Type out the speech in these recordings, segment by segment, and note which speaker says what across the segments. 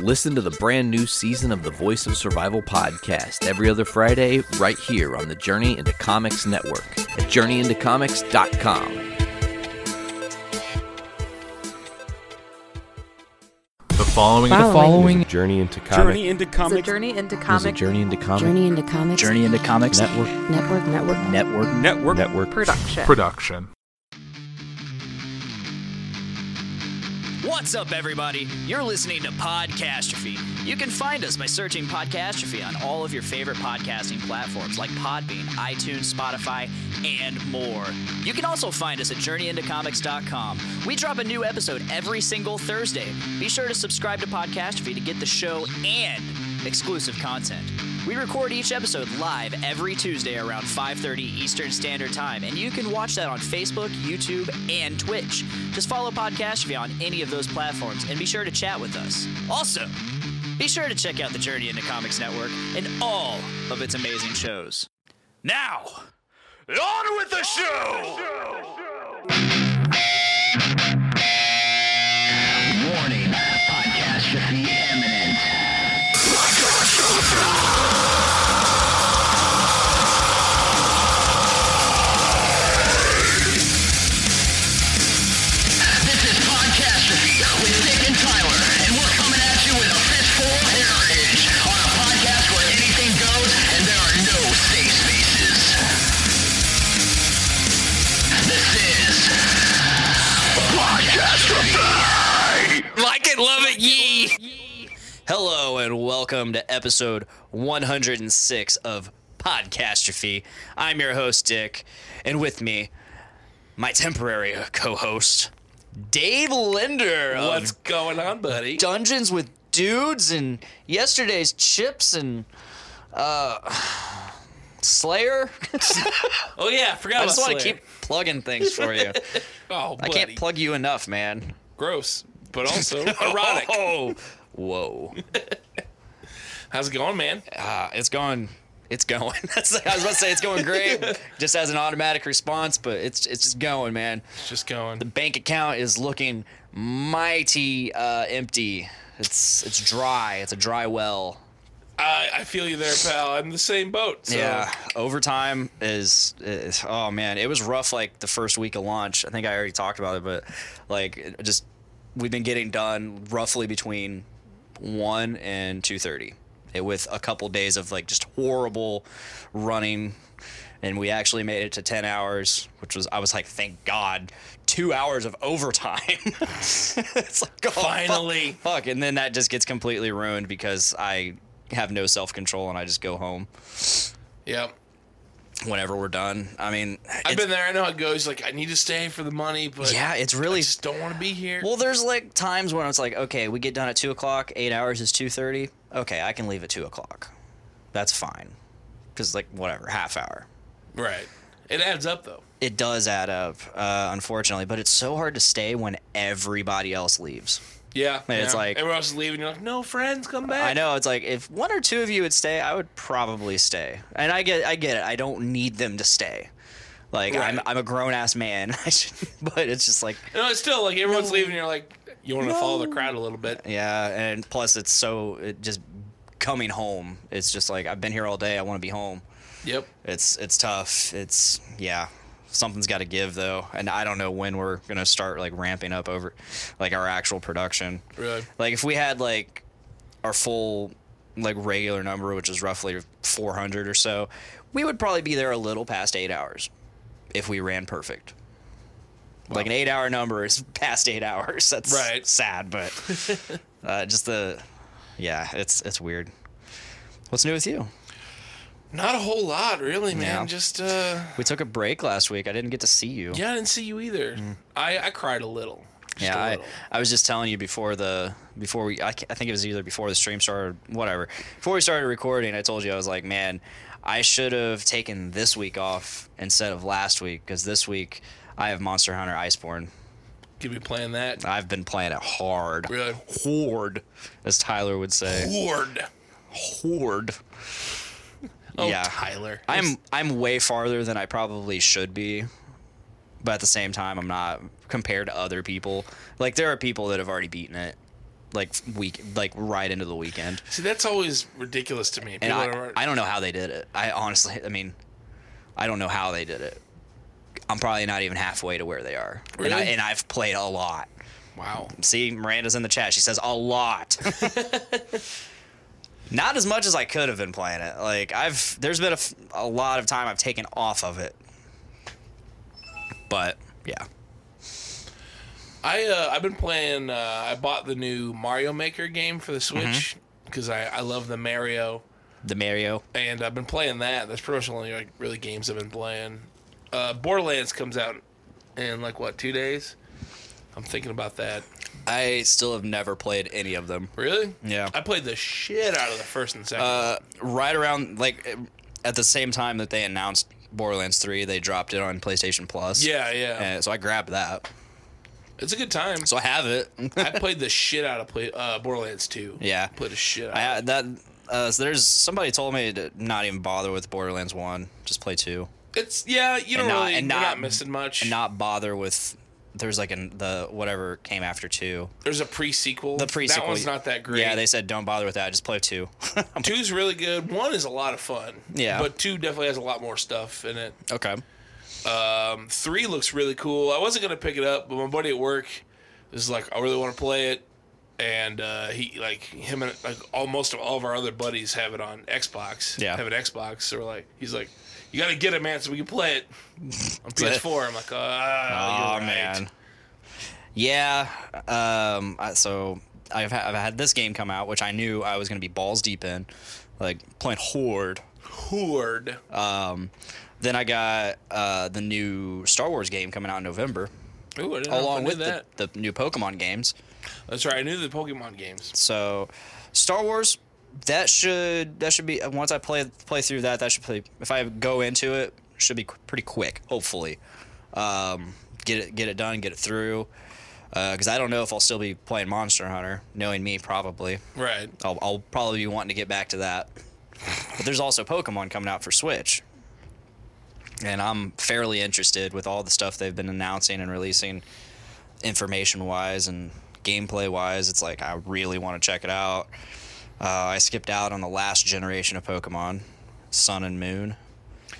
Speaker 1: listen to the brand new season of the Voice of Survival podcast every other Friday, right here on the Journey into Comics Network at journeyintocomics.com.
Speaker 2: The following
Speaker 3: The following
Speaker 4: Journey into Comic.
Speaker 5: Journey into
Speaker 6: It's a
Speaker 5: comics
Speaker 6: journey into
Speaker 1: Is it
Speaker 6: comic
Speaker 1: Journey into Comics
Speaker 7: Journey into Comics.
Speaker 8: Journey into Comics
Speaker 1: Network?
Speaker 7: Network. Network.
Speaker 8: Network.
Speaker 5: network.
Speaker 4: Network.
Speaker 6: production.
Speaker 2: production.
Speaker 8: What's up, everybody? You're listening to Podcastrophe. You can find us by searching Podcastrophe on all of your favorite podcasting platforms like Podbean, iTunes, Spotify, and more. You can also find us at JourneyIntoComics.com. We drop a new episode every single Thursday. Be sure to subscribe to Podcastrophe to get the show and exclusive content. We record each episode live every Tuesday around 5:30 Eastern Standard Time, and you can watch that on Facebook, YouTube, and Twitch. Just follow Podcastrophe on any of those platforms and be sure to chat with us. Also, be sure to check out the Journey into Comics Network and all of its amazing shows. Now, on with the show! Warning, Podcastrophe imminent. This is Podcastrophe with Nick and Tyler, and we're coming at you with a fistful of heritage on a podcast where anything goes and there are no safe spaces. This is Podcastrophe. Like it, love it, ye. Hello and welcome to episode 106 of Podcastrophe. I'm your host, Dick, and with me, my temporary co-host, Dave Linder of
Speaker 9: What's going on, buddy?
Speaker 8: Dungeons with Dudes and yesterday's chips and uh, Slayer.
Speaker 9: Oh yeah, I forgot.
Speaker 8: I just
Speaker 9: about
Speaker 8: want to
Speaker 9: Slayer.
Speaker 8: keep plugging things for you.
Speaker 9: Oh,
Speaker 8: I
Speaker 9: buddy.
Speaker 8: can't plug you enough, man.
Speaker 9: Gross, but also erotic.
Speaker 8: Oh, whoa.
Speaker 9: How's it going, man?
Speaker 8: Uh, it's going. It's going. That's, I was about to say it's going great, just as an automatic response, but it's it's just going, man.
Speaker 9: It's just going.
Speaker 8: Bank account is looking mighty uh, empty. It's it's dry. It's a dry well.
Speaker 9: I, I feel you there, pal. I'm in the same boat. So.
Speaker 8: Yeah, overtime is, is oh man, it was rough like the first week of launch. I think I already talked about it, but like it just we've been getting done roughly between 1 and 2:30. It with a couple days of like just horrible running and we actually made it to 10 hours, which was I was like thank god 2 hours of overtime. it's like oh, fuck,
Speaker 9: Finally.
Speaker 8: fuck and then that just gets completely ruined because I have no self-control and I just go home
Speaker 9: Yep.
Speaker 8: whenever we're done. I mean,
Speaker 9: I've
Speaker 8: it's-
Speaker 9: been there. I know how it goes. Like I need to stay for the money, but
Speaker 8: yeah, it's really.
Speaker 9: I just don't want to be here.
Speaker 8: well, there's like times when it's like, okay, we get done at two o'clock. Eight hours is two thirty. Okay, I can leave at two o'clock. That's fine, because like whatever, half hour.
Speaker 9: right. It adds up though.
Speaker 8: It does add up, uh, unfortunately, but it's so hard to stay when everybody else leaves.
Speaker 9: Yeah.
Speaker 8: And it's
Speaker 9: yeah.
Speaker 8: like-
Speaker 9: everyone else is leaving. You're like, no friends, come back.
Speaker 8: I know it's like if one or two of you would stay, I would probably stay. And I get, I get it. I don't need them to stay. Like I'm,
Speaker 9: Right.
Speaker 8: I'm a grown ass man. I should, but it's just like
Speaker 9: No, it's still like everyone's leaving. You're like, you want to follow the crowd a little bit.
Speaker 8: Yeah, and plus it's so it just coming home. It's just like I've been here all day. I want to be home.
Speaker 9: Yep.
Speaker 8: It's it's tough. It's yeah. Something's got to give though, and I don't know when we're gonna start like ramping up over, like our actual production.
Speaker 9: Really.
Speaker 8: Like if we had like our full like regular number, which is roughly 400 or so, we would probably be there a little past eight hours if we ran perfect. Like an eight-hour number is past eight hours. That's
Speaker 9: Right.
Speaker 8: sad, but uh, just the yeah, it's it's weird. What's new with you?
Speaker 9: Not a whole lot, really, man.
Speaker 8: Yeah.
Speaker 9: Just uh.
Speaker 8: We took a break last week. I didn't get to see you.
Speaker 9: Yeah, I didn't see you either. I, I cried a little. Just
Speaker 8: Mm. Yeah,
Speaker 9: a
Speaker 8: I,
Speaker 9: little.
Speaker 8: I was just telling you before the before we I, ca- I think it was either before the stream started whatever before we started recording I told you I was like man I should have taken this week off instead of last week because this week I have Monster Hunter Iceborne
Speaker 9: Could be playing that.
Speaker 8: I've been playing it hard
Speaker 9: Really?
Speaker 8: horde as Tyler would say
Speaker 9: Ward.
Speaker 8: horde
Speaker 9: Oh,
Speaker 8: Yeah.
Speaker 9: Tyler.
Speaker 8: I'm I'm way farther than I probably should be, but at the same time, I'm not compared to other people. Like there are people that have already beaten it, like week like right into the weekend.
Speaker 9: See, that's always ridiculous to me.
Speaker 8: And
Speaker 9: People
Speaker 8: I,
Speaker 9: are-
Speaker 8: I don't know how they did it. I honestly, I mean, I don't know how they did it. I'm probably not even halfway to where they are. And, I,
Speaker 9: Really?
Speaker 8: and I've played a lot.
Speaker 9: wow.
Speaker 8: See, Miranda's in the chat. She says a lot. Not as much as I could have been playing it. Like I've there's been a, f- a lot of time I've taken off of it. But yeah.
Speaker 9: I uh, I've been playing. Uh, I bought the new Mario Maker game for the
Speaker 8: Mm-hmm.
Speaker 9: Switch because I I love the Mario,
Speaker 8: The Mario.
Speaker 9: and I've been playing that. That's pretty much the only like really games I've been playing. Uh, Borderlands comes out in like what two days? I'm thinking about that.
Speaker 8: I still have never played any of them.
Speaker 9: Really?
Speaker 8: Yeah.
Speaker 9: I played the shit out of the first and second.
Speaker 8: Uh, right around like at the same time that they announced Borderlands 3, they dropped it on PlayStation Plus.
Speaker 9: yeah, yeah.
Speaker 8: And so I grabbed that.
Speaker 9: it's a good time.
Speaker 8: eh. So I have it.
Speaker 9: I played the shit out of play, uh, Borderlands 2.
Speaker 8: Yeah.
Speaker 9: Played the shit out.
Speaker 8: I
Speaker 9: of
Speaker 8: had that uh, so there's somebody told me to not even bother with Borderlands 1, just play 2.
Speaker 9: it. It's yeah. You
Speaker 8: And
Speaker 9: don't
Speaker 8: not-
Speaker 9: really.
Speaker 8: and
Speaker 9: you're
Speaker 8: not-
Speaker 9: not missing much.
Speaker 8: and not bother with there's like an the whatever came after two.
Speaker 9: There's a pre sequel.
Speaker 8: The pre
Speaker 9: That one's not that great.
Speaker 8: Yeah, they said don't bother with that. Just play two.
Speaker 9: Two's really good. One is a lot of fun.
Speaker 8: Yeah.
Speaker 9: But two definitely has a lot more stuff in it.
Speaker 8: okay.
Speaker 9: Um, three looks really cool. I wasn't gonna pick it up, but my buddy at work is like, I really want to play it, and uh, he like him and like almost all of our other buddies have it on Xbox.
Speaker 8: Yeah.
Speaker 9: Have an Xbox. So we're like, he's like, you gotta get it, man, so we can play it on PS4. I'm like, oh,
Speaker 8: Oh man. Yeah. Um. I- So I've ha- I've had this game come out, which I knew I was gonna be balls deep in, like playing Horde.
Speaker 9: Horde.
Speaker 8: Um. Then I got uh, the new Star Wars game coming out in November,
Speaker 9: Ooh, I didn't know if I
Speaker 8: along
Speaker 9: knew
Speaker 8: with the,
Speaker 9: that.
Speaker 8: the new Pokemon games.
Speaker 9: That's right. I knew the Pokemon games.
Speaker 8: So, Star Wars, that should that should be once I play play through that, that should play. If I go into it, should be qu- pretty quick. Hopefully, um, get it get it done, get it through. Because I don't know if I'll still be playing Monster Hunter. Knowing me, probably
Speaker 9: Right.
Speaker 8: I'll, I'll probably be wanting to get back to that. But there's also Pokemon coming out for Switch, and I'm fairly interested with all the stuff they've been announcing and releasing, information wise and gameplay wise. It's like I really want to check it out. Uh, I skipped out on the last generation of Pokemon, Sun and Moon,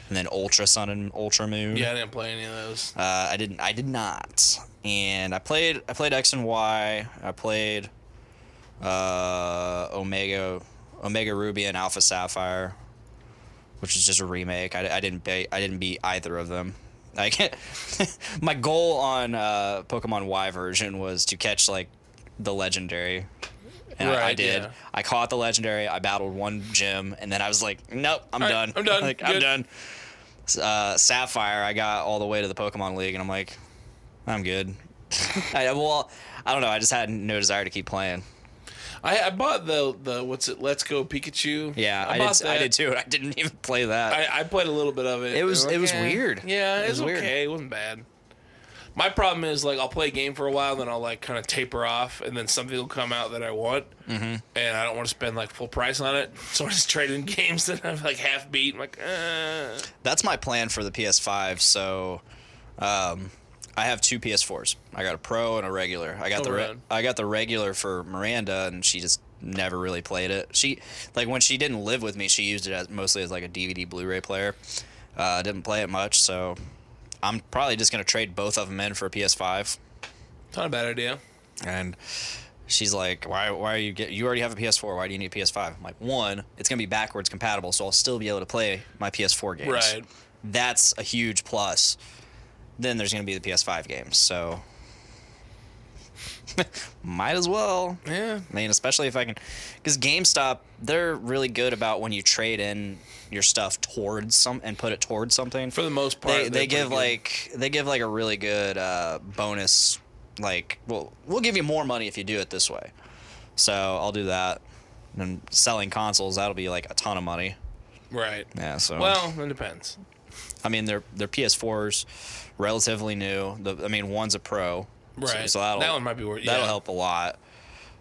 Speaker 8: and then Ultra Sun and Ultra Moon.
Speaker 9: Yeah, I didn't play any of those.
Speaker 8: Uh, I didn't. I did not. And I played. I played X and Y. I played uh, Omega, Omega Ruby and Alpha Sapphire, which is just a remake. I, I didn't. Ba- I didn't beat either of them. I can't. my goal on uh, Pokemon Y version was to catch like the legendary. And I, I
Speaker 9: Right,
Speaker 8: did.
Speaker 9: yeah.
Speaker 8: I caught the legendary. I battled one gym, and then I was like, "Nope, I'm
Speaker 9: All
Speaker 8: done.
Speaker 9: right, I'm done.
Speaker 8: Like,
Speaker 9: Good.
Speaker 8: I'm done." uh, Sapphire, I got all the way to the Pokemon League, and I'm like, I'm good. I, well, I don't know. I just had no desire to keep playing.
Speaker 9: I, I bought the the what's it? Let's Go Pikachu.
Speaker 8: Yeah, I,
Speaker 9: bought
Speaker 8: did. I did too. and I didn't even play that.
Speaker 9: I, I played a little bit of it.
Speaker 8: It was-
Speaker 9: I'm like,
Speaker 8: it was
Speaker 9: eh.
Speaker 8: weird.
Speaker 9: Yeah,
Speaker 8: It
Speaker 9: it,
Speaker 8: was
Speaker 9: was,
Speaker 8: weird.
Speaker 9: okay. It wasn't bad. My problem is like I'll play a game for a while, then I'll like kind of taper off, and then something will come out that I want,
Speaker 8: Mm-hmm.
Speaker 9: and I don't want to spend like full price on it. So I just trade in games that I'm like half beat. I'm like, uh.
Speaker 8: That's my plan for the PS5. So, um, I have two PS4s. I got a Pro and a regular. I got
Speaker 9: Oh,
Speaker 8: the re-
Speaker 9: right.
Speaker 8: I got the regular for Miranda, and she just never really played it. She like when she didn't live with me, she used it as mostly as like a DVD Blu-ray player. Uh, didn't play it much, so I'm probably just gonna trade both of them in for a PS5.
Speaker 9: it's not a bad idea.
Speaker 8: and she's like why why are you get you already have a ps4 why do you need a ps5 i'm like one it's going to be backwards compatible so i'll still be able to play my ps4 games
Speaker 9: Right.
Speaker 8: that's a huge plus then there's going to be the ps5 games so might as well
Speaker 9: Yeah.
Speaker 8: I mean, especially if I can, because GameStop they're really good about when you trade in your stuff towards some and put it towards something.
Speaker 9: For the most part,
Speaker 8: they,
Speaker 9: they're
Speaker 8: they give
Speaker 9: pretty
Speaker 8: like
Speaker 9: good.
Speaker 8: they give like a really good uh, bonus. Like, well, we'll give you more money if you do it this way. So I'll do that. And selling consoles that'll be like a ton of money.
Speaker 9: Right.
Speaker 8: Yeah. So
Speaker 9: Well, it depends.
Speaker 8: I mean, they're they're PS4s, relatively new. The I mean, one's a pro. so- So,
Speaker 9: Right.
Speaker 8: that'll
Speaker 9: That one might be worth-
Speaker 8: That'll
Speaker 9: yeah.
Speaker 8: help a lot.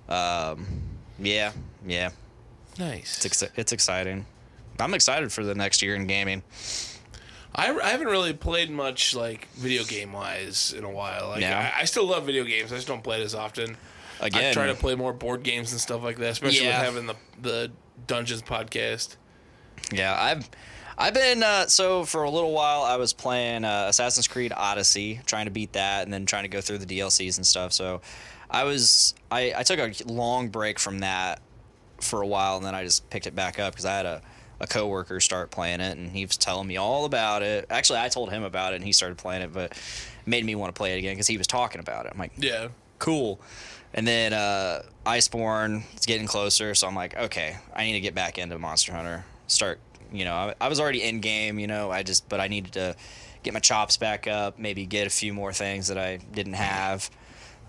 Speaker 8: Um, yeah, yeah.
Speaker 9: Nice.
Speaker 8: It's exci- it's exciting. I'm excited for the next year in gaming.
Speaker 9: I, I haven't really played much like video game wise in a while. Like
Speaker 8: Yeah.
Speaker 9: I, I still love video games. I just don't play it as often.
Speaker 8: Again,
Speaker 9: I try to play more board games and stuff like that, especially
Speaker 8: Yeah.
Speaker 9: with having the the Dungeons podcast.
Speaker 8: Yeah, I've I've been uh, so for a little while. I was playing uh, Assassin's Creed Odyssey, trying to beat that, and then trying to go through the DLCs and stuff. So I was I, I took a long break from that for a while, and then I just picked it back up because I had a a coworker start playing it, and he was telling me all about it. Actually, I told him about it, and he started playing it, but made me want to play it again because he was talking about it. I'm like,
Speaker 9: Yeah.
Speaker 8: cool. And then uh, Iceborne, it's getting closer, so I'm like, okay, I need to get back into Monster Hunter. Start, you know, I, I was already in game, you know, I just, but I needed to get my chops back up, maybe get a few more things that I didn't have,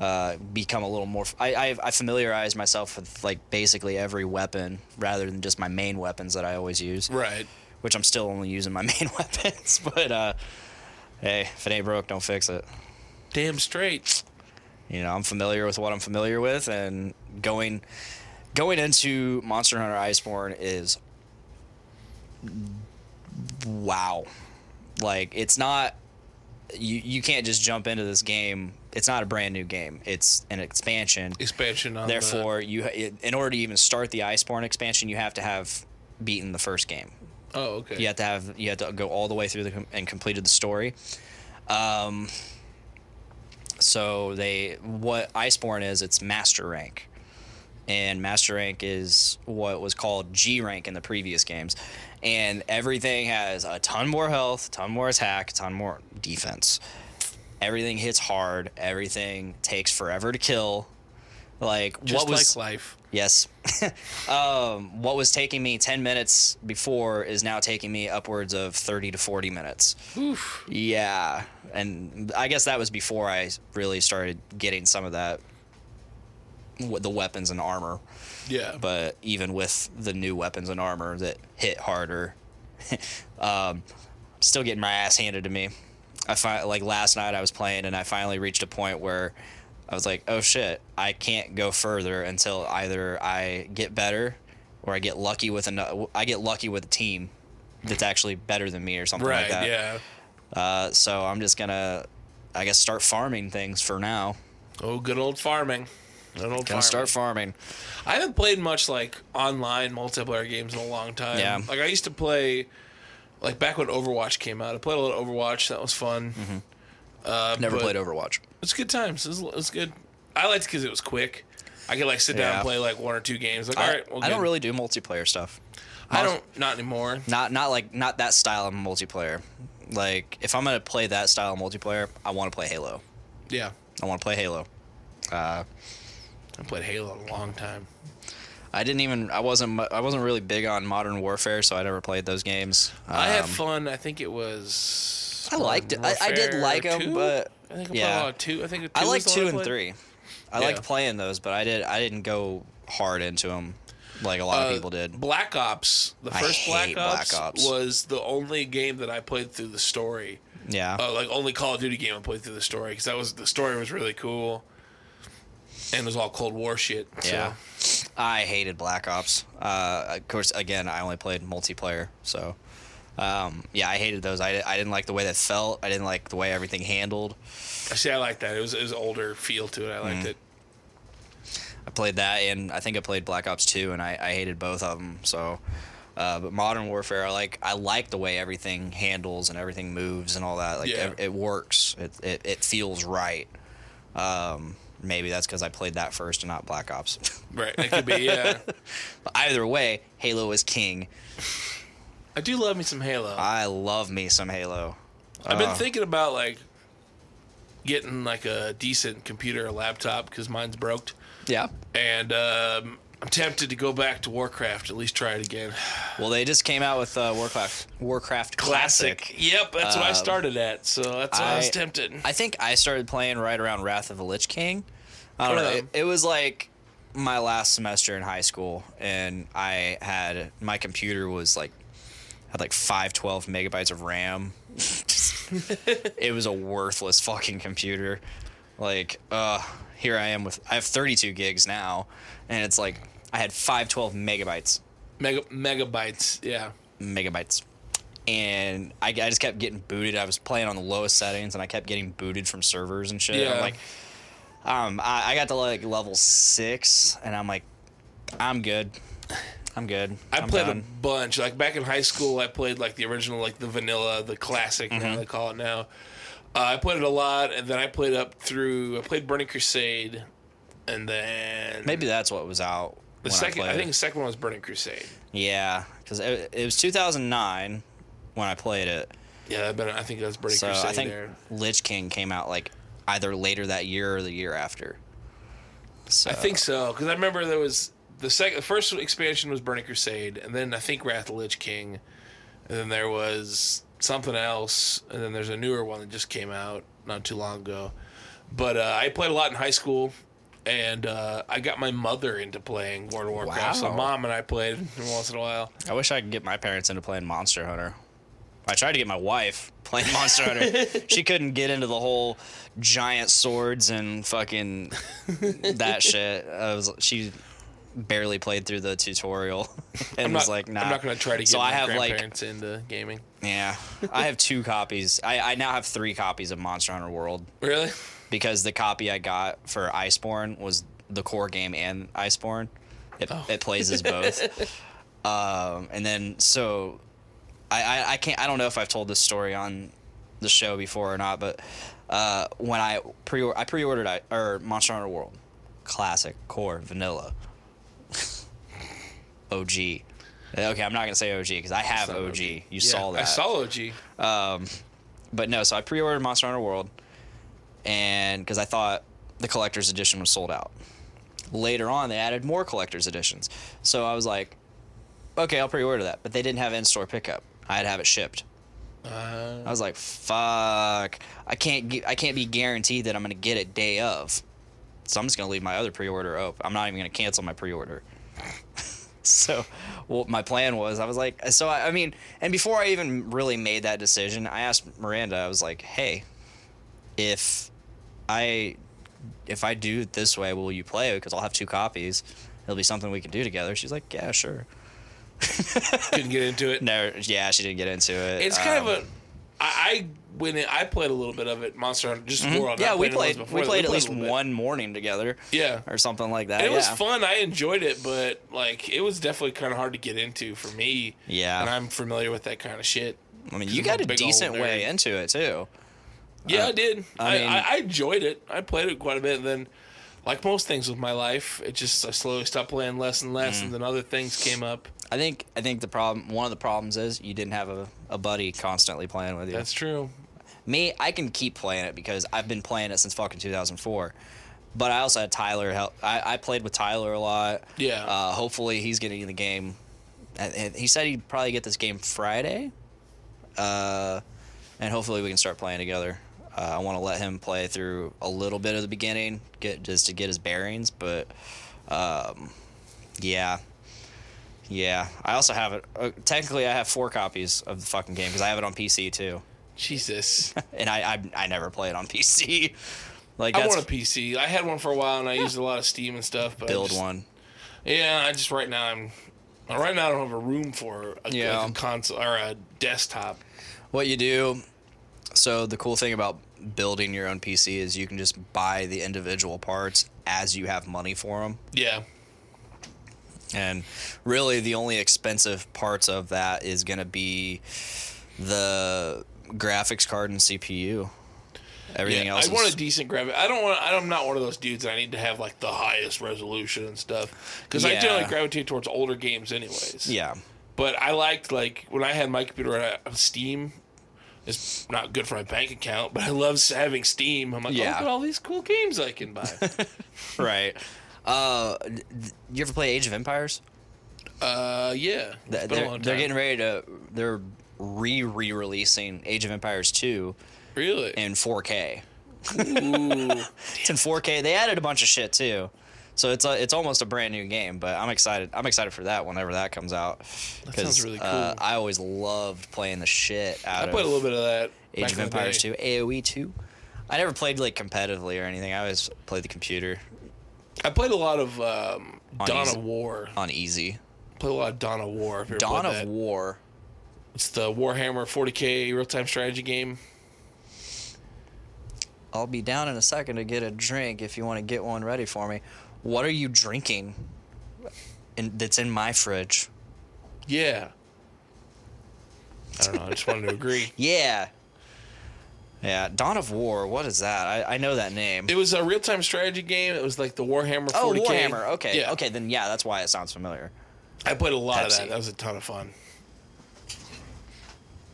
Speaker 8: uh, become a little more. I, I, I familiarized myself with like basically every weapon rather than just my main weapons that I always use
Speaker 9: Right.
Speaker 8: which I'm still only using my main weapons. But uh, hey, if it ain't broke, don't fix it.
Speaker 9: Damn straight.
Speaker 8: You know, I'm familiar with what I'm familiar with, and going going into Monster Hunter Iceborne is wow. Like it's not you you can't just jump into this game. It's not a brand new game. It's an expansion.
Speaker 9: Expansion on the-
Speaker 8: Therefore, you ha- in order to even start the Iceborne expansion, you have to have beaten the first game
Speaker 9: oh, okay.
Speaker 8: you had to have you had to go all the way through the com- and completed the story um so they what iceborne is it's master rank and master rank is what was called g rank in the previous games and everything has a ton more health ton more attack ton more defense everything hits hard everything takes forever to kill like
Speaker 9: Just
Speaker 8: what was
Speaker 9: like life.
Speaker 8: Yes. um, what was taking me 10 minutes before is now taking me upwards of 30 to 40 minutes. Yeah. And I guess that was before I really started getting some of that, w- the weapons and armor.
Speaker 9: Yeah.
Speaker 8: But even with the new weapons and armor that hit harder, um, still getting my ass handed to me. I fi- like last night I was playing and I finally reached a point where I was like, oh shit, I can't go further until either I get better or I get lucky with another. I get lucky with a team that's actually better than me or something like
Speaker 9: right.
Speaker 8: that.
Speaker 9: yeah.
Speaker 8: Uh, so I'm just gonna, I guess, start farming things for now.
Speaker 9: Oh, good old farming. Good old
Speaker 8: Gonna
Speaker 9: farming.
Speaker 8: start farming.
Speaker 9: I haven't played much like online multiplayer games in a long time.
Speaker 8: Yeah.
Speaker 9: Like I used to play, like back when Overwatch came out. I played a little Overwatch. That was fun.
Speaker 8: Mm-hmm.
Speaker 9: Uh,
Speaker 8: Never
Speaker 9: but-
Speaker 8: played Overwatch.
Speaker 9: It's good times. It was, it was good. I liked because it was quick. I could like sit down
Speaker 8: Yeah.
Speaker 9: and play like one or two games. Like
Speaker 8: I,
Speaker 9: all right, well,
Speaker 8: I don't
Speaker 9: good.
Speaker 8: really do multiplayer stuff.
Speaker 9: I don't. Not anymore.
Speaker 8: Not not like not that style of multiplayer. Like if I'm gonna play that style of multiplayer, I want to play Halo.
Speaker 9: Yeah.
Speaker 8: I want to play Halo.
Speaker 9: I played Halo in a long time.
Speaker 8: I didn't even I wasn't mu- I wasn't really big on Modern Warfare, so I never played those games.
Speaker 9: I had
Speaker 8: Um,
Speaker 9: fun. I think it was.
Speaker 8: I liked it. I- I did
Speaker 9: Warfare
Speaker 8: like 'em,
Speaker 9: 2?
Speaker 8: but-
Speaker 9: I think I
Speaker 8: yeah.
Speaker 9: played a lot of two. I think two
Speaker 8: I
Speaker 9: was
Speaker 8: like
Speaker 9: the one
Speaker 8: two
Speaker 9: I
Speaker 8: and
Speaker 9: played.
Speaker 8: three. I
Speaker 9: Yeah.
Speaker 8: liked playing those, but I did I didn't go hard into them like a lot
Speaker 9: Uh,
Speaker 8: of people did.
Speaker 9: Black Ops. The
Speaker 8: I
Speaker 9: first Black
Speaker 8: hate Black
Speaker 9: Ops,
Speaker 8: Ops.
Speaker 9: was the only game that I played through the story.
Speaker 8: Yeah.
Speaker 9: Uh, like only Call of Duty game I played through the story because that was the story was really cool, and it was all Cold War shit. so-
Speaker 8: Yeah. I hated Black Ops. Uh, of course, again, I only played multiplayer, so um, yeah, I hated those. I, I didn't like the way that felt. I didn't like the way everything handled.
Speaker 9: See, I like that. It was it was older feel to it. I
Speaker 8: Mm.
Speaker 9: liked it.
Speaker 8: I played that, and I think I played Black Ops 2, and I, I hated both of them. So, uh, but Modern Warfare, I like I like the way everything handles and everything moves and all that. Like
Speaker 9: Yeah.
Speaker 8: ev- it, works. It, it it feels right. Um, maybe that's because I played that first and not Black Ops.
Speaker 9: Right. It could be. Yeah.
Speaker 8: but either way, Halo is king.
Speaker 9: I do love me some Halo.
Speaker 8: I love me some Halo.
Speaker 9: I've been
Speaker 8: Uh,
Speaker 9: thinking about like getting like a decent computer or laptop because mine's broke,
Speaker 8: Yeah.
Speaker 9: and um, I'm tempted to go back to Warcraft. At least try it again.
Speaker 8: Well, they just came out with uh, Warcraft Warcraft Classic.
Speaker 9: Yep, that's what I
Speaker 8: Um,
Speaker 9: started at. So that's what I, was
Speaker 8: I-
Speaker 9: tempted.
Speaker 8: I think I started playing right around Wrath of the Lich King. I don't know. It,
Speaker 9: Um,
Speaker 8: it was like my last semester in high school, and I had my computer was like had like five twelve megabytes of RAM. Just- it was a worthless fucking computer. Like, uh, here I am with I have thirty two gigs now, and it's like I had five twelve megabytes
Speaker 9: Mega megabytes. Yeah.
Speaker 8: megabytes. And I, I just kept getting booted. I was playing on the lowest settings and I kept getting booted from servers and shit. I'm
Speaker 9: Yeah.
Speaker 8: like, Um, I, I got to like level six, and I'm like, I'm good. I'm good.
Speaker 9: I
Speaker 8: I'm
Speaker 9: played
Speaker 8: done.
Speaker 9: a bunch. Like back in high school, I played like the original, like the vanilla, the classic,
Speaker 8: Mm-hmm.
Speaker 9: how they call it now. Uh, I played it a lot, and then I played up through. I played Burning Crusade, and then
Speaker 8: Maybe that's what was out.
Speaker 9: the
Speaker 8: when
Speaker 9: second. I,
Speaker 8: played.
Speaker 9: think the second one was Burning Crusade.
Speaker 8: Yeah, because it, it was 2009 when I played it.
Speaker 9: Yeah, that been, I think that's Burning
Speaker 8: So
Speaker 9: Crusade
Speaker 8: I think
Speaker 9: there.
Speaker 8: Lich King came out like either later that year or the year after. So
Speaker 9: I think so because I remember there was the second. The first expansion was Burning Crusade, and then I think Wrath of the Lich King, and then there was something else, and then there's a newer one that just came out not too long ago. But uh, I played a lot in high school, and uh, I got my mother into playing World of Warcraft. So
Speaker 8: Wow.
Speaker 9: mom and I played once in a while.
Speaker 8: I wish I could get my parents into playing Monster Hunter. I tried to get my wife playing Monster Hunter. She couldn't get into the whole giant swords and fucking that shit. I was she barely played through the tutorial and
Speaker 9: I'm
Speaker 8: was
Speaker 9: not,
Speaker 8: like, "Nah."
Speaker 9: I'm not going to try to get
Speaker 8: So
Speaker 9: my
Speaker 8: I have like
Speaker 9: grandparents into gaming.
Speaker 8: Yeah, I have two copies. I, I now have three copies of Monster Hunter World
Speaker 9: Really?
Speaker 8: because the copy I got for Iceborne was the core game and Iceborne. It,
Speaker 9: Oh.
Speaker 8: it plays as both. um, and then so I, I I can't I don't know if I've told this story on the show before or not, but uh, when I pre I pre-ordered I, or Monster Hunter World, classic core vanilla, OG. Okay, I'm not gonna say OG because I have
Speaker 9: not
Speaker 8: OG.
Speaker 9: OG.
Speaker 8: You
Speaker 9: Yeah,
Speaker 8: saw that.
Speaker 9: I saw OG.
Speaker 8: But no, so I pre-ordered Monster Hunter World, and because I thought the collector's edition was sold out. Later on, they added more collector's editions, so I was like, okay, I'll pre-order that. But they didn't have in-store pickup. I had to have it shipped. I was like, fuck, I can't get, I can't be guaranteed that I'm gonna get it day of, so I'm just gonna leave my other pre-order open. I'm not even gonna cancel my pre-order. So, what my plan was, I was like, so I, I mean, and before I even really made that decision, I asked Miranda, I was like, hey, if I if I do it this way, will you play? Because I'll have two copies. It'll be something we can do together. She's like, yeah, sure.
Speaker 9: Couldn't get into it.
Speaker 8: No, yeah, she didn't get into it.
Speaker 9: It's kind
Speaker 8: Um,
Speaker 9: of a. I, I went in. I played a little bit of it. Monster Hunter, just World.
Speaker 8: Mm-hmm. yeah.
Speaker 9: not
Speaker 8: We
Speaker 9: the ones
Speaker 8: played, we
Speaker 9: before
Speaker 8: played
Speaker 9: that.
Speaker 8: at least
Speaker 9: a little bit.
Speaker 8: one morning together.
Speaker 9: Yeah.
Speaker 8: or something like that.
Speaker 9: And it was
Speaker 8: yeah.
Speaker 9: fun. I enjoyed it, but like it was definitely kind of hard to get into for me.
Speaker 8: Yeah.
Speaker 9: and I'm familiar with that kind of shit.
Speaker 8: I mean, you got a
Speaker 9: Big old
Speaker 8: decent way
Speaker 9: nerd.
Speaker 8: into it too.
Speaker 9: Yeah, I did. I,
Speaker 8: mean-
Speaker 9: I, I enjoyed it. I played it quite a bit, and then like most things with my life, it just I slowly stopped playing less and less,
Speaker 8: Mm.
Speaker 9: and then other things came up.
Speaker 8: I think I think the problem one of the problems is you didn't have a, a buddy constantly playing with you.
Speaker 9: That's true.
Speaker 8: Me, I can keep playing it because I've been playing it since fucking 2004. But I also had Tyler help. I, I played with Tyler a lot.
Speaker 9: Yeah.
Speaker 8: Uh, hopefully he's getting the game. And- and He said he'd probably get this game Friday. Uh, and hopefully we can start playing together. Uh, I want to let him play through a little bit of the beginning, get just to get his bearings. But um, yeah, yeah. I also have it. Uh, technically, I have four copies of the fucking game because I have it on PC too
Speaker 9: Jesus,
Speaker 8: and I, I I never play it on PC. Like
Speaker 9: I
Speaker 8: that's
Speaker 9: want a PC. I had one for a while, and I used a lot of Steam and stuff. But I
Speaker 8: build
Speaker 9: just-
Speaker 8: one.
Speaker 9: Yeah, I just right now I'm. Right now, I don't have a room for a,
Speaker 8: Yeah.
Speaker 9: like a console or a desktop.
Speaker 8: What you do? So the cool thing about building your own PC is you can just buy the individual parts as you have money for them.
Speaker 9: Yeah,
Speaker 8: And really, the only expensive parts of that is going to be the graphics card and CPU. Everything
Speaker 9: Yeah,
Speaker 8: else.
Speaker 9: I want
Speaker 8: is-
Speaker 9: a decent graphic. I don't want. I'm not one of those dudes. that I need to have like the highest resolution and stuff because I
Speaker 8: Yeah.
Speaker 9: generally gravitate towards older games, anyways.
Speaker 8: yeah.
Speaker 9: But I liked like when I had my computer on uh, Steam. It's not good for my bank account, but I love having Steam. I'm like, oh,
Speaker 8: Yeah.
Speaker 9: look at all these cool games I can buy.
Speaker 8: Right. Uh, th- you ever play Age of Empires?
Speaker 9: uh, yeah, it's
Speaker 8: Th-
Speaker 9: been a
Speaker 8: they're,
Speaker 9: long
Speaker 8: they're
Speaker 9: time.
Speaker 8: getting ready to they're re re releasing Age of Empires two
Speaker 9: really.
Speaker 8: in 4K.
Speaker 9: Ooh.
Speaker 8: It's in 4K. They added a bunch of shit too, so it's a, it's almost a brand new game. But I'm excited. I'm excited for that whenever that comes out. That
Speaker 9: sounds really
Speaker 8: Uh,
Speaker 9: cool.
Speaker 8: I always loved playing the shit
Speaker 9: I
Speaker 8: out
Speaker 9: played a
Speaker 8: of
Speaker 9: little bit of that.
Speaker 8: Age
Speaker 9: back
Speaker 8: of
Speaker 9: in the
Speaker 8: Empires
Speaker 9: day.
Speaker 8: two, AOE two. I never played like competitively or anything. I always played the computer
Speaker 9: I played a lot of um,
Speaker 8: On
Speaker 9: Dawn
Speaker 8: easy.
Speaker 9: of War.
Speaker 8: on easy.
Speaker 9: Played a lot of Dawn of War. if you ever
Speaker 8: Dawn
Speaker 9: played
Speaker 8: of
Speaker 9: that.
Speaker 8: War.
Speaker 9: It's the Warhammer 40k real time strategy game.
Speaker 8: I'll be down in a second to get a drink if you want to get one ready for me. What are you drinking? And that's in my fridge.
Speaker 9: Yeah. I don't know. I just wanted to agree.
Speaker 8: Yeah. Yeah, Dawn of War. What is that? I, I know that name.
Speaker 9: It was a real time strategy game. It was like the Warhammer 40K.
Speaker 8: oh, Warhammer. Okay.
Speaker 9: Yeah.
Speaker 8: Okay, then yeah, that's why it sounds familiar.
Speaker 9: I played a lot of
Speaker 8: Pepsi.
Speaker 9: that. That was a ton of fun.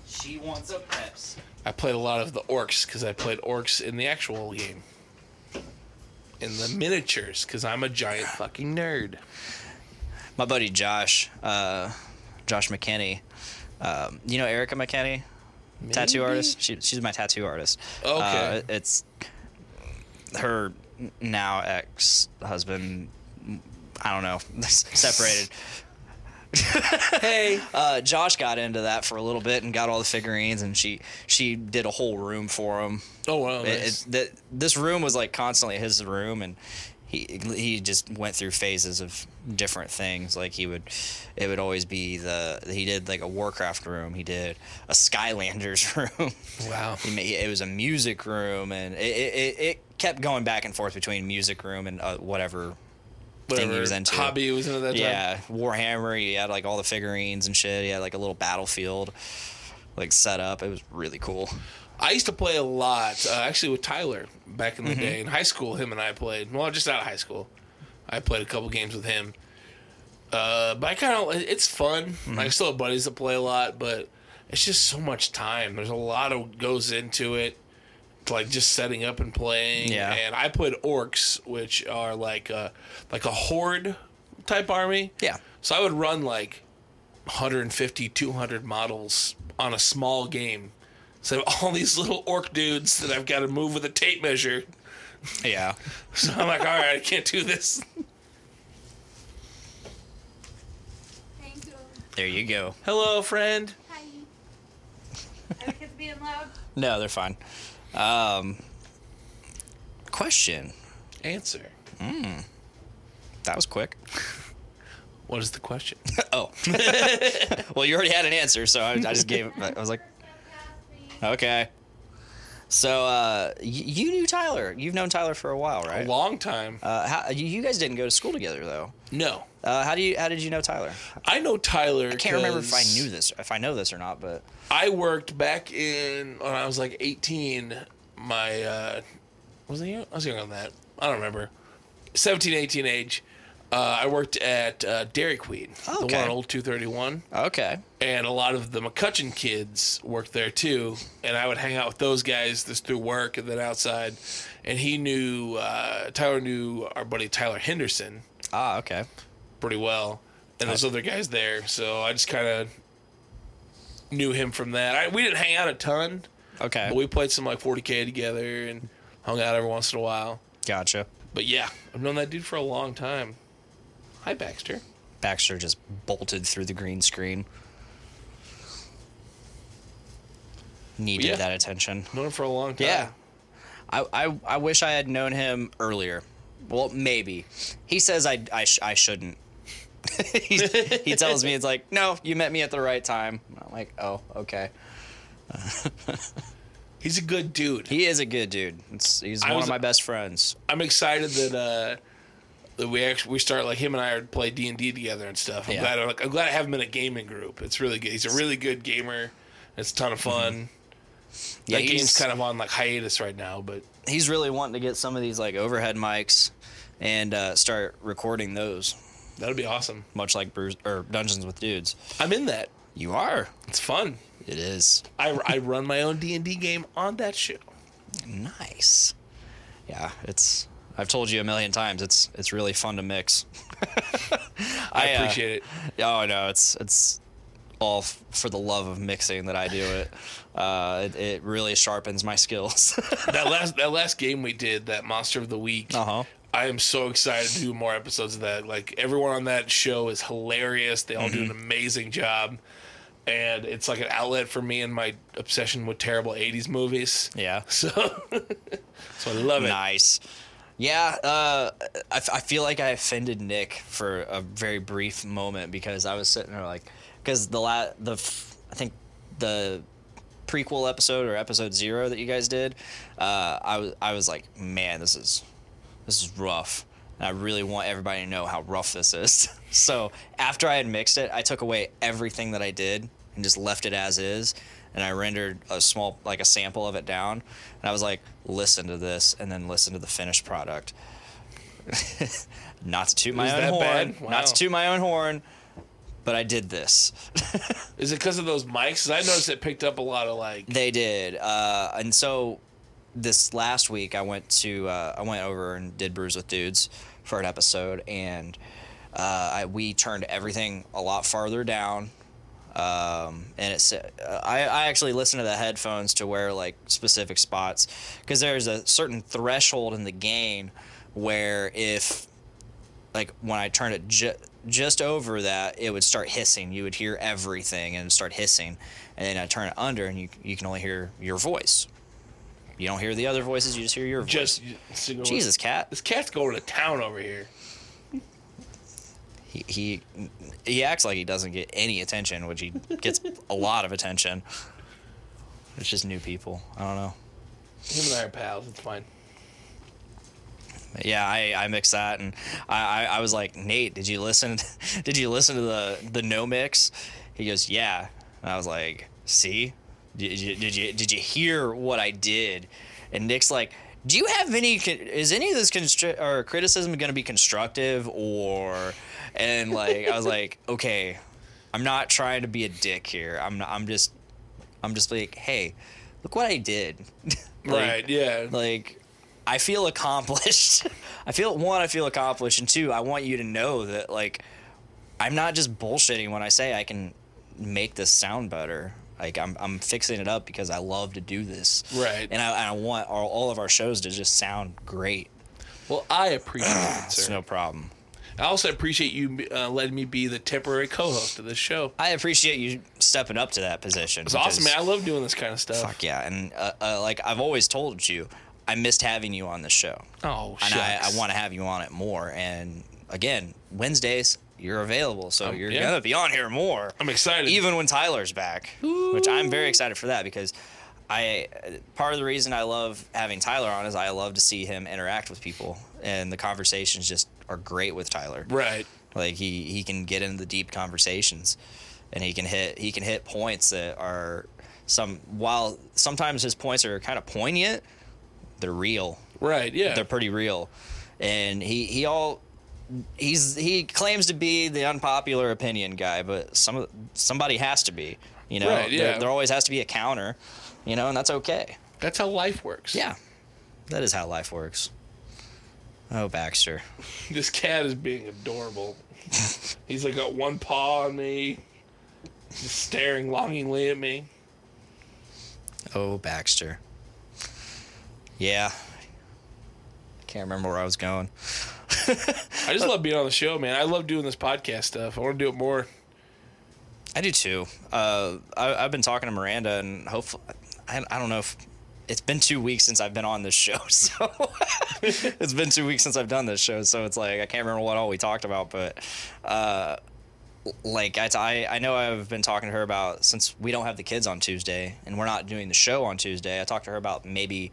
Speaker 10: She wants a Pepsi.
Speaker 9: I played a lot of the orcs because I played orcs in the actual game. In the miniatures because I'm a giant fucking nerd.
Speaker 8: My buddy Josh, uh, Josh McKinney. Um, you know Erica McKinney, tattoo
Speaker 9: Maybe?
Speaker 8: artist. She, she's my tattoo artist.
Speaker 9: Okay.
Speaker 8: Uh, it's her now ex husband. I don't know. separated.
Speaker 9: Hey.
Speaker 8: uh, Josh got into that for a little bit and got all the figurines, and she she did a whole room for him.
Speaker 9: Oh, wow.
Speaker 8: It-
Speaker 9: nice.
Speaker 8: it- that- this room was like constantly his room, and he he just went through phases of different things. Like he would, it would always be the he did like a Warcraft room, he did a Skylanders room.
Speaker 9: wow.
Speaker 8: He ma- it was a music room, and it, it, it- it kept going back and forth between music room and uh, whatever
Speaker 9: Whatever
Speaker 8: was into.
Speaker 9: hobby he was into at that time.
Speaker 8: yeah, Warhammer. He had like all the figurines and shit. He had like a little battlefield, like set up. It was really cool.
Speaker 9: I used to play a lot, uh, actually, with Tyler back in the day in high school. Him and I played. Well, just out of high school, I played a couple games with him. Uh, but I kind of it's fun. Like, I still have buddies that play a lot, but it's just so much time. There's a lot of goes into it, like just setting up and playing.
Speaker 8: Yeah.
Speaker 9: And I played orcs, which are like a, like a horde type army.
Speaker 8: Yeah.
Speaker 9: So I would run like 150, 200 models on a small game. So I have all these little orc dudes that I've got to move with a tape measure.
Speaker 8: Yeah.
Speaker 9: So I'm like, all right, I can't do this.
Speaker 11: Thank you.
Speaker 8: There you go.
Speaker 9: Hello, friend.
Speaker 11: Hi. Are the kids being loud?
Speaker 8: No, they're fine. Um, question.
Speaker 9: Answer.
Speaker 8: That was quick.
Speaker 9: What is the question?
Speaker 8: oh. well, you already had an answer, so I, I just gave it. I was like, okay. So uh, y- you knew Tyler. You've known Tyler for a while,
Speaker 9: A
Speaker 8: right?
Speaker 9: long time.
Speaker 8: Uh, how, you- you guys didn't go to school together, though.
Speaker 9: No.
Speaker 8: Uh, how do you? How did you know Tyler?
Speaker 9: I know Tyler.
Speaker 8: I can't remember if I
Speaker 9: 'cause
Speaker 8: knew this, if I know this or not, but
Speaker 9: I worked back in when I was like 18. My uh, was I young? I was young on that. I don't remember. 17, 18 age. Uh, I worked at uh, Dairy Queen, the
Speaker 8: Okay.
Speaker 9: one on Old 231,
Speaker 8: okay.
Speaker 9: and a lot of the McCutcheon kids worked there too. And I would hang out with those guys just through work and then outside. And he knew uh, Tyler knew our buddy Tyler Henderson
Speaker 8: Ah, okay.
Speaker 9: pretty well, and those other guys there. So I just kind of knew him from that. I, we didn't hang out a ton,
Speaker 8: Okay.
Speaker 9: but we played some like 40k together and hung out every once in a while.
Speaker 8: gotcha.
Speaker 9: But yeah, I've known that dude for a long time. Hi, Baxter.
Speaker 8: Baxter just bolted through the green screen. Needed
Speaker 9: Yeah.
Speaker 8: that attention.
Speaker 9: Known him for a long time.
Speaker 8: Yeah. I, I, I wish I had known him earlier. Well, maybe. He says I, I, sh- I shouldn't. he, he tells me, it's like, no, you met me at the right time. I'm like, oh, okay.
Speaker 9: he's a good dude.
Speaker 8: He is a good dude. It's, he's
Speaker 9: I
Speaker 8: one
Speaker 9: was-
Speaker 8: of my best friends.
Speaker 9: I'm excited that uh, that we actually we start like him and I are play D and D together and stuff. I'm
Speaker 8: Yeah.
Speaker 9: glad I, like, I'm glad I have him in a gaming group. It's really good. He's a really good gamer. It's a ton of fun.
Speaker 8: Mm-hmm. Yeah,
Speaker 9: that
Speaker 8: he's-
Speaker 9: game's kind of on like hiatus right now, but
Speaker 8: he's really wanting to get some of these like overhead mics and uh, start recording those,
Speaker 9: that'll be awesome.
Speaker 8: much like Bruce or Dungeons with Dudes.
Speaker 9: I'm in that.
Speaker 8: You are.
Speaker 9: It's fun.
Speaker 8: It is
Speaker 9: I, I run my own D and D game on that show.
Speaker 8: nice. Yeah, it's. I've told you a million times. It's it's really fun to mix.
Speaker 9: I,
Speaker 8: uh,
Speaker 9: appreciate
Speaker 8: Oh no, it's it's all f- for the love of mixing that I do it. Uh, it, it really sharpens my skills.
Speaker 9: it. That last that last game we did, that Monster of the Week.
Speaker 8: Uh-huh.
Speaker 9: I am so excited to do more episodes of that. Like everyone on that show is hilarious. They all do
Speaker 8: Mm-hmm.
Speaker 9: an amazing job, and it's like an outlet for me and my obsession with terrible '80s movies.
Speaker 8: yeah.
Speaker 9: So, so I love it.
Speaker 8: Nice. Yeah, uh, I, f- I feel like I offended Nick for a very brief moment because I was sitting there like, because the la- the f- I think the prequel episode or episode zero that you guys did, uh, I was I was like, man, this is this is rough. And I really want everybody to know how rough this is. so after I had mixed it, I took away everything that I did and just left it as is. And I rendered a small, like a sample of it down. And I was like, listen to this and then listen to the finished product. not to toot my
Speaker 9: was
Speaker 8: own
Speaker 9: that
Speaker 8: horn.
Speaker 9: bad?
Speaker 8: Not
Speaker 9: Wow.
Speaker 8: to toot my own horn. But I did this.
Speaker 9: Is it because of those mics? 'Cause I noticed it picked up a lot of like.
Speaker 8: They did, uh, and so this last week I went to uh, I went over and did brews with dudes for an episode, and uh, I, we turned everything a lot farther down. Um, and it's uh, I, I actually listen to the headphones to where like specific spots because there's a certain threshold in the gain where if like when I turned it ju- just over that, it would start hissing. You would hear everything and it'd start hissing. And then I turn it under, and you you can only hear your voice. You don't hear the other voices. You just hear your voice.
Speaker 9: Just single-
Speaker 8: Jesus, cat.
Speaker 9: This cat's going to town over here.
Speaker 8: He, he he acts like he doesn't get any attention, which he gets a lot of attention. It's just new people. I don't know.
Speaker 9: Him and I are pals. It's fine.
Speaker 8: Yeah, I, I mixed that, and I, I, I was like, Nate, did you listen? Did you listen to the the no mix? He goes, Yeah. And I was like, See, did you did you did you hear what I did? And Nick's like, Do you have any? con- Is any of this constri- or criticism going to be constructive or? And like, I was like, Okay, I'm not trying to be a dick here. I'm not, I'm just I'm just like, Hey, look what I did. Like,
Speaker 9: right. Yeah.
Speaker 8: like i feel accomplished i feel one i feel accomplished and two i want you to know that like i'm not just bullshitting when i say i can make this sound better like i'm, I'm fixing it up because i love to do this
Speaker 9: Right.
Speaker 8: and i, and I want our, all of our shows to just sound great
Speaker 9: well, I appreciate it,
Speaker 8: it's
Speaker 9: sir.
Speaker 8: no problem
Speaker 9: I also appreciate you uh, letting me be the temporary co-host of this show.
Speaker 8: i appreciate you stepping up to that position
Speaker 9: It's awesome, man. I love doing this kind of stuff.
Speaker 8: fuck yeah and uh, uh, like i've always told you i missed having you on this show
Speaker 9: Oh,
Speaker 8: and I, I
Speaker 9: shucks.
Speaker 8: want to have you on it more. And again, Wednesdays you're available, so you're
Speaker 9: yeah.
Speaker 8: gonna be on here more.
Speaker 9: I'm excited.
Speaker 8: even when Tyler's back, which I'm very excited for that because I part of the reason I love having Tyler on is I love to see him interact with people, and the conversations just are great with Tyler.
Speaker 9: Right.
Speaker 8: Like he he can get into the deep conversations, and he can hit he can hit points that are some while sometimes his points are kind of poignant, they're real
Speaker 9: Right. Yeah.
Speaker 8: they're pretty real. And he he all he's he claims to be the unpopular opinion guy, but some somebody has to be. You know,
Speaker 9: Right, yeah.
Speaker 8: there, there always has to be a counter. You know, and that's okay.
Speaker 9: That's how life works.
Speaker 8: Yeah, that is how life works. Oh, Baxter.
Speaker 9: This cat is being adorable. He's like got one paw on me, just staring longingly at me.
Speaker 8: Oh, Baxter. Yeah. Can't remember where I was going.
Speaker 9: I just love being on the show, man. I love doing this podcast stuff. I want to do it more.
Speaker 8: I do too. Uh, I, I've been talking to Miranda, and hopefully, I, I don't know if it's been two weeks since I've been on this show. So it's been two weeks since I've done this show. So it's like I can't remember what all we talked about, but uh, like I, I, I know I've been talking to her about since we don't have the kids on Tuesday and we're not doing the show on Tuesday. I talked to her about maybe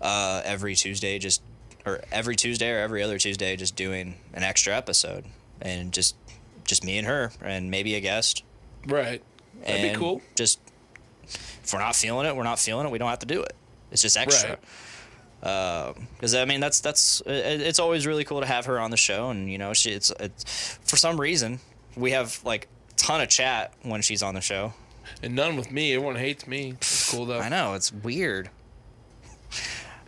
Speaker 8: uh, every Tuesday, just or every Tuesday or every other Tuesday, just doing an extra episode and just just me and her and maybe a guest
Speaker 9: Right. That'd be
Speaker 8: and
Speaker 9: cool.
Speaker 8: Just if we're not feeling it, we're not feeling it. We don't have to do it. It's just extra.
Speaker 9: Right.
Speaker 8: Because I mean, that's that's it, it's always really cool to have her on the show, and you know, she it's it's for some reason we have like ton of chat when she's on the show.
Speaker 9: And none with me. Everyone hates me. It's cool though.
Speaker 8: I know it's weird.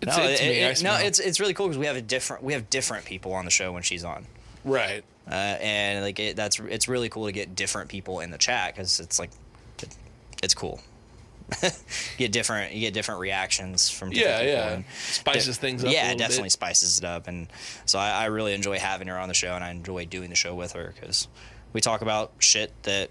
Speaker 9: It's,
Speaker 8: no,
Speaker 9: it's
Speaker 8: it-
Speaker 9: me.
Speaker 8: it-
Speaker 9: I
Speaker 8: no,
Speaker 9: smell.
Speaker 8: it's it's really cool because we have a different we have different people on the show when she's on.
Speaker 9: right.
Speaker 8: uh, and like it, that's it's really cool to get different people in the chat because it's like it, it's cool you get different you get different reactions from different
Speaker 9: Yeah,
Speaker 8: people
Speaker 9: yeah.
Speaker 8: and
Speaker 9: Spices things up a
Speaker 8: yeah
Speaker 9: little
Speaker 8: it definitely
Speaker 9: bit.
Speaker 8: spices it up and so I, I really enjoy having her on the show and i enjoy doing the show with her because we talk about shit that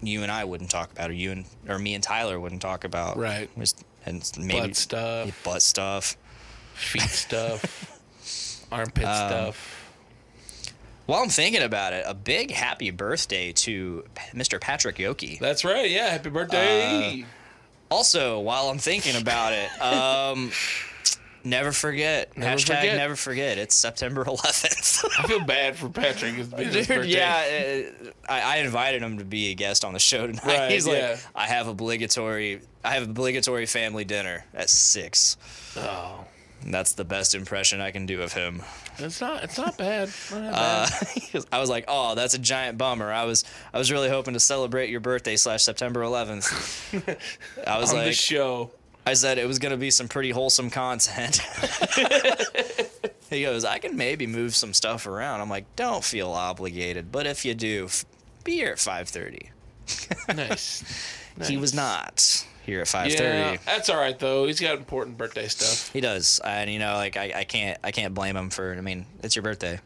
Speaker 8: you and i wouldn't talk about or you and or me and tyler wouldn't talk about
Speaker 9: Right.
Speaker 8: Just- and maybe
Speaker 9: Butt stuff.
Speaker 8: butt stuff
Speaker 9: Feet stuff. armpit
Speaker 8: Um,
Speaker 9: stuff.
Speaker 8: while i'm thinking about it a big happy birthday to mr patrick yoki uh,
Speaker 9: That's right. Yeah. Happy birthday.
Speaker 8: Also, while I'm thinking about it, um, never forget.
Speaker 9: Never
Speaker 8: Hashtag
Speaker 9: forget.
Speaker 8: never forget. It's September 11th.
Speaker 9: I feel bad for Patrick. It's been his
Speaker 8: Dude,
Speaker 9: birthday.
Speaker 8: yeah, uh, I, I invited him to be a guest on the show tonight.
Speaker 9: Right,
Speaker 8: He's like,
Speaker 9: yeah.
Speaker 8: I have obligatory, I have obligatory family dinner at six.
Speaker 9: Oh,
Speaker 8: And that's the best impression I can do of him.
Speaker 9: it's not. It's not bad. Not that
Speaker 8: Uh,
Speaker 9: bad.
Speaker 8: I was like, oh, that's a giant bummer. I was, I was really hoping to celebrate your birthday slash September 11th. I was
Speaker 9: on the
Speaker 8: like,
Speaker 9: show.
Speaker 8: I said it was gonna be some pretty wholesome content. he goes, I can maybe move some stuff around. I'm like, don't feel obligated, but if you do, f- be here at 5:30.
Speaker 9: Nice.
Speaker 8: He was not here at 5:30.
Speaker 9: Yeah, that's all right though. He's got important birthday stuff.
Speaker 8: He does, and you know, like I, I can't, I can't blame him for. I mean, it's your birthday.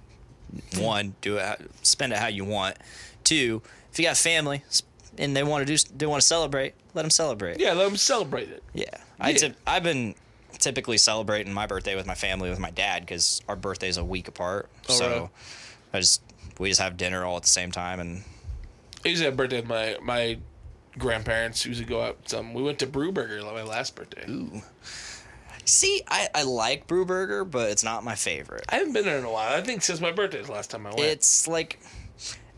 Speaker 8: One, do it, how- spend it how you want. Two, if you got family s- and they want to do, they want to celebrate, let them celebrate.
Speaker 9: Yeah, let him celebrate it.
Speaker 8: Yeah. I
Speaker 9: Yeah.
Speaker 8: typ- I've been typically celebrating my birthday with my family with my dad because our birthday's a week apart.
Speaker 9: Oh,
Speaker 8: so
Speaker 9: really?
Speaker 8: I just we just have dinner all at the same time and
Speaker 9: I used to have a birthday with my my grandparents. Used to go out. Some we went to Brewburger on my last birthday.
Speaker 8: see I, I like brew burger but it's not my favorite.
Speaker 9: I haven't been there in a while. I think since my birthday is the last time I went.
Speaker 8: It's like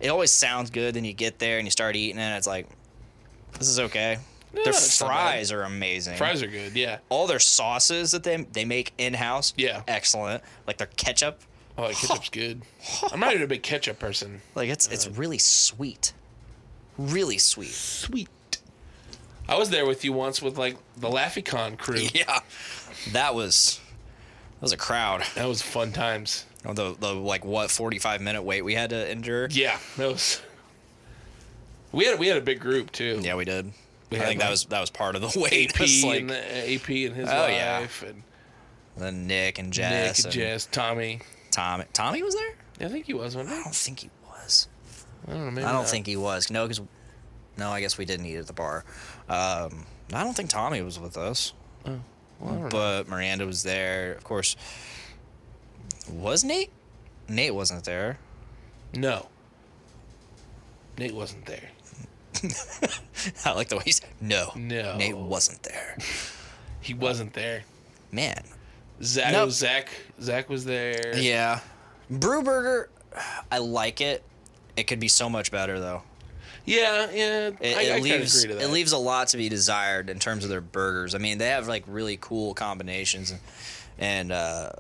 Speaker 8: it always sounds good then you get there and you start eating it and it's like this is okay.
Speaker 9: Yeah,
Speaker 8: their
Speaker 9: it's not bad.
Speaker 8: fries are amazing.
Speaker 9: Fries are good. Yeah.
Speaker 8: all their sauces that they they make in house,
Speaker 9: Yeah.
Speaker 8: excellent. Like their ketchup,
Speaker 9: Oh, that ketchup's good. I'm not even a big ketchup person.
Speaker 8: like it's it's really sweet, really sweet.
Speaker 9: Sweet. I was there with you once with like the LaffyCon crew.
Speaker 8: Yeah, that was that was a crowd.
Speaker 9: That was fun times.
Speaker 8: The the like what forty five minute wait we had to endure.
Speaker 9: Yeah, that was. We had we had a big group too.
Speaker 8: Yeah, we did.
Speaker 9: We
Speaker 8: I
Speaker 9: had,
Speaker 8: think that
Speaker 9: like,
Speaker 8: was that was part of the wait.
Speaker 9: AP
Speaker 8: It's like
Speaker 9: and the, AP and his
Speaker 8: Oh, yeah.
Speaker 9: wife and
Speaker 8: then Nick and
Speaker 9: Nick
Speaker 8: Jess
Speaker 9: and
Speaker 8: and
Speaker 9: Jess, Tommy.
Speaker 8: Tommy. Tommy was there?
Speaker 9: I think he was one.
Speaker 8: I don't think he was.
Speaker 9: I don't know. Maybe
Speaker 8: I don't
Speaker 9: not.
Speaker 8: think he was. No, because no, I guess we didn't eat at the bar. Um, I don't think Tommy was with us,
Speaker 9: Oh, Well, I don't know.
Speaker 8: but Miranda was there, of course. Was Nate? Nate wasn't there.
Speaker 9: No. Nate wasn't there.
Speaker 8: I like the way he said no.
Speaker 9: No.
Speaker 8: Nate wasn't there.
Speaker 9: He wasn't there.
Speaker 8: Man.
Speaker 9: Zach,
Speaker 8: Nope.
Speaker 9: oh, Zach, Zach was there.
Speaker 8: Yeah. Brew Burger, I like it. It could be so much better though.
Speaker 9: yeah, yeah.
Speaker 8: It,
Speaker 9: I,
Speaker 8: it
Speaker 9: I kinda
Speaker 8: leaves
Speaker 9: agree to
Speaker 8: it
Speaker 9: that.
Speaker 8: leaves a lot to be desired in terms of their burgers. I mean, they have like really cool combinations, and, and uh,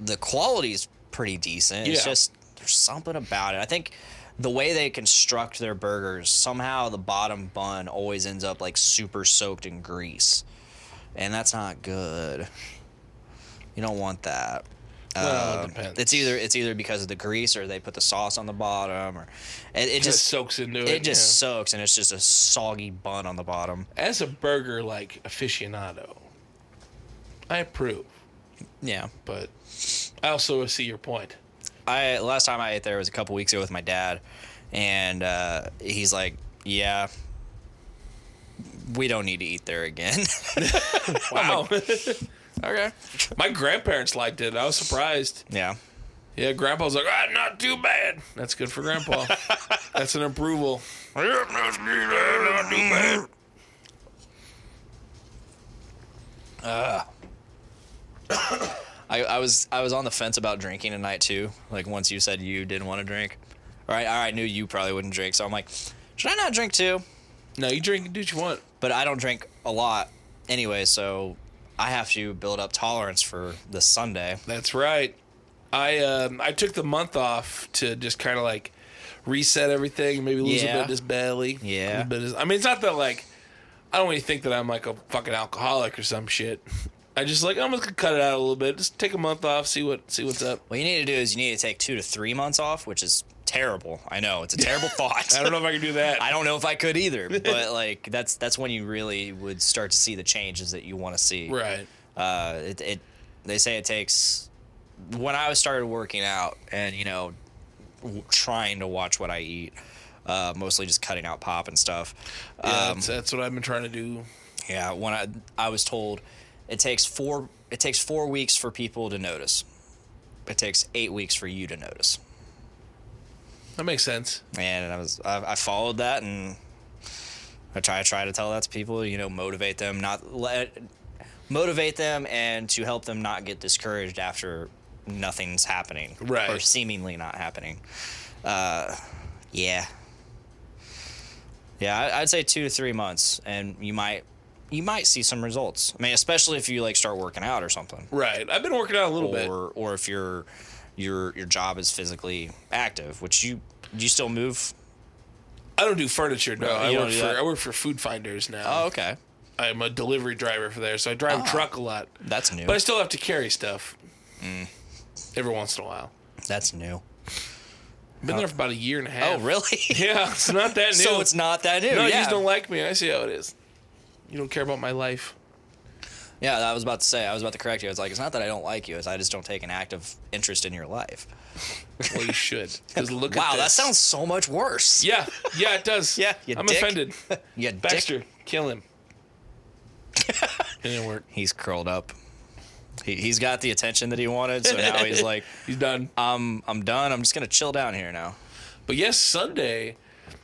Speaker 8: the quality's pretty decent. It's
Speaker 9: Yeah.
Speaker 8: just there's something about it. I think the way they construct their burgers, somehow the bottom bun always ends up like super soaked in grease, and that's not good. You don't want that.
Speaker 9: Well, Oh, it
Speaker 8: Um,
Speaker 9: depends.
Speaker 8: It's either it's either because of the grease or they put the sauce on the bottom or it, it
Speaker 9: Kinda
Speaker 8: just
Speaker 9: soaks into it.
Speaker 8: it just
Speaker 9: yeah.
Speaker 8: soaks and it's just a soggy bun on the bottom.
Speaker 9: as a burger like aficionado, I approve,
Speaker 8: Yeah.
Speaker 9: but I also see your point.
Speaker 8: I last time I ate there was a couple weeks ago with my dad and uh, he's like, "Yeah, we don't need to eat there again."
Speaker 9: Wow.
Speaker 8: okay.
Speaker 9: My grandparents liked it. I was surprised.
Speaker 8: Yeah.
Speaker 9: Yeah, grandpa was like, ah, not too bad. That's good for grandpa. That's an approval.
Speaker 8: I, I was I was on the fence about drinking tonight too. Like once you said you didn't want to drink. All right, I knew you probably wouldn't drink, so I'm like, "Should I not drink too?"
Speaker 9: No, you drink and do what you want.
Speaker 8: but I don't drink a lot anyway, so I have to build up tolerance for this Sunday.
Speaker 9: That's right. I um, I took the month off to just kind of like reset everything, maybe lose a
Speaker 8: Yeah.
Speaker 9: bit of this belly.
Speaker 8: Yeah.
Speaker 9: a little bit of- I mean, it's not that like I don't really think that I'm like a fucking alcoholic or some shit. I just like I'm just gonna cut it out a little bit. Just take a month off, see what see what's up.
Speaker 8: What you need to do is you need to take two to three months off, which is terrible. I know it's a terrible thought.
Speaker 9: I don't know if I can do that.
Speaker 8: I don't know if I could either, but like that's that's when you really would start to see the changes that you want to see.
Speaker 9: right.
Speaker 8: Uh, it, it they say it takes when I started working out and you know w- trying to watch what I eat, uh, mostly just cutting out pop and stuff.
Speaker 9: Yeah, that's, that's what I've been trying to do.
Speaker 8: Yeah, when I I was told it takes four it takes four weeks for people to notice. It takes eight weeks for you to notice.
Speaker 9: That makes sense.
Speaker 8: And I was I, I followed that and I try I try to tell that to people, you know, motivate them, not let motivate them and to help them not get discouraged after nothing's happening
Speaker 9: Right.
Speaker 8: or seemingly not happening. Uh, yeah. Yeah, I- I'd say 2 to 3 months and you might you might see some results. I mean, especially if you like start working out or something
Speaker 9: Right. I've been working out a little bit.
Speaker 8: or or if your your your job is physically active, which you do you still move?
Speaker 9: I don't do furniture. No,
Speaker 8: Oh, you
Speaker 9: I
Speaker 8: don't
Speaker 9: work
Speaker 8: do
Speaker 9: for
Speaker 8: that? Oh,
Speaker 9: I work for Food Finders now.
Speaker 8: okay,
Speaker 9: I'm a delivery driver for there, so I drive a truck a lot.
Speaker 8: Oh. that's new. Mm.
Speaker 9: But I still have to carry stuff every once in a while.
Speaker 8: that's new.
Speaker 9: Been there for about a year and a
Speaker 8: Oh,
Speaker 9: half.
Speaker 8: really?
Speaker 9: Yeah, it's not that new.
Speaker 8: so it's not that new.
Speaker 9: No, you
Speaker 8: yeah.
Speaker 9: just don't like me. I see how it is. You don't care about my life.
Speaker 8: yeah, I was about to say. I was about to correct you. I was like, it's not that I don't like you. It's I just don't take an active interest in your life.
Speaker 9: Well, you should. 'cause look
Speaker 8: Wow,
Speaker 9: at
Speaker 8: that
Speaker 9: this.
Speaker 8: sounds so much worse.
Speaker 9: Yeah, yeah, it does.
Speaker 8: Yeah, you
Speaker 9: I'm
Speaker 8: dick.
Speaker 9: offended.
Speaker 8: Yeah,
Speaker 9: Baxter, kill him. it didn't work.
Speaker 8: He's curled up. He, he's got the attention that he wanted, so now he's like,
Speaker 9: He's done.
Speaker 8: I'm I'm done. I'm just gonna chill down here now.
Speaker 9: But yes, Sunday,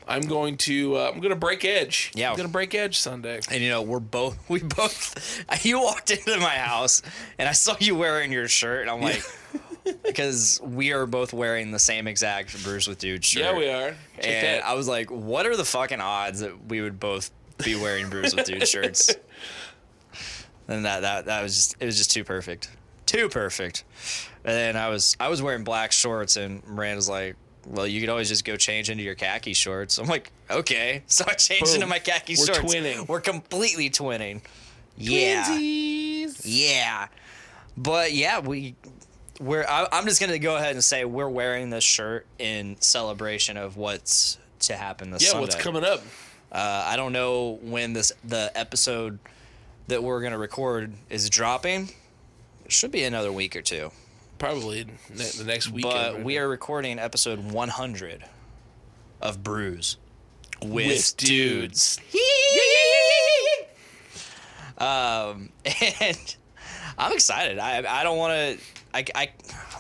Speaker 9: I'm going to uh, I'm going to break edge.
Speaker 8: Yeah.
Speaker 9: I'm going to break edge Sunday.
Speaker 8: and you know we're both we both you walked into my house and i saw you wearing your shirt and i'm like because we are both wearing the same exact bruce with dude shirt
Speaker 9: Yeah, we are. Check
Speaker 8: and
Speaker 9: that.
Speaker 8: i was like what are the fucking odds that we would both be wearing bruce with dude shirts and that that that was just it was just too perfect too perfect and then i was i was wearing black shorts and miranda's like well, you could always just go change into your khaki shorts. I'm like, okay. So I changed
Speaker 9: Boom.
Speaker 8: into my khaki
Speaker 9: We're
Speaker 8: shorts.
Speaker 9: twinning.
Speaker 8: We're completely twinning. Yeah. Yeah. But yeah, we we're I, I'm just going to go ahead and say we're wearing this shirt in celebration of what's to happen this
Speaker 9: yeah,
Speaker 8: Sunday.
Speaker 9: what's coming up?
Speaker 8: Uh, I don't know when this the episode that we're going to record is dropping. It should be another week or two.
Speaker 9: Probably ne- the next weekend.
Speaker 8: But
Speaker 9: right
Speaker 8: we
Speaker 9: now.
Speaker 8: are recording episode 100 of Brews with,
Speaker 9: with dudes.
Speaker 8: um, and I'm excited. I I don't want to. I, I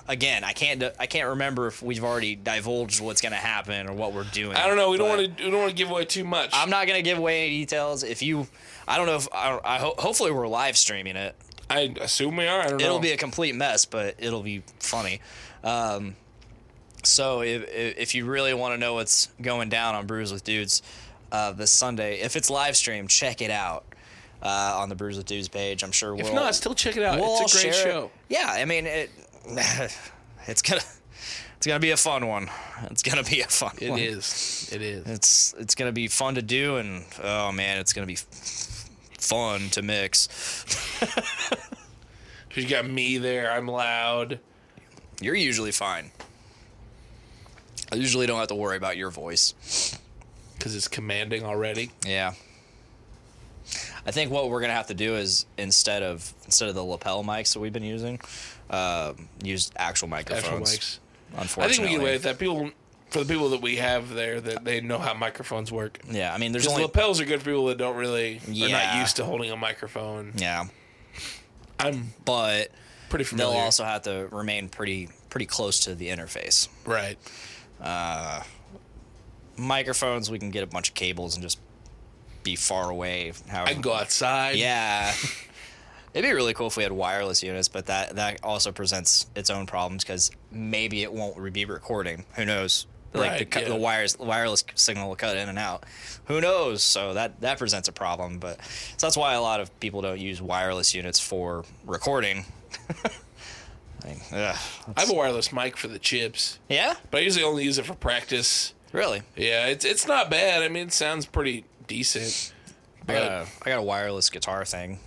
Speaker 8: again I can't I can't remember if we've already divulged what's gonna happen or what we're doing.
Speaker 9: I don't know. We don't
Speaker 8: but-
Speaker 9: want to. We don't want to give away too much.
Speaker 8: I'm not gonna give away any details. If you, I don't know if I, I ho- hopefully we're live streaming it.
Speaker 9: I assume we are. I don't know.
Speaker 8: It'll be a complete mess, but it'll be funny. Um, so if, if if you really want to know what's going down on Brews with Dudes uh, this Sunday, if it's live streamed, check it out uh, on the Brews with Dudes page. I'm sure we'll.
Speaker 9: if not, still check it out.
Speaker 8: we'll
Speaker 9: it's a great
Speaker 8: share it.
Speaker 9: show.
Speaker 8: Yeah, I mean it. It's gonna it's gonna be a fun one. It's gonna be a fun
Speaker 9: It
Speaker 8: one.
Speaker 9: is. It is.
Speaker 8: It's it's gonna be fun to do, and oh man, it's gonna be f- fun to mix.
Speaker 9: You got me there. I'm loud.
Speaker 8: You're usually fine. I usually don't have to worry about your voice.
Speaker 9: because it's commanding already.
Speaker 8: Yeah. I think what we're gonna have to do is instead of instead of the lapel mics that we've been using, uh, use actual microphones.
Speaker 9: Actual mics. I
Speaker 8: Unfortunately,
Speaker 9: think we can get away with that. People, for the people that we have there, that they know how microphones work.
Speaker 8: Yeah, I mean, there's
Speaker 9: Because
Speaker 8: only
Speaker 9: lapels are good for people that don't really are not
Speaker 8: Yeah.
Speaker 9: used to holding a microphone.
Speaker 8: yeah,
Speaker 9: I'm
Speaker 8: but
Speaker 9: pretty
Speaker 8: they'll
Speaker 9: familiar.
Speaker 8: also have to remain pretty pretty close to the interface.
Speaker 9: right.
Speaker 8: Microphones, we can get a bunch of cables and just be far away. However,
Speaker 9: I can go outside.
Speaker 8: Yeah. It'd be really cool if we had wireless units, but that that also presents its own problems because maybe it won't re- be recording. Who knows? Like the,
Speaker 9: Right,
Speaker 8: cu-
Speaker 9: yeah.
Speaker 8: the wires, wireless signal will cut in and out. Who knows? So that that presents a problem. But so that's why a lot of people don't use wireless units for recording. I mean, ugh.
Speaker 9: I have a wireless mic for the chips,
Speaker 8: Yeah,
Speaker 9: but I usually only use it for practice.
Speaker 8: really.
Speaker 9: Yeah, it's it's not bad. I mean, it sounds pretty decent.
Speaker 8: I got,
Speaker 9: But
Speaker 8: a, I got a wireless guitar thing.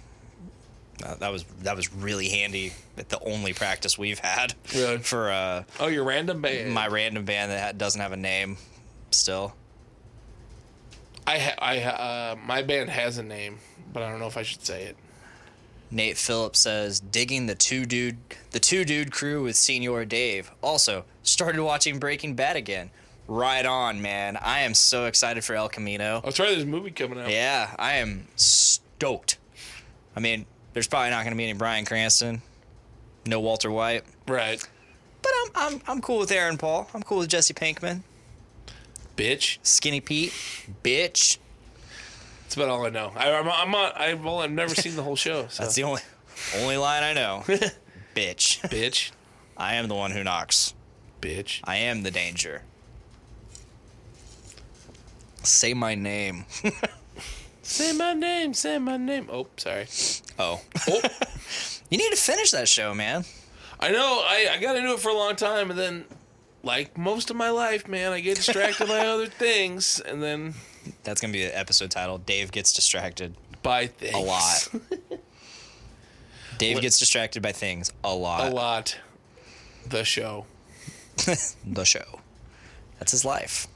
Speaker 8: Uh, that was that was really handy at the only practice we've had
Speaker 9: Really?
Speaker 8: for uh,
Speaker 9: oh, your random band.
Speaker 8: my random band that ha- doesn't have a name still.
Speaker 9: I ha- I ha- uh, my band has a name, but I don't know if I should say it.
Speaker 8: Nate Phillips says digging the two dude the two dude crew with Senior Dave. Also started watching Breaking Bad again. Right on, man! I am so excited for El Camino.
Speaker 9: Oh, sorry, there's a movie coming out.
Speaker 8: Yeah, I am stoked. I mean, there's probably not going to be any Brian Cranston, no Walter White,
Speaker 9: Right,
Speaker 8: but I'm I'm I'm cool with Aaron Paul. I'm cool with Jesse Pinkman,
Speaker 9: bitch.
Speaker 8: Skinny Pete, bitch.
Speaker 9: That's about all I know. I, I'm, I'm not, I've, all, I've never seen the whole show. So.
Speaker 8: That's the only only line I know. Bitch.
Speaker 9: bitch,
Speaker 8: I am the one who knocks.
Speaker 9: bitch.
Speaker 8: I am the danger. Say my name.
Speaker 9: Say my name. Say my name. Oh, sorry.
Speaker 8: Oh.
Speaker 9: Oh,
Speaker 8: You need to finish that show, man.
Speaker 9: I know. I, I got into it for a long time, and then, like most of my life, man, I get distracted by other things, and then
Speaker 8: That's gonna be an episode title. Dave gets distracted
Speaker 9: by things
Speaker 8: a lot. Dave gets distracted by things a lot.
Speaker 9: a lot. The show.
Speaker 8: The show. That's his life.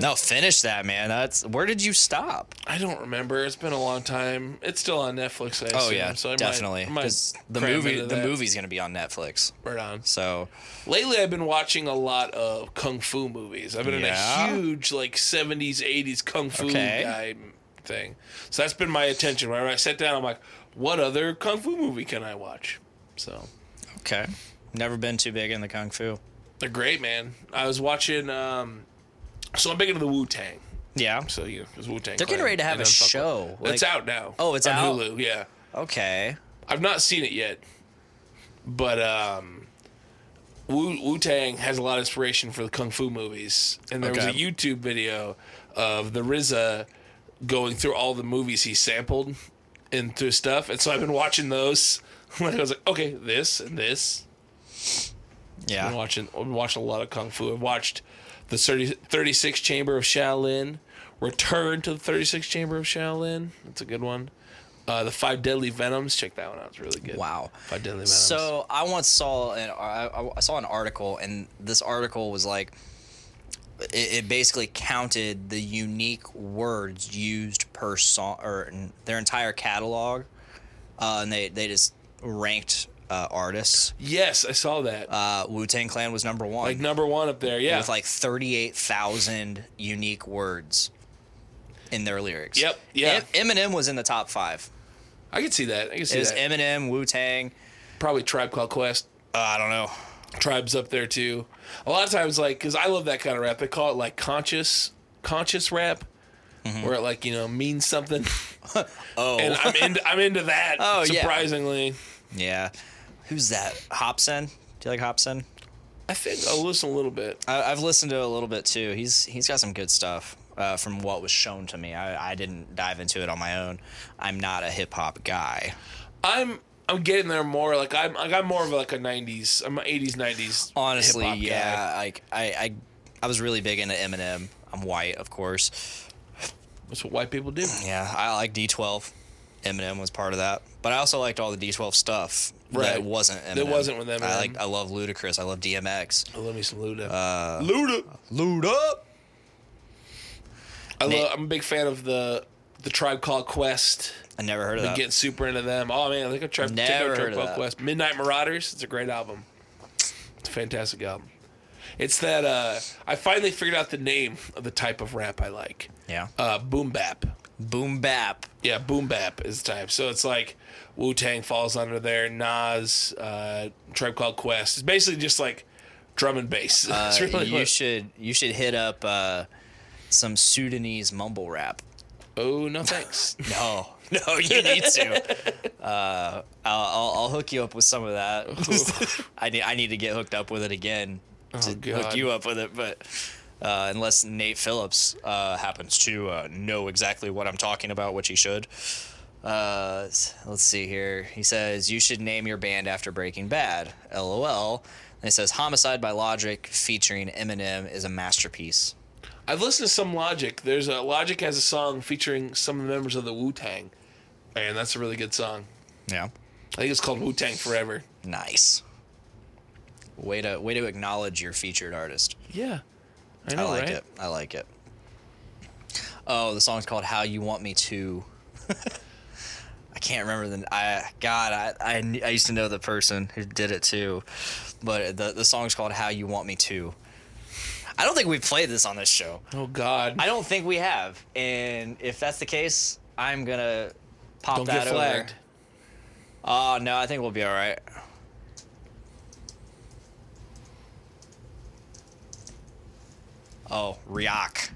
Speaker 8: No, finish that, man. That's where did you stop?
Speaker 9: I don't remember. It's been a long time. It's still on Netflix. I
Speaker 8: Oh
Speaker 9: assume,
Speaker 8: yeah,
Speaker 9: so I might-
Speaker 8: definitely.
Speaker 9: I might
Speaker 8: 'Cause the
Speaker 9: cram
Speaker 8: movie,
Speaker 9: into
Speaker 8: the
Speaker 9: that.
Speaker 8: movie's gonna be on Netflix.
Speaker 9: Right on.
Speaker 8: So
Speaker 9: Lately, I've been watching a lot of kung fu movies. I've been
Speaker 8: Yeah.
Speaker 9: in a huge like '70s, '80s kung fu
Speaker 8: Okay.
Speaker 9: guy thing. So that's been my attention. Whenever I sat down, I'm like, "What other kung fu movie can I watch?" So
Speaker 8: okay, never been too big in the kung fu.
Speaker 9: they're great, man. I was watching. um So I'm big into the Wu Tang.
Speaker 8: Yeah.
Speaker 9: So you, know, Wu Tang.
Speaker 8: They're getting ready to have a show,
Speaker 9: it's
Speaker 8: like-
Speaker 9: out now.
Speaker 8: Oh, it's
Speaker 9: on
Speaker 8: out?
Speaker 9: Hulu. Yeah.
Speaker 8: Okay.
Speaker 9: I've not seen it yet, but um, Wu Wu Tang has a lot of inspiration for the kung fu movies, and there was
Speaker 8: Okay.
Speaker 9: a YouTube video of the RZA going through all the movies he sampled and through stuff, and so I've been watching those. Like I was like, okay, this and this. I've been
Speaker 8: Yeah.
Speaker 9: watching. I've been watching a lot of kung fu. I've watched the 30, 36 Chamber of Shaolin, Return to the 36 Chamber of Shaolin. That's a good one. Uh, the Five Deadly Venoms. Check that one out. It's really good.
Speaker 8: Wow.
Speaker 9: Five Deadly Venoms.
Speaker 8: So I once saw an I, I- I saw an article, and this article was like, it, it basically counted the unique words used per song or in their entire catalog, uh, and they they just ranked uh, artists.
Speaker 9: yes, I saw that.
Speaker 8: Uh, Wu Tang Clan was number one
Speaker 9: like number one up there. Yeah.
Speaker 8: with like thirty eight thousand unique words in their lyrics.
Speaker 9: Yep, yeah.
Speaker 8: Em- Eminem was in the top five.
Speaker 9: I could see that. I could
Speaker 8: It
Speaker 9: see
Speaker 8: was
Speaker 9: that.
Speaker 8: Eminem, Wu Tang.
Speaker 9: Probably Tribe Called Quest.
Speaker 8: Uh, I don't know.
Speaker 9: Tribes up there too. A lot of times, like, because I love that kind of rap. They call it like conscious, conscious rap, where it like you know means something.
Speaker 8: Mm-hmm. Oh.
Speaker 9: And I'm into, I'm into that.
Speaker 8: Oh, yeah.
Speaker 9: surprisingly.
Speaker 8: Yeah. Who's that? Hobson? Do you like Hobson?
Speaker 9: I think I'll listen a little bit.
Speaker 8: I, I've listened to a little bit too. He's he's got some good stuff uh, from what was shown to me. I, I didn't dive into it on my own. I'm not a hip hop guy.
Speaker 9: I'm I'm getting there more. Like I'm like I'm more of like a '90s. I'm an '80s '90s.
Speaker 8: Honestly,
Speaker 9: hip-hop guy.
Speaker 8: yeah. Like I, I I was really big into Eminem. I'm white, of course.
Speaker 9: That's what white people do.
Speaker 8: Yeah, I like D12. Eminem was part of that, but I also liked all the D12 stuff
Speaker 9: Right.
Speaker 8: that wasn't Eminem.
Speaker 9: That wasn't with
Speaker 8: I
Speaker 9: Eminem.
Speaker 8: like I love Ludacris. I love DMX.
Speaker 9: I love me some Luda. Uh, Luda.
Speaker 8: Luda.
Speaker 9: I
Speaker 8: Nate-
Speaker 9: love, I'm a big fan of the the Tribe Called Quest.
Speaker 8: I never heard of
Speaker 9: Been
Speaker 8: that.
Speaker 9: getting super into them. Oh man, look at Tribe, check
Speaker 8: Never heard
Speaker 9: out Tribe
Speaker 8: of
Speaker 9: Called
Speaker 8: that.
Speaker 9: Quest. Midnight Marauders. It's a great album. It's a fantastic album. It's that uh, I finally figured out the name of the type of rap I like.
Speaker 8: yeah.
Speaker 9: Uh, boom bap.
Speaker 8: Boom bap.
Speaker 9: Yeah, boom bap is the type. So it's like Wu Tang falls under there. Nas, uh, Tribe Called Quest. It's basically just like drum and bass. That's
Speaker 8: Uh,
Speaker 9: really
Speaker 8: you
Speaker 9: what-
Speaker 8: should you should hit up uh, some Sudanese mumble rap.
Speaker 9: oh no, thanks.
Speaker 8: No, Oh, no, you need to. Uh, I'll, I'll I'll hook you up with some of that. I need I need to get hooked up with it again to hook
Speaker 9: God.
Speaker 8: you up with it, but. Uh, unless Nate Phillips uh, happens to uh, know exactly what I'm talking about, which he should. Uh, s- let's see here. He says, You should name your band after Breaking Bad. LOL. And it says, Homicide by Logic featuring Eminem is a masterpiece.
Speaker 9: I've listened to some Logic. There's a Logic has a song featuring some of the members of the Wu Tang, and that's a really good song.
Speaker 8: Yeah.
Speaker 9: I think it's called Wu Tang Forever.
Speaker 8: Nice. Way to way to acknowledge your featured artist.
Speaker 9: Yeah,
Speaker 8: I,
Speaker 9: know,
Speaker 8: like
Speaker 9: right?
Speaker 8: it. I like it. Oh, the song's called "How You Want Me To." I can't remember the. I God, I, I kn- I used to know the person who did it too, but the the song's called "How You Want Me To." I don't think we've played this on this show.
Speaker 9: Oh God,
Speaker 8: I don't think we have, and if that's the case, I'm gonna pop
Speaker 9: don't
Speaker 8: that
Speaker 9: get flagged.
Speaker 8: over. Oh no, I think we'll be all right. Oh, Riak.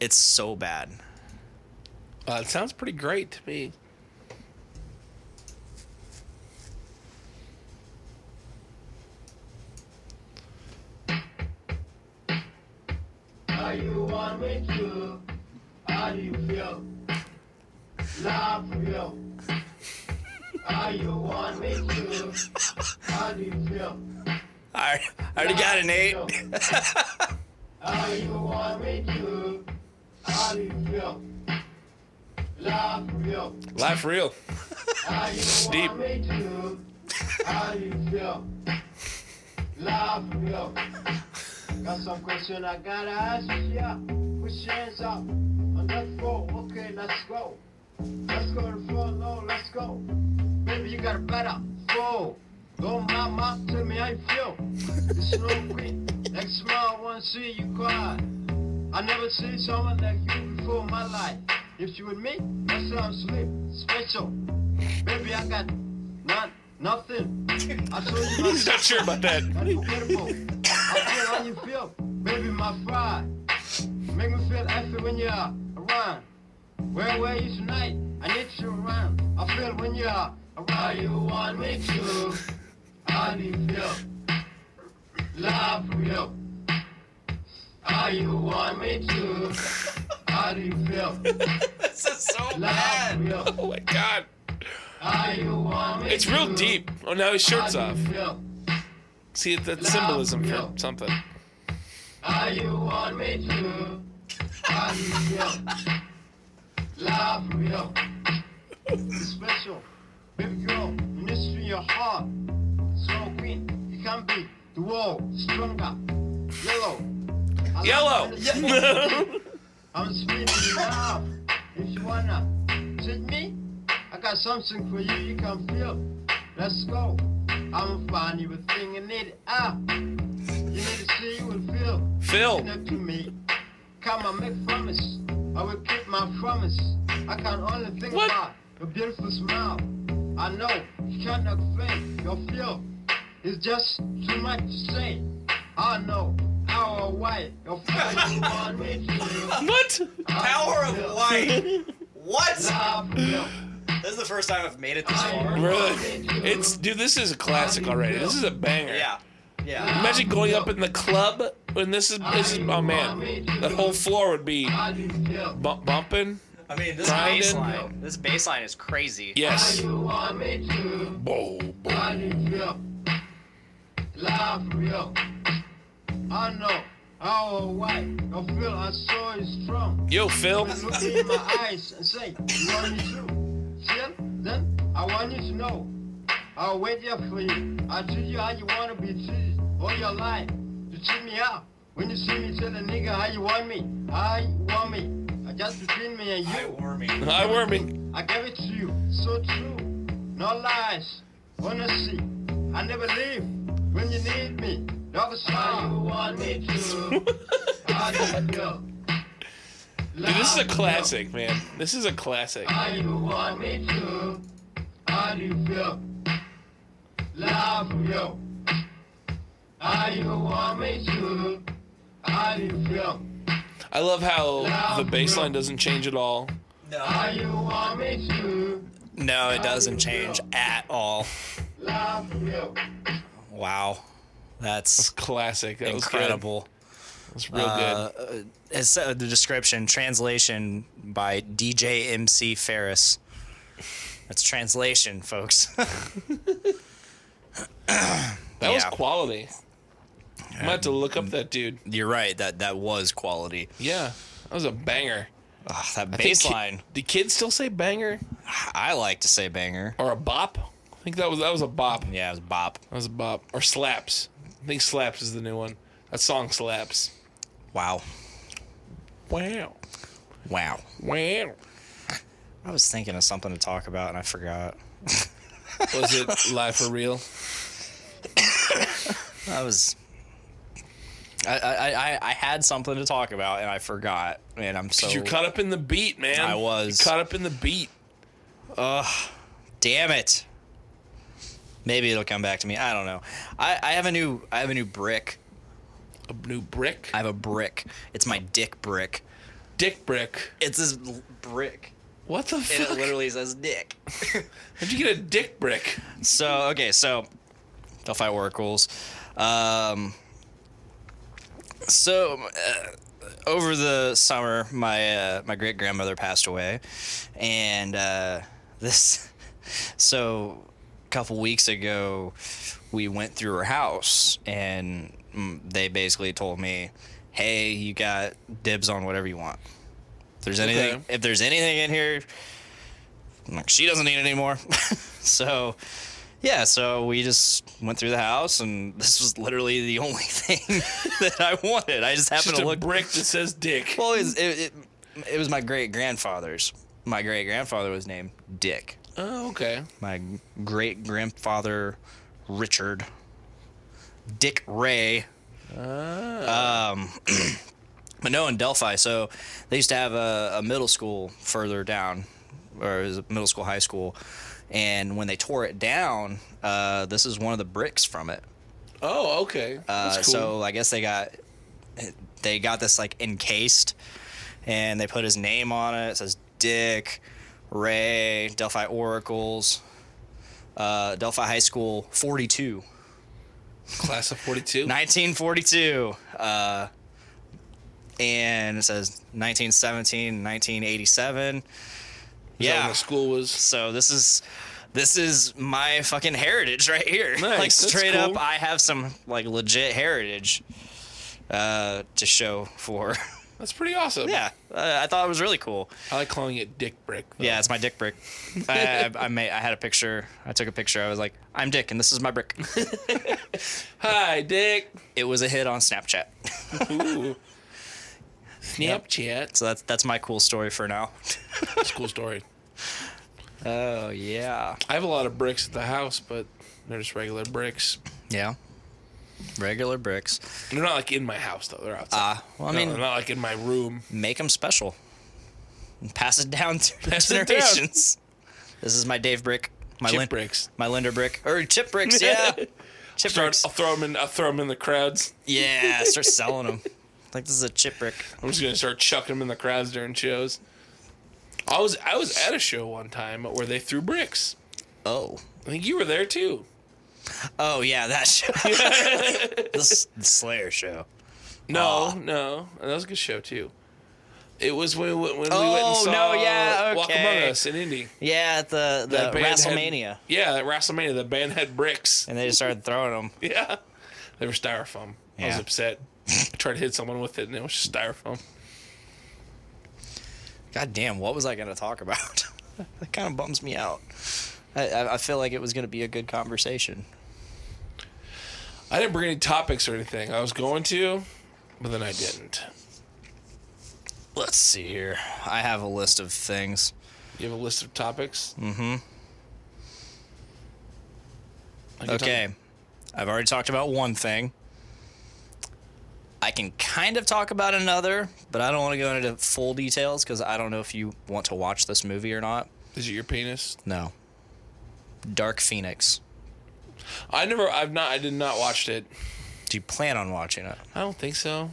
Speaker 8: It's so bad.
Speaker 9: Uh, it sounds pretty great to me.
Speaker 3: Are you one with you? Are you feel? Love you. Are you one with you? Are you feel?
Speaker 8: I I already got an eight.
Speaker 3: Are you one with you? Are you feel? Love you.
Speaker 9: Laugh real.
Speaker 3: Are you
Speaker 9: deep.
Speaker 3: one with you? Are you feel? Love you. Got some question I gotta ask ya. Put your hands up on the floor. Okay, let's go. Let's go to the floor, no, let's go. Baby, you got a better flow. Go mama, tell me how you feel. It's no green. Next smile, I wanna see you cry. I never seen someone like you before in my life. If you with me, next time sleep, special. Baby, I got not nothing. I told you my
Speaker 9: Not sure about that.
Speaker 3: Unforgettable. I feel how you feel, baby, my fry. Make me feel happy when you're around. Where were you tonight? I need you around. I feel when you're around. Are you one with you? How do you feel? Love you. Are you one with you? How do you feel?
Speaker 8: this is so
Speaker 3: Love
Speaker 8: bad.
Speaker 3: you.
Speaker 9: Oh my god.
Speaker 3: Are you one with
Speaker 9: It's real deep. Oh, now his shirt's
Speaker 3: How
Speaker 9: off.
Speaker 3: do you feel?
Speaker 9: See, that's symbolism for something.
Speaker 3: Are you on me too? Are you real? Love real. It's special. Baby girl, you need to your heart. Strong queen, you can be the world stronger. Yellow. I
Speaker 9: Yellow.
Speaker 3: love medicine. I'm speaking now. If you wanna treat me, I got something for you you can feel. Let's go. I'ma find you a thing and need it out. You need to see you and feel.
Speaker 9: Phil.
Speaker 3: Connect to me. Come on, make promise. I will keep my promise. I can only think
Speaker 9: What?
Speaker 3: about your beautiful smile. I know you cannot fake your feel. It's just too much to say. I know how or why your feel you want me to.
Speaker 9: What?
Speaker 8: Power of light. What?
Speaker 3: Love you.
Speaker 8: This is the first time I've made it this far.
Speaker 9: Really? It's dude. This is a classic already. This is a banger.
Speaker 8: Yeah. Yeah.
Speaker 9: Imagine going up in the club when this is this is oh man, that whole floor would be
Speaker 3: How do you feel?
Speaker 9: bu- bumping.
Speaker 8: I mean, this
Speaker 9: Grinding.
Speaker 8: baseline. This baseline is crazy.
Speaker 9: Yes.
Speaker 3: You want me to.
Speaker 9: Bo, bo.
Speaker 3: How do you feel? Love real. I know how or why your feel I saw is strong.
Speaker 9: Yo, Phil.
Speaker 3: look me in my eyes and say, you want me to. Still, then I want you to know. I'll wait there for you. I'll treat you how you want to be treated all your life. You treat me out. When you see me, tell a nigga how you want me. How you want me. I just between me and
Speaker 8: I
Speaker 3: you.
Speaker 8: warm me.
Speaker 9: Hi, Wormy.
Speaker 3: I gave it to you. So true. No lies. Honesty. I never leave. When you need me. Love is how you want me to. How you feel.
Speaker 9: Dude, this is a classic, man. This is a classic.
Speaker 3: How you want me to? How do you feel? Love you. How you want me to? How do you feel?
Speaker 9: I love how the bass line doesn't change at all.
Speaker 3: How you want me to?
Speaker 8: No, it doesn't change at all.
Speaker 3: Love you.
Speaker 8: Wow. That's
Speaker 9: Classic. That was good.
Speaker 8: incredible.
Speaker 9: That was real
Speaker 8: Uh,
Speaker 9: good.
Speaker 8: It's uh, the description translation by DJ MC Ferris. That's translation, folks.
Speaker 9: That was
Speaker 8: yeah.
Speaker 9: quality. I'm gonna have to look up that dude.
Speaker 8: You're right. That that was quality.
Speaker 9: Yeah, that was a banger.
Speaker 8: Ugh, Ah, that
Speaker 9: I think
Speaker 8: bass
Speaker 9: ki-
Speaker 8: line.
Speaker 9: Do kids still say banger
Speaker 8: I like to say banger.
Speaker 9: or a bop? I think that was that was a bop. That
Speaker 8: Yeah, it was bop.
Speaker 9: was a bop or slaps. I think slaps is the new one. That song slaps.
Speaker 8: Wow.
Speaker 9: Wow,
Speaker 8: Wow.
Speaker 9: wow.
Speaker 8: I was thinking of something to talk about and I forgot.
Speaker 9: Was it live for real?
Speaker 8: I was. I, I, I, I had something to talk about and I forgot. And I'm so.
Speaker 9: You're caught up in the beat, man.
Speaker 8: I was.
Speaker 9: You're caught up in the beat.
Speaker 8: Damn it. Maybe it'll come back to me. I don't know. I, I have a new I have a new brick.
Speaker 9: A new brick,
Speaker 8: I have a brick. It's my dick brick.
Speaker 9: dick brick.
Speaker 8: It's this l- brick
Speaker 9: What the
Speaker 8: and it
Speaker 9: fuck?
Speaker 8: literally says dick.
Speaker 9: How'd you get a dick brick?
Speaker 8: So okay, so Delphi oracles. Um, so uh, over the summer, my uh, my great grandmother passed away, and uh, this so a couple weeks ago, we went through her house, and mm, they basically told me, "Hey, you got dibs on whatever you want. If there's anything,
Speaker 9: Okay.
Speaker 8: if there's anything in here, I'm like she doesn't need it anymore." so. Yeah, so we just went through the house, and this was literally the only thing that I wanted. I just happened
Speaker 9: Just
Speaker 8: to look.
Speaker 9: a brick that says dick.
Speaker 8: Well, it, it, it, it was my great grandfather's. My great grandfather was named Dick.
Speaker 9: oh, okay.
Speaker 8: My great grandfather, Richard. Dick Ray. Um, but no, in Delphi. So they used to have a, a middle school further down, or it was a middle school, high school. And when they tore it down, uh, this is one of the bricks from it.
Speaker 9: Oh, okay.
Speaker 8: Uh,
Speaker 9: That's cool.
Speaker 8: So I guess they got they got this like encased, and they put his name on it. It says Dick, Ray, Delphi Oracles, uh, Delphi High School, 42,
Speaker 9: Class of 42.
Speaker 8: 1942, uh, and it says 1917, 1987.
Speaker 9: Is that when
Speaker 8: Yeah.
Speaker 9: The school was.
Speaker 8: So this is this is my fucking heritage right here.
Speaker 9: Nice,
Speaker 8: like
Speaker 9: that's
Speaker 8: straight up,
Speaker 9: cool.
Speaker 8: I have some like legit heritage uh, to show for.
Speaker 9: That's pretty awesome.
Speaker 8: yeah, uh, I thought it was really cool.
Speaker 9: I like calling it dick brick. though.
Speaker 8: Yeah, it's my dick brick. I, I, I made. I had a picture. I took a picture. I was like, I'm Dick, and this is my brick.
Speaker 9: Hi, dick.
Speaker 8: it was a hit on Snapchat.
Speaker 9: Ooh. Snapchat.
Speaker 8: So that's that's my cool story for now.
Speaker 9: That's a cool story.
Speaker 8: Oh yeah,
Speaker 9: I have a lot of bricks at the house, but they're just regular bricks.
Speaker 8: yeah. Regular bricks.
Speaker 9: They're not like in my house though. They're outside.
Speaker 8: Ah, well, I
Speaker 9: No,
Speaker 8: mean,
Speaker 9: they're not like in my room.
Speaker 8: make them special and pass it down through
Speaker 9: Pass it down.
Speaker 8: generations. This is my Dave brick, my
Speaker 9: Chip
Speaker 8: Lin-
Speaker 9: bricks.
Speaker 8: my Linder brick, or chip bricks. Yeah, chip
Speaker 9: Start.
Speaker 8: bricks.
Speaker 9: I'll throw them in. I'll throw 'em in the crowds.
Speaker 8: Yeah, start selling them. Like this is a chip brick.
Speaker 9: I'm just gonna start chucking them in the crowds during shows. I was I was at a show one time where they threw bricks.
Speaker 8: Oh,
Speaker 9: I think you were there too.
Speaker 8: oh yeah, that show. this the Slayer show.
Speaker 9: No, no, that was a good show too. It was when we, went- when we went and
Speaker 8: Oh,
Speaker 9: saw
Speaker 8: no, yeah,
Speaker 9: Walk
Speaker 8: okay.
Speaker 9: Among Us in Indy.
Speaker 8: Yeah, at the the
Speaker 9: band had-
Speaker 8: WrestleMania,
Speaker 9: yeah, that WrestleMania. The band had bricks.
Speaker 8: and they just started throwing them.
Speaker 9: Yeah, they were styrofoam. I was
Speaker 8: Yeah.
Speaker 9: upset. I tried to hit someone with it, and it was just styrofoam.
Speaker 8: God damn, what was I gonna talk about? that kind of bums me out. I- I, I feel like it was gonna be a good conversation.
Speaker 9: I didn't bring any topics or anything. I was going to, but then I didn't.
Speaker 8: Let's see here. I have a list of things.
Speaker 9: You have a list of topics. Mm-hmm.
Speaker 8: Okay. I've already talked about one thing. I can kind of talk about another, but I don't want to go into full details because I don't know if you want to watch this movie or not.
Speaker 9: Is it your penis?
Speaker 8: No. Dark Phoenix.
Speaker 9: I never. I've not. I did not watched it.
Speaker 8: Do you plan on watching it?
Speaker 9: I don't think so.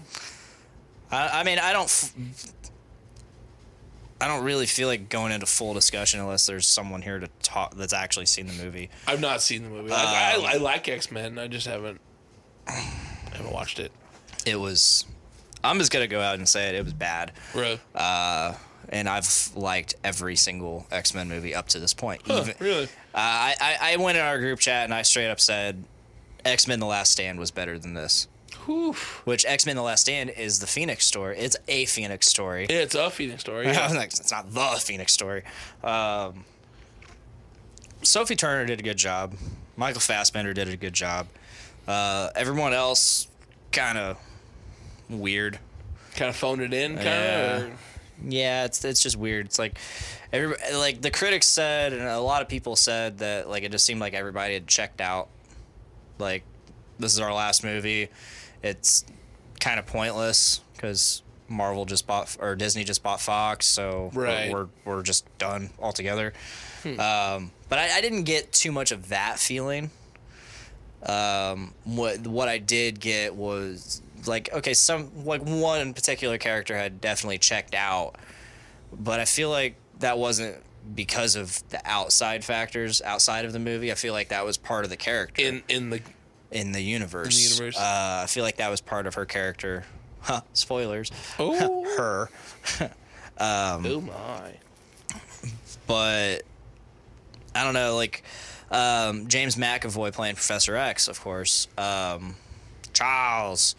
Speaker 8: I, I mean, I don't. F- I don't really feel like going into full discussion unless there's someone here to talk that's actually seen the movie.
Speaker 9: I've not seen the movie. I,
Speaker 8: Um.
Speaker 9: I, I like X Men. I just haven't. I haven't watched it.
Speaker 8: It was. I'm just gonna go out and say it. It was bad.
Speaker 9: Bro.
Speaker 8: Um, and I've liked every single X Men movie up to this point.
Speaker 9: Huh,
Speaker 8: Even-
Speaker 9: really?
Speaker 8: Uh, I, I I went in our group chat and I straight up said X Men: The Last Stand was better than this.
Speaker 9: Whew.
Speaker 8: Which X Men: The Last Stand is the Phoenix story. It's a Phoenix story.
Speaker 9: Yeah, it's a Phoenix story.
Speaker 8: I
Speaker 9: Yeah.
Speaker 8: was like, it's not the Phoenix story. Um, Sophie Turner did a good job. Michael Fassbender did a good job. Uh, everyone else kind of weird.
Speaker 9: kind of phoned it in. Kind
Speaker 8: Yeah.
Speaker 9: of.
Speaker 8: Yeah, it's it's just weird. It's like every like the critics said and a lot of people said that like it just seemed like everybody had checked out. Like this is our last movie. It's kind of pointless cuz Marvel just bought or Disney just bought Fox, so we're-
Speaker 9: Right.
Speaker 8: we're, we're just done altogether. Um, but I, I didn't get too much of that feeling um, what what I did get was like okay, some like one particular character had definitely checked out, but I feel like that wasn't because of the outside factors outside of the movie. I feel like that was part of the character
Speaker 9: in in the
Speaker 8: in the universe.
Speaker 9: In the universe.
Speaker 8: Uh, I feel like that was part of her character. Huh, spoilers.
Speaker 9: oh
Speaker 8: Her. Um,
Speaker 9: oh my
Speaker 8: But I don't know, like um, James McAvoy playing Professor X, of course. Um, Charles.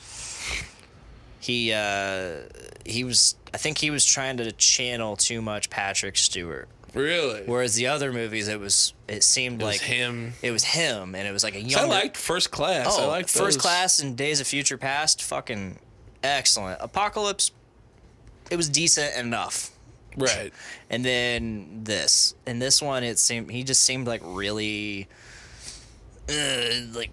Speaker 8: He uh, he was I think he was trying to channel too much Patrick Stewart.
Speaker 9: really.
Speaker 8: Whereas the other movies it was it seemed
Speaker 9: It was
Speaker 8: like
Speaker 9: him.
Speaker 8: it was him and it was like a
Speaker 9: I
Speaker 8: younger
Speaker 9: liked First Class.
Speaker 8: Oh,
Speaker 9: I liked
Speaker 8: First
Speaker 9: those.
Speaker 8: Class and Days of Future Past, fucking excellent. Apocalypse, it was decent enough.
Speaker 9: Right.
Speaker 8: And then this, and this one, it seemed he just seemed like really, uh, like,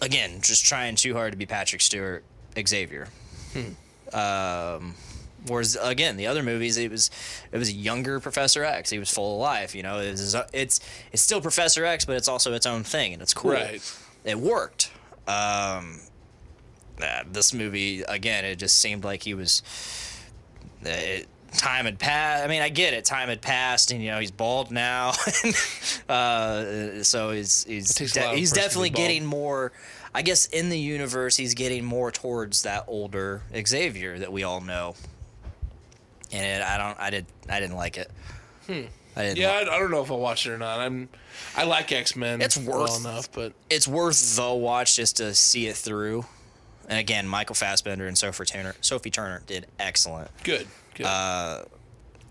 Speaker 8: again, just trying too hard to be Patrick Stewart Xavier. Um, whereas again, the other movies, it was it was a younger Professor X. He was full of life. You know, it was, it's it's still Professor X, but it's also its own thing, and it's cool
Speaker 9: Right.
Speaker 8: it worked. Um, uh, this movie again, it just seemed like he was. It, uh, time had passed. I mean, I get it. Time had passed, and you know he's bald now. uh, so he's he's
Speaker 9: takes a
Speaker 8: de-
Speaker 9: lot of
Speaker 8: he's
Speaker 9: person to be
Speaker 8: definitely
Speaker 9: bald.
Speaker 8: getting more. I guess in the universe, he's getting more towards that older Xavier that we all know. And it, I don't. I did. I didn't like it. I didn't.
Speaker 9: Yeah,
Speaker 8: li-
Speaker 9: I, I don't know if I'll watch it or not. I'm, I like X Men.
Speaker 8: It's worth-
Speaker 9: well enough, but
Speaker 8: it's worth the watch just to see it through. And again, Michael Fassbender and Sophie Turner, Sophie Turner did excellent.
Speaker 9: good. Good.
Speaker 8: Uh,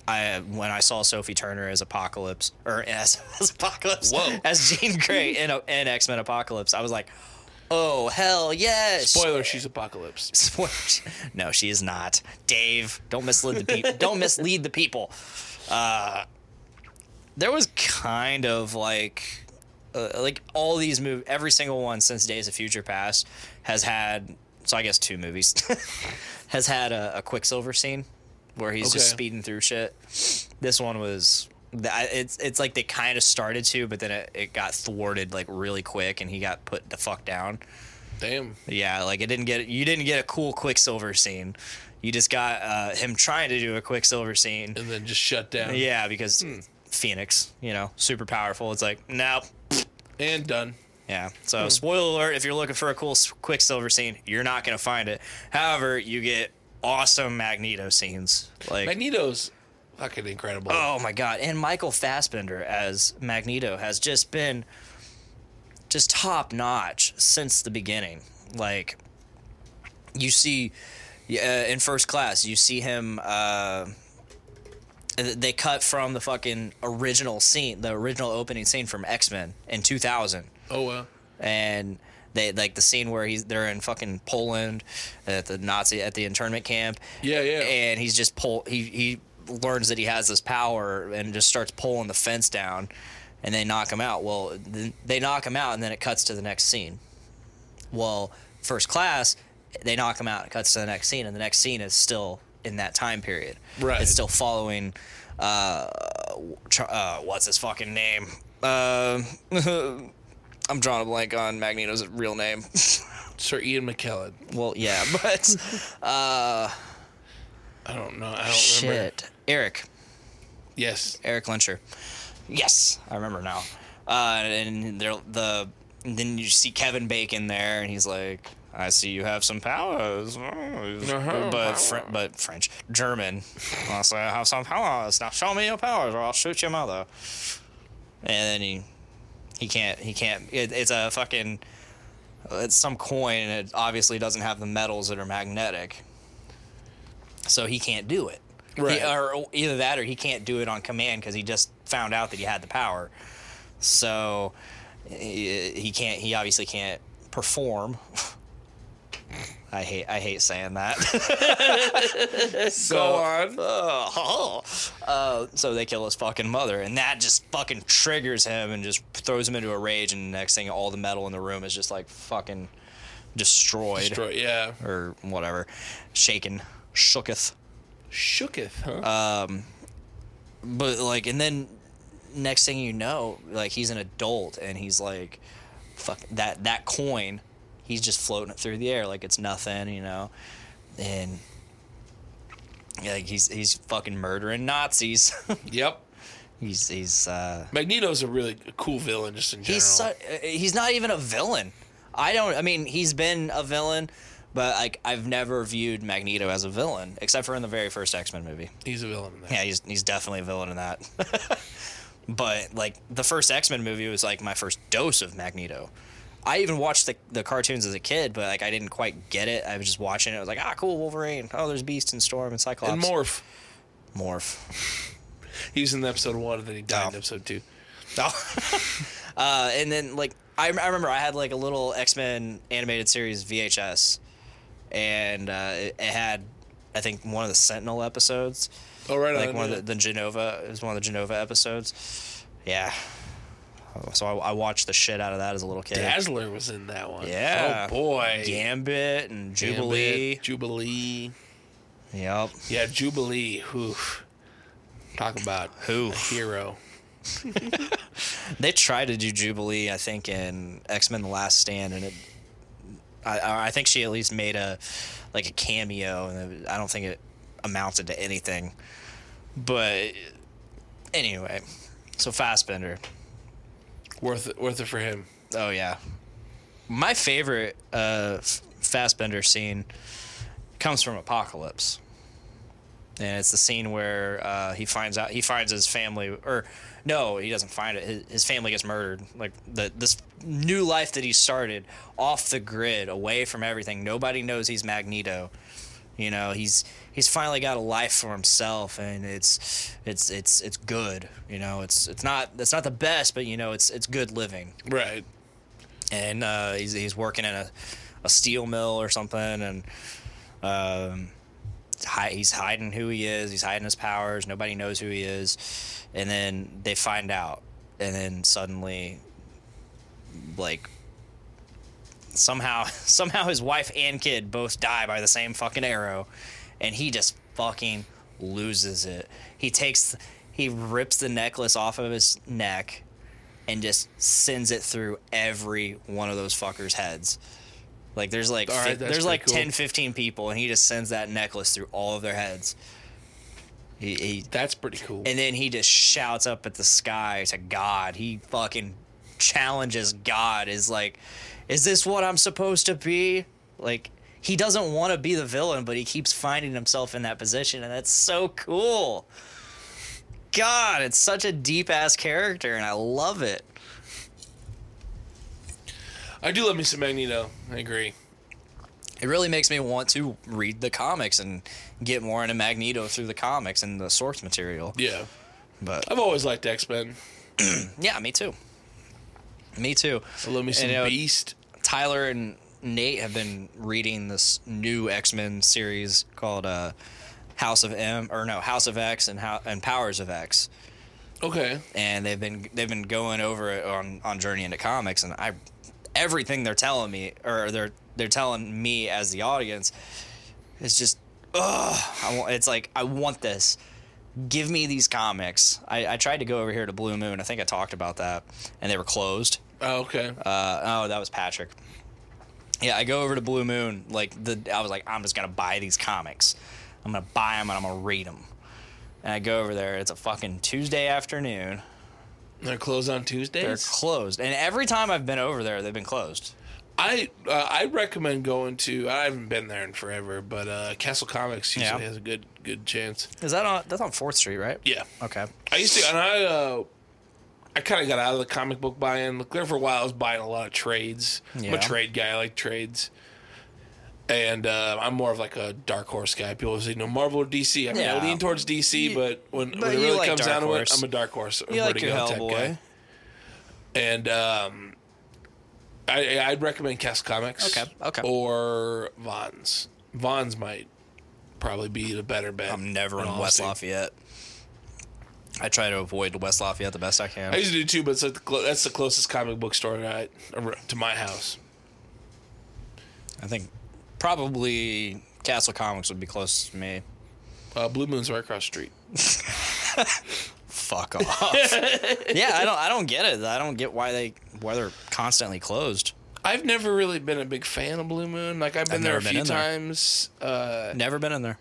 Speaker 8: I when I saw Sophie Turner as Apocalypse or as, as Apocalypse,
Speaker 9: Whoa.
Speaker 8: as Jean Grey in, in X Men Apocalypse, I was like, oh hell yes!
Speaker 9: Spoiler: She's Apocalypse.
Speaker 8: Spoilers. No, she is not. Dave, don't mislead the people. don't mislead the people. Uh, there was kind of like, uh, like all these movies, every single one since Days of Future Past has had. So I guess two movies has had a, a Quicksilver scene where he's just
Speaker 9: Okay.
Speaker 8: speeding through shit. This one was. th- I- It's it's like they kind of started to, but then it, it got thwarted like really quick, and he got put the fuck down.
Speaker 9: Damn.
Speaker 8: Yeah, like it didn't get you didn't get a cool Quicksilver scene. You just got uh, him trying to do a Quicksilver scene.
Speaker 9: And then just shut down.
Speaker 8: Yeah, because Phoenix, you know, super powerful. It's like nope.
Speaker 9: And done.
Speaker 8: Yeah. So spoiler alert: if you're looking for a cool s- Quicksilver scene, you're not gonna find it. However, you get awesome Magneto scenes. Like
Speaker 9: Magneto's fucking incredible.
Speaker 8: Oh my god! And Michael Fassbender as Magneto has just been just top notch since the beginning. Like you see uh, in first class, you see him. Uh, they cut from the fucking original scene, the original opening scene from X Men in two thousand
Speaker 9: Oh well.
Speaker 8: and they like the scene where he's they're in fucking Poland at the Nazi at the internment camp.
Speaker 9: Yeah, yeah.
Speaker 8: And he's just pull he he learns that he has this power and just starts pulling the fence down, and they knock him out. Well, th- they knock him out, and then it cuts to the next scene. Well, first class, they knock him out. It cuts to the next scene, and the next scene is still in that time period.
Speaker 9: Right.
Speaker 8: It's still following. Uh, tr- uh, what's his fucking name? Uh, I'm drawing a blank on Magneto's real name.
Speaker 9: Sir Ian McKellen.
Speaker 8: well, yeah, but
Speaker 9: I don't know. I don't remember.
Speaker 8: shit, Eric,
Speaker 9: Yes.
Speaker 8: Eric Lyncher. Yes, I remember now. Uh, and they're the and then you see Kevin Bacon there, and he's like, "I see you have some powers,
Speaker 9: Uh-huh.
Speaker 8: but fr- but French, German. I say I have some powers. Now show me your powers, or I'll shoot your mother." And then he he can't he can't. It, it's a fucking it's some coin, and it obviously doesn't have the metals that are magnetic, so he can't do it. He-
Speaker 9: Right.
Speaker 8: or either that, or he can't do it on command because he just found out that he had the power. So he, he can't. He obviously can't perform. I hate. I hate saying that. so,
Speaker 9: Go on.
Speaker 8: uh, uh, so they kill his fucking mother, and that just fucking triggers him and just throws him into a rage. And next thing, all the metal in the room is just like fucking destroyed
Speaker 9: Destroy. Yeah.
Speaker 8: or whatever, shaken, shooketh.
Speaker 9: Shooketh. Huh.
Speaker 8: Uh, But like, and then next thing you know, like he's an adult and he's like, fuck that that coin. He's just floating it through the air like it's nothing, you know, and Yeah, like he's he's fucking murdering Nazis.
Speaker 9: Yep.
Speaker 8: he's he's uh,
Speaker 9: Magneto's a really cool villain, just in general.
Speaker 8: he's su- uh, he's not even a villain. I don't. I mean, he's been a villain, but like I've never viewed Magneto as a villain except for in the very first X Men movie.
Speaker 9: He's a villain in that.
Speaker 8: Yeah, he's he's definitely a villain in that. but like the first X Men movie was like my first dose of Magneto. I even watched the, the cartoons as a kid, but like I didn't quite get it. I was just watching it. I was like, ah, cool, Wolverine. Oh, there's Beast and Storm and Cyclops.
Speaker 9: And Morph.
Speaker 8: Morph.
Speaker 9: He was in episode one, and then he died
Speaker 8: Oh.
Speaker 9: in episode two.
Speaker 8: Oh. uh, and then like I, I remember I had like a little X Men animated series VHS, and uh, it, it had I think one of the Sentinel episodes,
Speaker 9: Oh, right
Speaker 8: like
Speaker 9: on.
Speaker 8: one
Speaker 9: yeah.
Speaker 8: of the, the Genova. It was one of the Genova episodes. Yeah. So I, I watched the shit out of that as a little kid.
Speaker 9: Dazzler was in that one.
Speaker 8: yeah.
Speaker 9: Oh boy.
Speaker 8: Gambit and Jubilee.
Speaker 9: Gambit, Jubilee.
Speaker 8: Yep.
Speaker 9: Yeah, Jubilee. Whew. Talk about
Speaker 8: Who?
Speaker 9: a hero.
Speaker 8: They tried to do Jubilee, I think, in X Men: The Last Stand, and it. I- I, I think she at least made a, like a cameo, and it- I don't think it amounted to anything. But anyway, so Fassbender.
Speaker 9: Worth it, worth it for him.
Speaker 8: Oh yeah, my favorite uh, F- Fassbender scene comes from Apocalypse, and it's the scene where uh, he finds out he finds his family, or no, he doesn't find it. His, his family gets murdered. Like the this new life that he started off the grid, away from everything. Nobody knows he's Magneto. You know, he's he's finally got a life for himself, and it's it's it's it's good. You know, it's it's not it's not the best, but you know, it's it's good living
Speaker 9: Right.
Speaker 8: and uh, he's, he's working in a, a steel mill or something and um, hi, he's hiding who he is he's hiding his powers nobody knows who he is and then they find out and then suddenly like somehow somehow his wife and kid both die by the same fucking arrow and he just fucking loses it he takes he rips the necklace off of his neck and just sends it through every one of those fuckers heads like there's like
Speaker 9: All right,
Speaker 8: fi-
Speaker 9: that's
Speaker 8: there's
Speaker 9: pretty
Speaker 8: like
Speaker 9: cool.
Speaker 8: ten, fifteen 10 15 people and he just sends that necklace through all of their heads he, he
Speaker 9: That's pretty cool.
Speaker 8: and then he just shouts up at the sky to God. He fucking challenges God. Is like, is this what I'm supposed to be? Like, he doesn't want to be the villain, but he keeps finding himself in that position, and that's so cool. God, it's such a deep ass character, and I love it.
Speaker 9: I do love me some Magneto. I agree.
Speaker 8: It really makes me want to read the comics and get more into Magneto through the comics and the source material.
Speaker 9: Yeah.
Speaker 8: But
Speaker 9: I've always liked X Men.
Speaker 8: yeah, me too. Me too.
Speaker 9: I love me some
Speaker 8: you know,
Speaker 9: Beast.
Speaker 8: Tyler and Nate have been reading this new X Men series called uh, House of M or no House of X and how and Powers of X,
Speaker 9: Okay.
Speaker 8: and they've been they've been going over it on on Journey into Comics, and I everything they're telling me or they're they're telling me as the audience is just ugh, I want, it's like I want this. Give me these comics. I, I tried to go over here to Blue Moon. I think I talked about that, and they were closed.
Speaker 9: Oh, okay.
Speaker 8: Uh, oh, that was Patrick. Yeah, I go over to Blue Moon. Like the, I was like, I'm just gonna buy these comics. I'm gonna buy them and I'm gonna read them. And I go over there. It's a fucking Tuesday afternoon.
Speaker 9: They're closed on
Speaker 8: They're
Speaker 9: Tuesdays.
Speaker 8: closed. And every time I've been over there, they've been closed.
Speaker 9: I uh, I recommend going to. I haven't been there in forever, but uh, Castle Comics usually
Speaker 8: Yeah.
Speaker 9: has a good good chance.
Speaker 8: Is that on? That's on Fourth Street, right?
Speaker 9: Yeah.
Speaker 8: Okay.
Speaker 9: I used to, and I, uh, I kind of got out of the comic book buying. Like, there for a while, I was buying a lot of trades. I'm
Speaker 8: Yeah.
Speaker 9: a trade guy. I like trades. And uh, I'm more of like a dark horse guy. People say, no, Marvel or DC. I mean,
Speaker 8: Yeah.
Speaker 9: I lean towards DC,
Speaker 8: You-
Speaker 9: but when,
Speaker 8: but
Speaker 9: when it
Speaker 8: you
Speaker 9: really
Speaker 8: like
Speaker 9: comes
Speaker 8: dark
Speaker 9: down
Speaker 8: horse.
Speaker 9: to it, I'm a dark horse.
Speaker 8: You like your
Speaker 9: Vertigo type
Speaker 8: Hellboy.
Speaker 9: guy. And um, I, I'd recommend Cast Comics.
Speaker 8: Okay, okay.
Speaker 9: Or Vons. Vons might probably be the better bet.
Speaker 8: I'm never in West
Speaker 9: honesty.
Speaker 8: Lafayette. I try to avoid West Lafayette the best I can.
Speaker 9: I used to do too, but it's like the clo- that's the closest comic book store that I, to my house.
Speaker 8: I think probably Castle Comics would be closest to me.
Speaker 9: Uh, Blue Moon's right across the street.
Speaker 8: fuck off. yeah, I don't I don't get it. I don't get why they why they're constantly closed.
Speaker 9: I've never really been a big fan of Blue Moon. Like I've been
Speaker 8: I've
Speaker 9: there a
Speaker 8: never been
Speaker 9: few
Speaker 8: in there.
Speaker 9: times. Uh,
Speaker 8: Never been in there.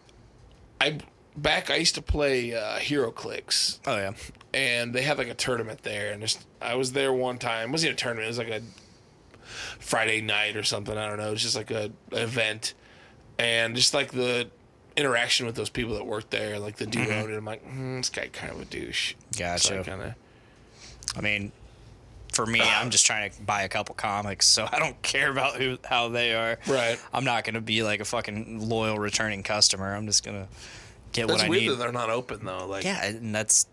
Speaker 9: I back I used to play uh, Hero Clicks,
Speaker 8: Oh yeah.
Speaker 9: and they had like a tournament there, and just I was there one time. It wasn't a tournament. It was like a Friday night or something. I don't know. It was just like a an event, and just like the interaction with those people that worked there, like the dude owned it. I'm like, mm, this guy kind of a douche.
Speaker 8: Gotcha.
Speaker 9: So kind of.
Speaker 8: I mean, for me, I'm just trying to buy a couple comics, so I don't care about who how they are.
Speaker 9: Right.
Speaker 8: I'm not gonna be like a fucking loyal returning customer. I'm just gonna get
Speaker 9: That's
Speaker 8: what I
Speaker 9: weird
Speaker 8: need.
Speaker 9: that they're not open though. Like,
Speaker 8: Yeah, and that's.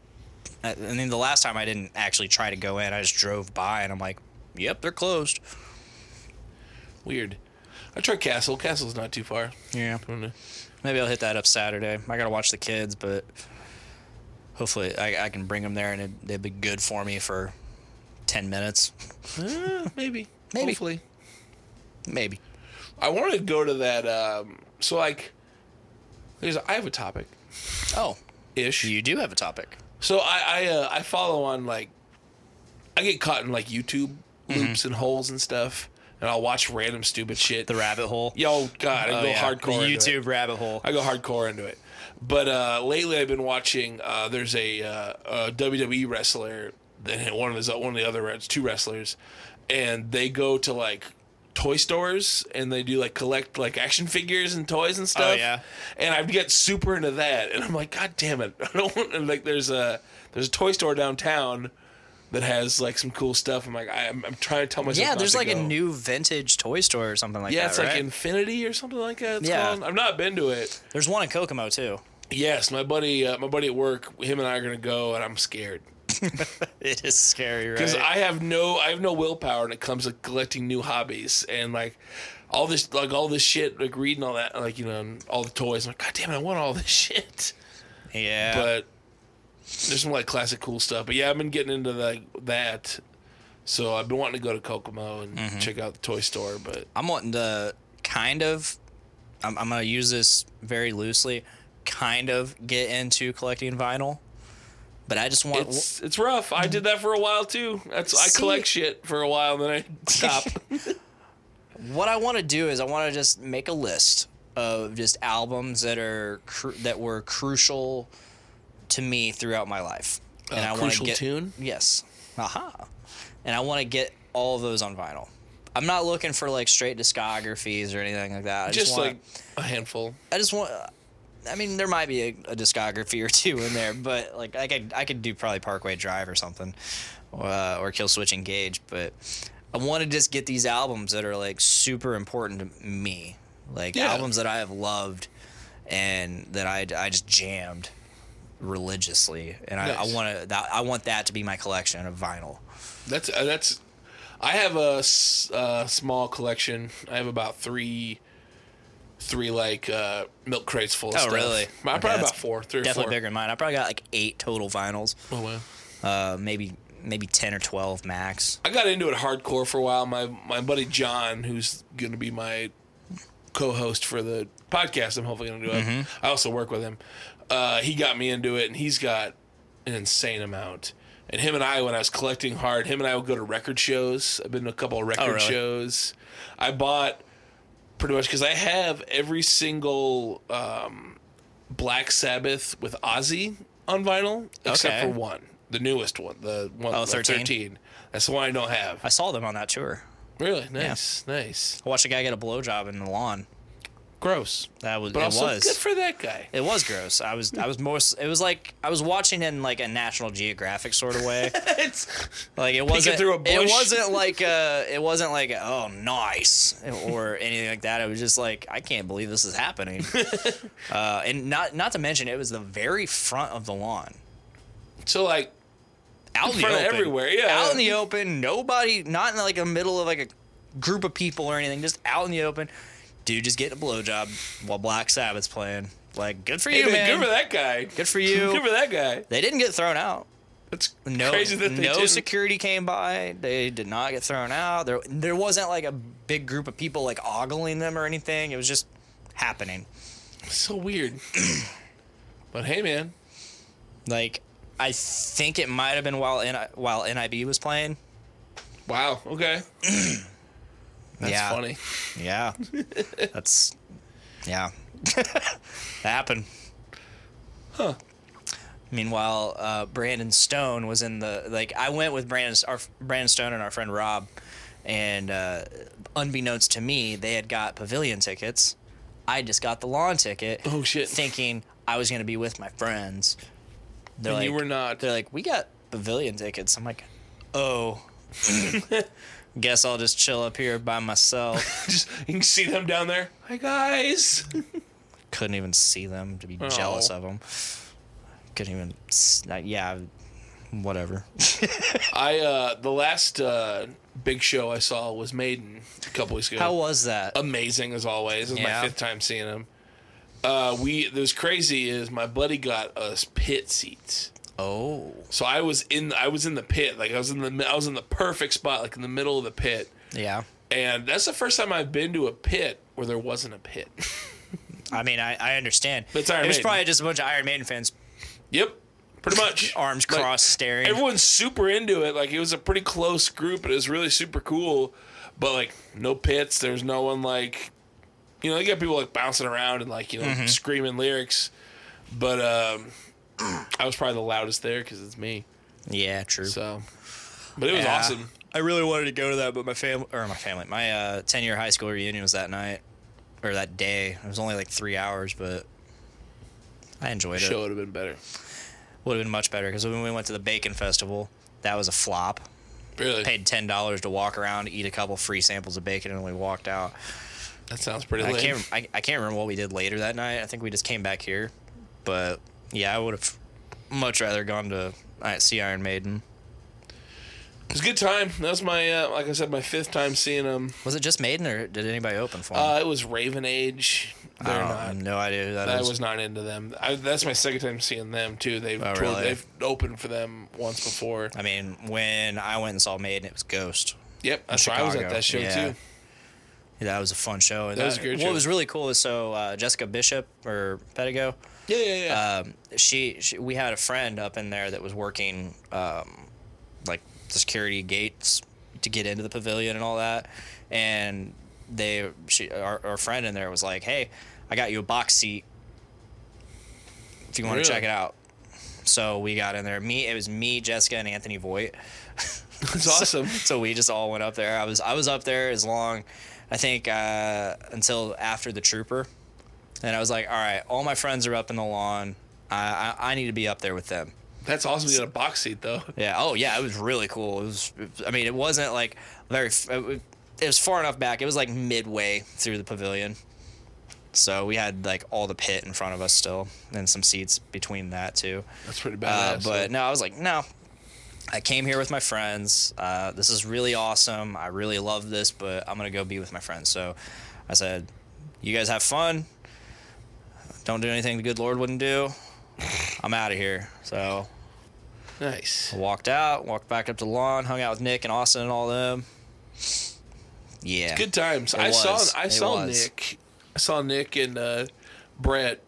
Speaker 8: I I mean, the last time I didn't actually try to go in, I just drove by, and I'm like, "Yep, they're closed."
Speaker 9: weird. I tried Castle. Castle's not too far.
Speaker 8: Yeah.
Speaker 9: I don't know.
Speaker 8: Maybe I'll hit that up Saturday. I gotta watch the kids, but hopefully I, I can bring them there and it, they'd be good for me for ten minutes,
Speaker 9: Eh, maybe.
Speaker 8: Maybe.
Speaker 9: Hopefully.
Speaker 8: maybe.
Speaker 9: I want to go to that. Um, so like, there's I have a topic
Speaker 8: Oh,
Speaker 9: ish.
Speaker 8: you do have a topic.
Speaker 9: So I I, uh, I follow on like, I get caught in like YouTube
Speaker 8: Mm-hmm.
Speaker 9: loops and holes and stuff, and I'll watch random stupid shit.
Speaker 8: The rabbit hole.
Speaker 9: Yo, God, I
Speaker 8: Oh,
Speaker 9: go
Speaker 8: yeah.
Speaker 9: hardcore.
Speaker 8: The
Speaker 9: into it.
Speaker 8: YouTube rabbit hole.
Speaker 9: I go hardcore into it. But uh, lately, I've been watching. Uh, there's a, uh, a WWE wrestler, and one of his one of the other it's two wrestlers, and they go to like toy stores and they do like collect like action figures and toys and stuff.
Speaker 8: Oh, yeah.
Speaker 9: And I get super into that, and I'm like, God damn it! I don't want. And like, there's a there's a toy store downtown that has like some cool stuff. I'm like, I, I'm, I'm trying to tell myself.
Speaker 8: yeah,
Speaker 9: not
Speaker 8: there's
Speaker 9: to
Speaker 8: like
Speaker 9: go.
Speaker 8: a new vintage toy store or something like
Speaker 9: Yeah,
Speaker 8: that.
Speaker 9: it's like
Speaker 8: right?
Speaker 9: Infinity or something like that. It's
Speaker 8: Yeah.
Speaker 9: called. I've not been to it.
Speaker 8: there's one in Kokomo too.
Speaker 9: Yes, my buddy, uh, my buddy at work, him and I are gonna go, and I'm scared
Speaker 8: It is scary, right?
Speaker 9: because I have no, I have no willpower when it comes to collecting new hobbies and like all this, like all this shit, like reading all that, like you know, and all the toys. I'm like, God damn, it, I want all this shit,
Speaker 8: yeah,
Speaker 9: but there's some like classic cool stuff. But yeah, I've been getting into like that, so I've been wanting to go to Kokomo and
Speaker 8: Mm-hmm.
Speaker 9: check out the toy store, but
Speaker 8: I'm wanting to kind of. I'm, I'm gonna use this very loosely. Kind of get into collecting vinyl, but I just want.
Speaker 9: it's it's rough. I did that for a while too. That's
Speaker 8: See-
Speaker 9: I collect shit for a while, and then I stop.
Speaker 8: what I want to do is I want to just make a list of just albums that are cru- that were crucial to me throughout my life. And
Speaker 9: Uh,
Speaker 8: I want to
Speaker 9: crucial
Speaker 8: get
Speaker 9: tune?
Speaker 8: Yes. Aha. And I want to get all of those on vinyl. I'm not looking for like straight discographies or anything like that. I just,
Speaker 9: Just
Speaker 8: want
Speaker 9: like a handful.
Speaker 8: I just want I mean there might be a, a discography or two in there, but like I could I could do probably Parkway Drive or something uh, or Kill Switch Engage, but I want to just get these albums that are like super important to me, like
Speaker 9: Yeah.
Speaker 8: albums that I have loved and that I, I just jammed religiously, and I, I
Speaker 9: Nice.
Speaker 8: want to that I want that to be my collection of vinyl.
Speaker 9: That's uh, that's. I have a s- uh, small collection. I have about three, three like uh, milk crates full. Of
Speaker 8: Oh,
Speaker 9: stuff.
Speaker 8: really?
Speaker 9: I'm probably
Speaker 8: Okay,
Speaker 9: about
Speaker 8: that's
Speaker 9: four, three or
Speaker 8: Definitely
Speaker 9: four.
Speaker 8: bigger than mine. I probably got like eight total vinyls,
Speaker 9: Oh wow.
Speaker 8: uh, maybe maybe ten or twelve max.
Speaker 9: I got into it hardcore for a while. My my buddy John, who's going to be my co-host for the podcast, I'm hopefully going to do it.
Speaker 8: Mm-hmm.
Speaker 9: I also work with him. Uh, he got me into it, and he's got an insane amount. And him and I, when I was collecting hard, him and I would go to record shows. I've been to a couple of record
Speaker 8: Oh, really?
Speaker 9: shows. I bought pretty much because I have every single um, Black Sabbath with Ozzy on vinyl except
Speaker 8: Okay.
Speaker 9: for one, the newest one, the one
Speaker 8: Oh,
Speaker 9: the
Speaker 8: 13?
Speaker 9: 13. That's the one I don't have.
Speaker 8: I saw them on that tour.
Speaker 9: Really nice, nice.
Speaker 8: I watched a guy get a blowjob in the lawn.
Speaker 9: Gross,
Speaker 8: That was
Speaker 9: but
Speaker 8: it
Speaker 9: also
Speaker 8: was
Speaker 9: good for that guy.
Speaker 8: it was gross. I was I was most it was like I was watching in like a National Geographic sort of way.
Speaker 9: it's
Speaker 8: Like it wasn't
Speaker 9: through a
Speaker 8: it
Speaker 9: bush.
Speaker 8: wasn't like uh it wasn't like oh nice or anything like that. It was just like I can't believe this is happening. uh, and not not to mention it was the very front of the lawn.
Speaker 9: so like
Speaker 8: out in the
Speaker 9: front of
Speaker 8: open.
Speaker 9: everywhere, yeah.
Speaker 8: Out in the open, nobody, not in like the middle of like a group of people or anything, just out in the open. Dude, just getting a blowjob while Black Sabbath's playing. Like, good for
Speaker 9: hey,
Speaker 8: you,
Speaker 9: man,
Speaker 8: man.
Speaker 9: good for that guy.
Speaker 8: Good for you.
Speaker 9: Good for that guy.
Speaker 8: They didn't get thrown out.
Speaker 9: That's
Speaker 8: No,
Speaker 9: crazy that they
Speaker 8: no
Speaker 9: didn't.
Speaker 8: security came by. They did not get thrown out. There, there wasn't like a big group of people like ogling them or anything. It was just happening.
Speaker 9: so weird. but hey, man,
Speaker 8: Like, I think it might have been while N- while NIB was playing.
Speaker 9: wow. Okay,
Speaker 8: yeah.
Speaker 9: that's funny.
Speaker 8: Yeah. That's yeah. that happened. Meanwhile, uh, Brandon Stone was in the like. I went with Brandon, our Brandon Stone, and our friend Rob, and uh, unbeknownst to me, they had got pavilion tickets. I just got the lawn ticket.
Speaker 9: Oh, shit.
Speaker 8: Thinking I was gonna be with my friends. They're
Speaker 9: And you
Speaker 8: like-
Speaker 9: were not.
Speaker 8: They're like, we got pavilion tickets. I'm like, oh. Guess I'll just chill up here by myself.
Speaker 9: Just you can see them down there. Hi guys.
Speaker 8: Couldn't even see them to be jealous
Speaker 9: Oh.
Speaker 8: of them. Couldn't even. s- Like, yeah, whatever.
Speaker 9: I uh the last uh big show I saw was Maiden a couple weeks ago.
Speaker 8: How was that?
Speaker 9: amazing as always. This is
Speaker 8: Yeah.
Speaker 9: my fifth time seeing him. Uh, we it was crazy is my buddy got us pit seats,
Speaker 8: Oh,
Speaker 9: so I was in I was in the pit like I was in the I was in the perfect spot like in the middle of the pit,
Speaker 8: yeah.
Speaker 9: and that's the first time I've been to a pit where there wasn't a pit.
Speaker 8: I mean, I, I understand.
Speaker 9: But it's Iron
Speaker 8: it was
Speaker 9: Maiden.
Speaker 8: probably just a bunch of Iron Maiden fans,
Speaker 9: yep, pretty much
Speaker 8: arms
Speaker 9: Like,
Speaker 8: crossed, staring.
Speaker 9: Everyone's super into it. Like it was a pretty close group, and it was really super cool. But like no pits, there's no one like, you know, you got people like bouncing around and like you know
Speaker 8: Mm-hmm.
Speaker 9: screaming lyrics. But um, I was probably the loudest there because it's me.
Speaker 8: yeah, true.
Speaker 9: So, but it was
Speaker 8: Yeah.
Speaker 9: awesome.
Speaker 8: I really wanted to go to that, but my family or my family, my uh, ten-year high school reunion was that night or that day. It was only like three hours, but I enjoyed
Speaker 9: Show
Speaker 8: it.
Speaker 9: would have been better.
Speaker 8: Would have been much better because when we went to the Bacon Festival, that was a flop.
Speaker 9: Really,
Speaker 8: Paid ten dollars to walk around, eat a couple free samples of bacon, and we walked out.
Speaker 9: that sounds pretty.
Speaker 8: I
Speaker 9: lame.
Speaker 8: can't. I, I can't remember what we did later that night. I think we just came back here, but yeah, I would have much rather gone to I see Iron Maiden.
Speaker 9: It was a good time. That was my uh, like I said, my fifth time seeing them.
Speaker 8: Was it just Maiden or did anybody open for 'em?
Speaker 9: Uh, it was Raven Age. They're
Speaker 8: I don't-
Speaker 9: not.
Speaker 8: no idea. Who that
Speaker 9: I
Speaker 8: is.
Speaker 9: was not into them. I, that's my second time seeing them too. They've
Speaker 8: Oh,
Speaker 9: toured-
Speaker 8: really?
Speaker 9: they've opened for them once before.
Speaker 8: I mean, when I went and saw Maiden, it was Ghost.
Speaker 9: Yep, that's why I was at
Speaker 8: Chicago.
Speaker 9: that show
Speaker 8: Yeah.
Speaker 9: too.
Speaker 8: That was a fun show. And
Speaker 9: That was a good
Speaker 8: What
Speaker 9: show.
Speaker 8: was really cool is so uh, Jessica Bishop or Pedigo,
Speaker 9: Yeah, yeah, yeah.
Speaker 8: um, she, she we had a friend up in there that was working um, like the security gates to get into the pavilion and all that and they she our, our friend in there was like hey i got you a box seat if you want
Speaker 9: Really?
Speaker 8: to check it out so we got in there me it was me jessica and anthony voigt
Speaker 9: That's awesome.
Speaker 8: so we just all went up there i was i was up there as long i think uh, until after the trooper and I was like, all right, all my friends are up in the lawn. I, I, I need to be up there with them.
Speaker 9: That's awesome. You got a box seat though.
Speaker 8: Yeah. Oh, yeah. It was really cool. It was. I mean, it wasn't like very. f- It was far enough back. It was like midway through the pavilion. So we had like all the pit in front of us still, and some seats between that too.
Speaker 9: That's pretty
Speaker 8: Uh,
Speaker 9: badass.
Speaker 8: but no, I was like, no. I came here with my friends. Uh, this is really awesome. I really love this, but I'm gonna go be with my friends. So I said, "You guys have fun. Don't do anything the good Lord wouldn't do. I'm out of here." So
Speaker 9: nice.
Speaker 8: I walked out, walked back up to the lawn, hung out with Nick and Austin and all them. Yeah,
Speaker 9: Good times.
Speaker 8: It
Speaker 9: I
Speaker 8: was.
Speaker 9: saw. I
Speaker 8: It
Speaker 9: saw
Speaker 8: was.
Speaker 9: Nick. I saw Nick and uh, Brett.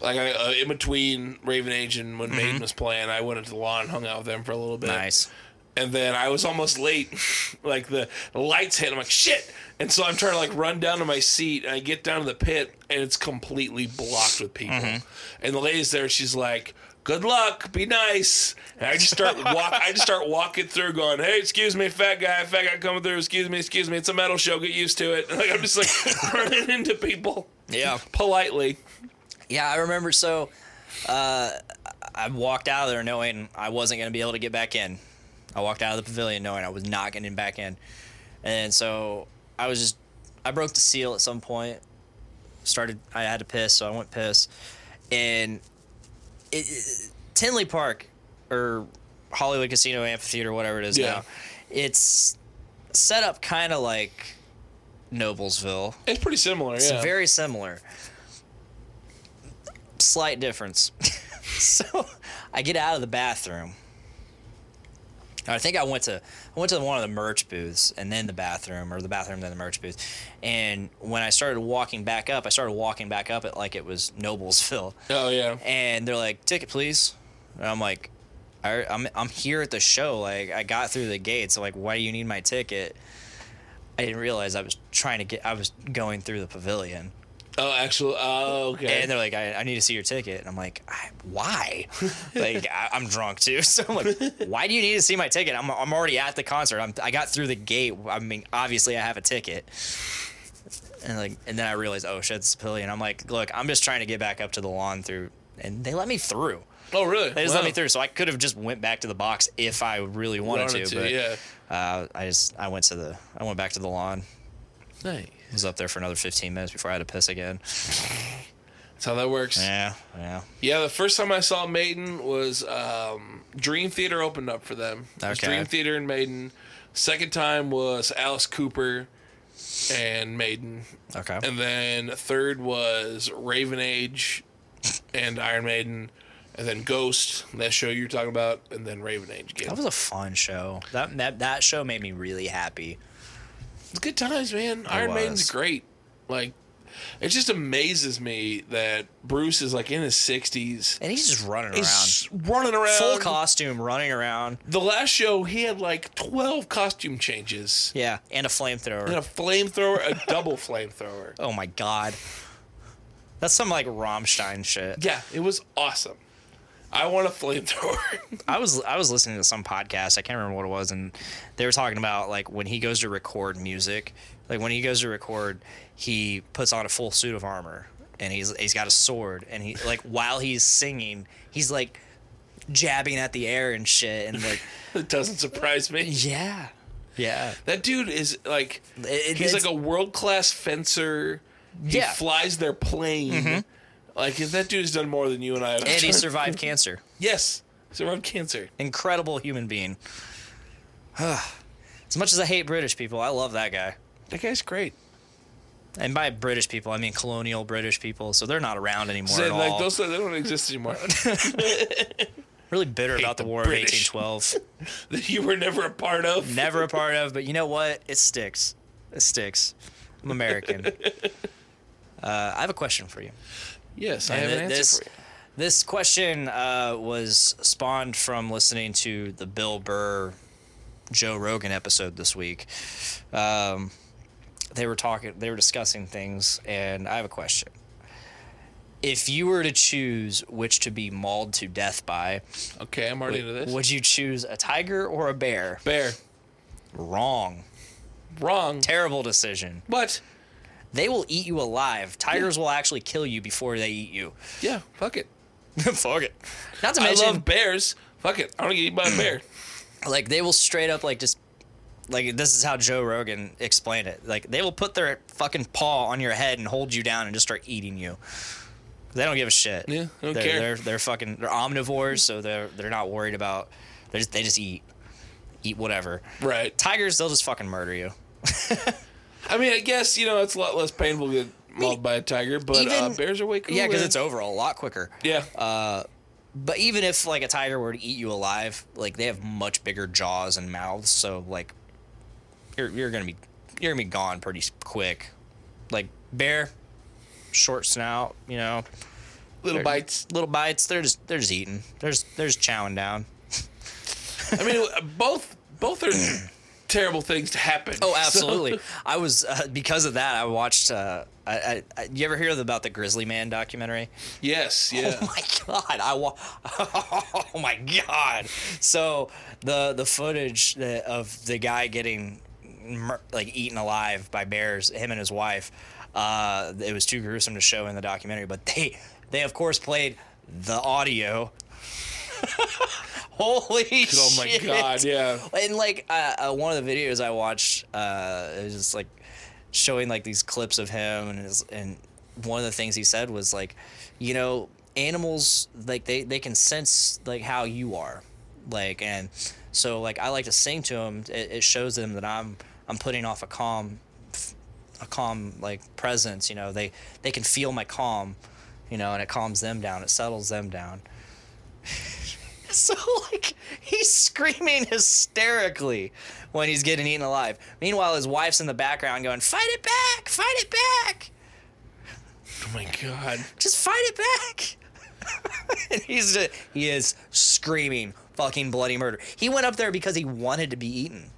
Speaker 9: Like I, uh, in between Raven Age and when Maiden was playing, I went into the lawn and hung out with them for a little bit.
Speaker 8: Mm-hmm. nice.
Speaker 9: and then I was almost late. like the lights hit, I'm like shit, and so I'm trying to like run down to my seat, and I get down to the pit, and it's completely blocked with people.
Speaker 8: Mm-hmm.
Speaker 9: And the lady's there, she's like, "Good luck, be nice." And I just start walk, I just start walking through, going, "Hey, excuse me, fat guy, fat guy coming through, excuse me, excuse me, it's a metal show, get used to it." Like I'm just like running into people
Speaker 8: Yeah.
Speaker 9: politely.
Speaker 8: Yeah, I remember. So, uh, I walked out of there knowing I wasn't going to be able to get back in. I walked out of the pavilion knowing I was not getting back in, and so I was just I broke the seal at some point. Started I had to piss, so I went piss, and it, it, Tinley Park or Hollywood Casino Amphitheater, whatever it is
Speaker 9: Yeah.
Speaker 8: now, it's set up kind of like Noblesville.
Speaker 9: It's pretty similar,
Speaker 8: It's
Speaker 9: yeah.
Speaker 8: very similar. Slight difference. so I get out of the bathroom. I think I went to I went to one of the merch booths and then the bathroom or the bathroom then the merch booth. And when I started walking back up, I started walking back up it like it was Noblesville.
Speaker 9: oh yeah.
Speaker 8: And they're like, "Ticket, please." And I'm like, I, I'm I'm here at the show. Like I got through the gates. So like, why do you need my ticket? I didn't realize I was trying to get. I was going through the pavilion.
Speaker 9: Oh, actually, oh, okay.
Speaker 8: And they're like, I, I need to see your ticket. And I'm like, I, why? like, I, I'm drunk too. So I'm like, why do you need to see my ticket? I'm, I'm already at the concert. I'm, I got through the gate. I mean, obviously, I have a ticket. And like, and then I realized, oh shit, it's pavilion. I'm like, look, I'm just trying to get back up to the lawn through, and they let me through.
Speaker 9: oh, really?
Speaker 8: They just
Speaker 9: Wow.
Speaker 8: let me through, so I could have just went back to the box if I really wanted,
Speaker 9: Wanted
Speaker 8: to.
Speaker 9: to,
Speaker 8: But
Speaker 9: yeah.
Speaker 8: uh, I just I went to the I went back to the lawn.
Speaker 9: Nice.
Speaker 8: Was up there for another 15 minutes before I had to piss again.
Speaker 9: That's how that works.
Speaker 8: Yeah, yeah.
Speaker 9: Yeah, the first time I saw Maiden was um, Dream Theater opened up for them. It was
Speaker 8: Okay.
Speaker 9: Dream Theater and Maiden. Second time was Alice Cooper and Maiden.
Speaker 8: Okay.
Speaker 9: And then third was Raven Age and Iron Maiden. And then Ghost, that show you were talking about, and then Raven Age again.
Speaker 8: That was a fun show. That that, that show made me really happy.
Speaker 9: It's good times, man. Iron Maiden's
Speaker 8: was.
Speaker 9: great. Like, it just amazes me that Bruce is like in his 60s.
Speaker 8: And he's just running
Speaker 9: He's running around.
Speaker 8: around. Full costume, running around.
Speaker 9: The last show, he had like 12 costume changes.
Speaker 8: Yeah. And a flamethrower.
Speaker 9: And a flamethrower, a double flamethrower.
Speaker 8: oh my god. That's some like Rammstein shit.
Speaker 9: Yeah, it was awesome. I want a flamethrower.
Speaker 8: I was I was listening to some podcast. I can't remember what it was, and they were talking about like when he goes to record music, like when he goes to record, he puts on a full suit of armor and he's he's got a sword and he like while he's singing, he's like jabbing at the air and shit and like
Speaker 9: it doesn't surprise me.
Speaker 8: yeah. Yeah.
Speaker 9: That dude is like,
Speaker 8: It-
Speaker 9: he's
Speaker 8: it's-
Speaker 9: like a world class fencer. He
Speaker 8: Yeah. Mm-hmm.
Speaker 9: flies their plane. Like, if that dude's done more than you and I have.
Speaker 8: And he
Speaker 9: done.
Speaker 8: survived cancer.
Speaker 9: Yes, survived cancer.
Speaker 8: Incredible human being. as much as I hate British people, I love that guy.
Speaker 9: That guy's great.
Speaker 8: And by British people, I mean colonial British people. So they're not around anymore
Speaker 9: So,
Speaker 8: at
Speaker 9: like
Speaker 8: all.
Speaker 9: those, they don't exist anymore.
Speaker 8: really bitter about the,
Speaker 9: the
Speaker 8: War
Speaker 9: British.
Speaker 8: of 1812.
Speaker 9: that you were never a part of.
Speaker 8: Never a part of, but you know what? It sticks. It sticks. I'm American. Uh, I have a question for you.
Speaker 9: Yes, I
Speaker 8: And
Speaker 9: have an
Speaker 8: thi-
Speaker 9: answer
Speaker 8: this,
Speaker 9: for you.
Speaker 8: This question uh, was spawned from listening to the Bill Burr, Joe Rogan episode this week. Um, they were talking, they were discussing things, and I have a question. If you were to choose which to be mauled to death by,
Speaker 9: Okay, I'm already into this.
Speaker 8: would you choose a tiger or a bear?
Speaker 9: Bear.
Speaker 8: Wrong.
Speaker 9: Wrong.
Speaker 8: Terrible decision.
Speaker 9: But
Speaker 8: They will eat you alive. Tigers will actually kill you before they eat you.
Speaker 9: yeah, fuck it.
Speaker 8: Fuck it. Not to
Speaker 9: I
Speaker 8: mention,
Speaker 9: love bears. Fuck it. I don't get eaten by a bear.
Speaker 8: like they will straight up like just like this is how Joe Rogan explained it. Like they will put their fucking paw on your head and hold you down and just start eating you. They don't give a shit.
Speaker 9: Yeah, they don't
Speaker 8: they're,
Speaker 9: care.
Speaker 8: They're they're fucking they're omnivores, so they're they're not worried about. They just they just eat, eat whatever.
Speaker 9: right.
Speaker 8: Tigers, they'll just fucking murder you.
Speaker 9: I mean, I guess you know it's a lot less painful to get mauled by a tiger, but uh,
Speaker 8: even-
Speaker 9: bears are way cooler.
Speaker 8: Yeah, because it's over Uh, a lot quicker.
Speaker 9: Yeah.
Speaker 8: But even if like a tiger were to eat you alive, like they have much bigger jaws and mouths, so like you're you're gonna be you're gonna be gone pretty s- quick. Like bear, short snout, you know,
Speaker 9: Little bites.
Speaker 8: little bites. They're just they're just eating. They're just, they're just chowing down.
Speaker 9: I mean, both both are terrible things to happen.
Speaker 8: Oh,
Speaker 9: So-
Speaker 8: absolutely. I was uh, because of that. I watched. Uh, I, I, I you ever hear about the Grizzly Man documentary?
Speaker 9: yes. Yeah.
Speaker 8: Oh my god! I wa- Oh my god! So the the footage that, of the guy getting mur- like eaten alive by bears, him and his wife, uh, it was too gruesome to show in the documentary. But they they of course played the audio. Holy shit!
Speaker 9: Oh my god. Yeah.
Speaker 8: And like uh, uh, one of the videos I watched, uh, it was just like showing like these clips of him, and his, and one of the things he said was like, you know, animals like they they can sense like how you are, like and so like I like to sing to them. It, it shows them that I'm I'm putting off a calm, a calm like presence. You know, they they can feel my calm, you know, and it calms them down. It settles them down. So like he's screaming hysterically when he's getting eaten alive. Meanwhile, his wife's in the background going, "Fight it back! Fight it back!
Speaker 9: Oh my god.
Speaker 8: Just fight it back!" and he's just, he is screaming fucking bloody murder. He went up there because he wanted to be eaten.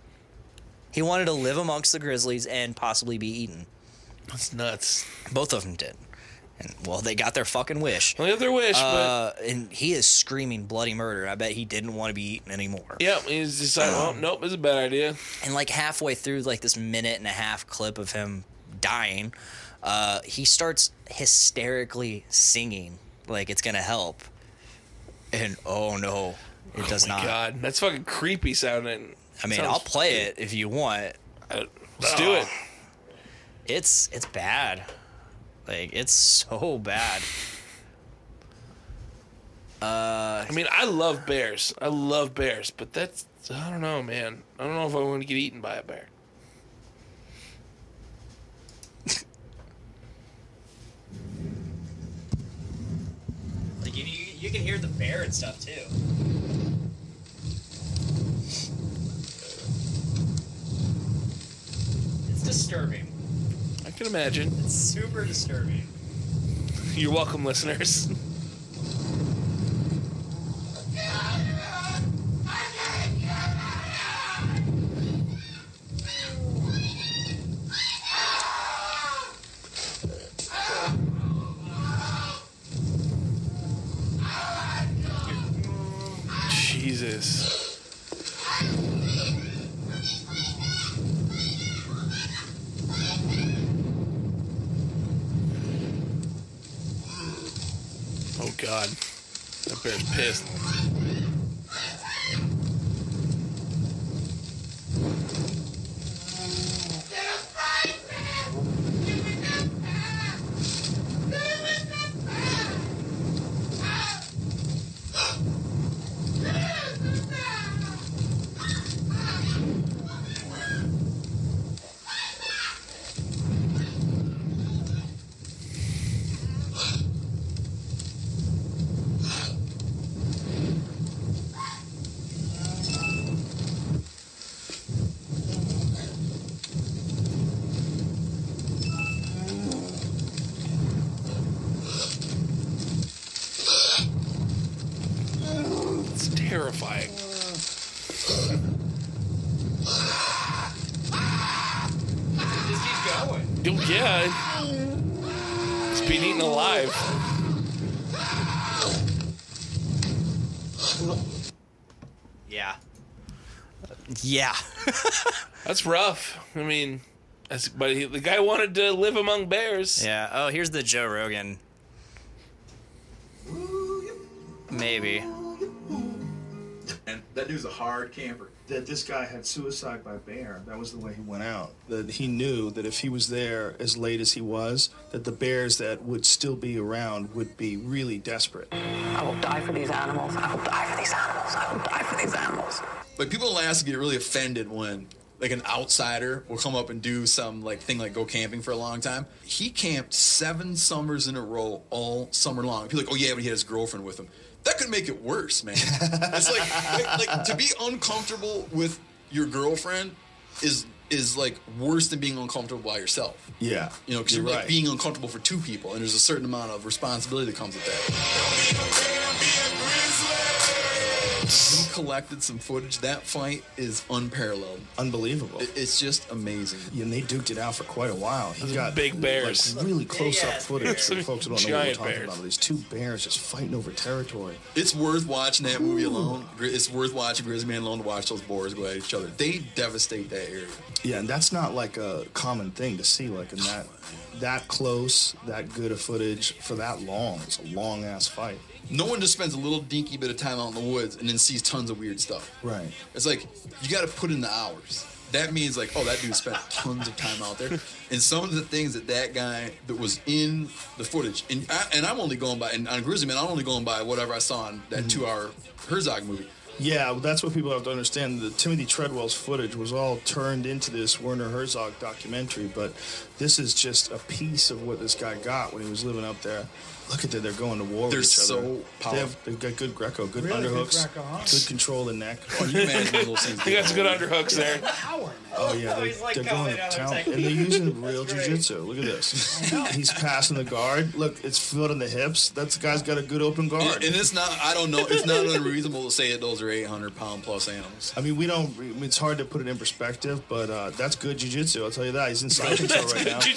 Speaker 8: He wanted to live amongst the grizzlies and possibly be eaten.
Speaker 9: That's nuts.
Speaker 8: Both of them did. And well, they got their fucking wish.
Speaker 9: Only other wish,
Speaker 8: Uh, and he is screaming bloody murder. I bet he didn't want to be eaten anymore.
Speaker 9: but yeah, he's just like, well, nope, it's a bad idea.
Speaker 8: And like halfway through, like this minute and a half clip of him dying, uh, he starts hysterically singing like it's gonna help. And oh no, it does
Speaker 9: My
Speaker 8: not.
Speaker 9: God, that's fucking creepy sounding.
Speaker 8: Uh, I mean,
Speaker 9: Sounds-
Speaker 8: I'll play it if you want.
Speaker 9: Uh, Let's do it.
Speaker 8: It's it's bad. Like it's so bad.
Speaker 9: I mean, I love bears. I love bears, but that's I don't know, man. I don't know if I want to get eaten by a bear.
Speaker 8: Like you, you can hear the bear and stuff too. It's disturbing.
Speaker 9: I can imagine.
Speaker 8: It's super disturbing.
Speaker 9: You're welcome, listeners. Jesus. Oh God, that bear's pissed. It's terrifying.
Speaker 8: Just keeps going.
Speaker 9: Oh yeah, it's been eaten alive.
Speaker 8: Yeah. Yeah.
Speaker 9: That's rough. I mean, that's, but he, the guy wanted to live among bears.
Speaker 8: Yeah. Oh, here's the Joe Rogan. Maybe.
Speaker 5: And that dude's a hard camper.
Speaker 12: that this guy had suicide by bear. That was the way he went out. That he knew that if he was there as late as he was, that the bears that would still be around would be really desperate.
Speaker 13: I will die for these animals. I will die for these animals. I will die for these animals.
Speaker 5: Like people in Alaska get really offended when like an outsider will come up and do some like thing like go camping for a long time. He camped seven summers in a row all summer long. People are like, oh yeah, but he had his girlfriend with him. That could make it worse, man. it's like, like like to be uncomfortable with your girlfriend is is like worse than being uncomfortable by yourself.
Speaker 12: Yeah.
Speaker 5: You know, because
Speaker 12: You're
Speaker 5: you're, like
Speaker 12: right.
Speaker 5: being uncomfortable for two people, and there's a certain amount of responsibility that comes with that. We collected some footage. That fight is unparalleled.
Speaker 12: Unbelievable.
Speaker 5: It- It's just amazing.
Speaker 12: and they duked it out for quite a while. He got
Speaker 9: big bears.
Speaker 12: like, really close up footage for
Speaker 9: bears.
Speaker 12: folks who don't know what we're
Speaker 9: Giant
Speaker 12: talking
Speaker 9: bears.
Speaker 12: about. These two bears just fighting over territory.
Speaker 5: It's worth watching that movie alone. Gri- It's worth watching Grizzly Man alone to watch those boars go at each other. They devastate that area.
Speaker 12: Yeah, and that's not like a common thing to see, like in that that close, that good of footage for that long. It's a long ass fight.
Speaker 5: No one just spends a little dinky bit of time out in the woods and then sees tons of weird stuff.
Speaker 12: Right.
Speaker 5: It's like you got to put in the hours. That means like, oh, that dude spent tons of time out there, and some of the things that that guy that was in the footage, and I, and I'm only going by and on Grizzly Man, I'm only going by whatever I saw in that two-hour Herzog movie.
Speaker 12: Yeah, well, that's what people have to understand. The Timothy Treadwell's footage was all turned into this Werner Herzog documentary, but this is just a piece of what this guy got when he was living up there.
Speaker 5: Look at that. They're going to war
Speaker 2: They're
Speaker 5: with each other.
Speaker 2: so powerful.
Speaker 5: They have, they've got good Greco, good
Speaker 6: Really good
Speaker 5: underhooks,
Speaker 6: Greco, huh?
Speaker 5: good control of the neck.
Speaker 2: Can you imagine what those things
Speaker 9: He got
Speaker 2: do?
Speaker 9: some good underhooks there.
Speaker 6: Power, man.
Speaker 5: Oh yeah, they,
Speaker 14: he's like
Speaker 5: they're
Speaker 14: going
Speaker 5: going to
Speaker 14: out
Speaker 5: town,
Speaker 14: like-
Speaker 5: and they're using real
Speaker 14: That's great.
Speaker 5: jujitsu. Look at this. He's passing the guard. Look, it's filled in the hips. That guy's got a good open guard.
Speaker 2: And and it's not. I don't know. It's not unreasonable to say that those are 800 pound plus animals.
Speaker 5: I mean, we don't. I mean, it's hard to put it in perspective, but uh, that's good jujitsu. I'll tell you that. He's in side control right now. He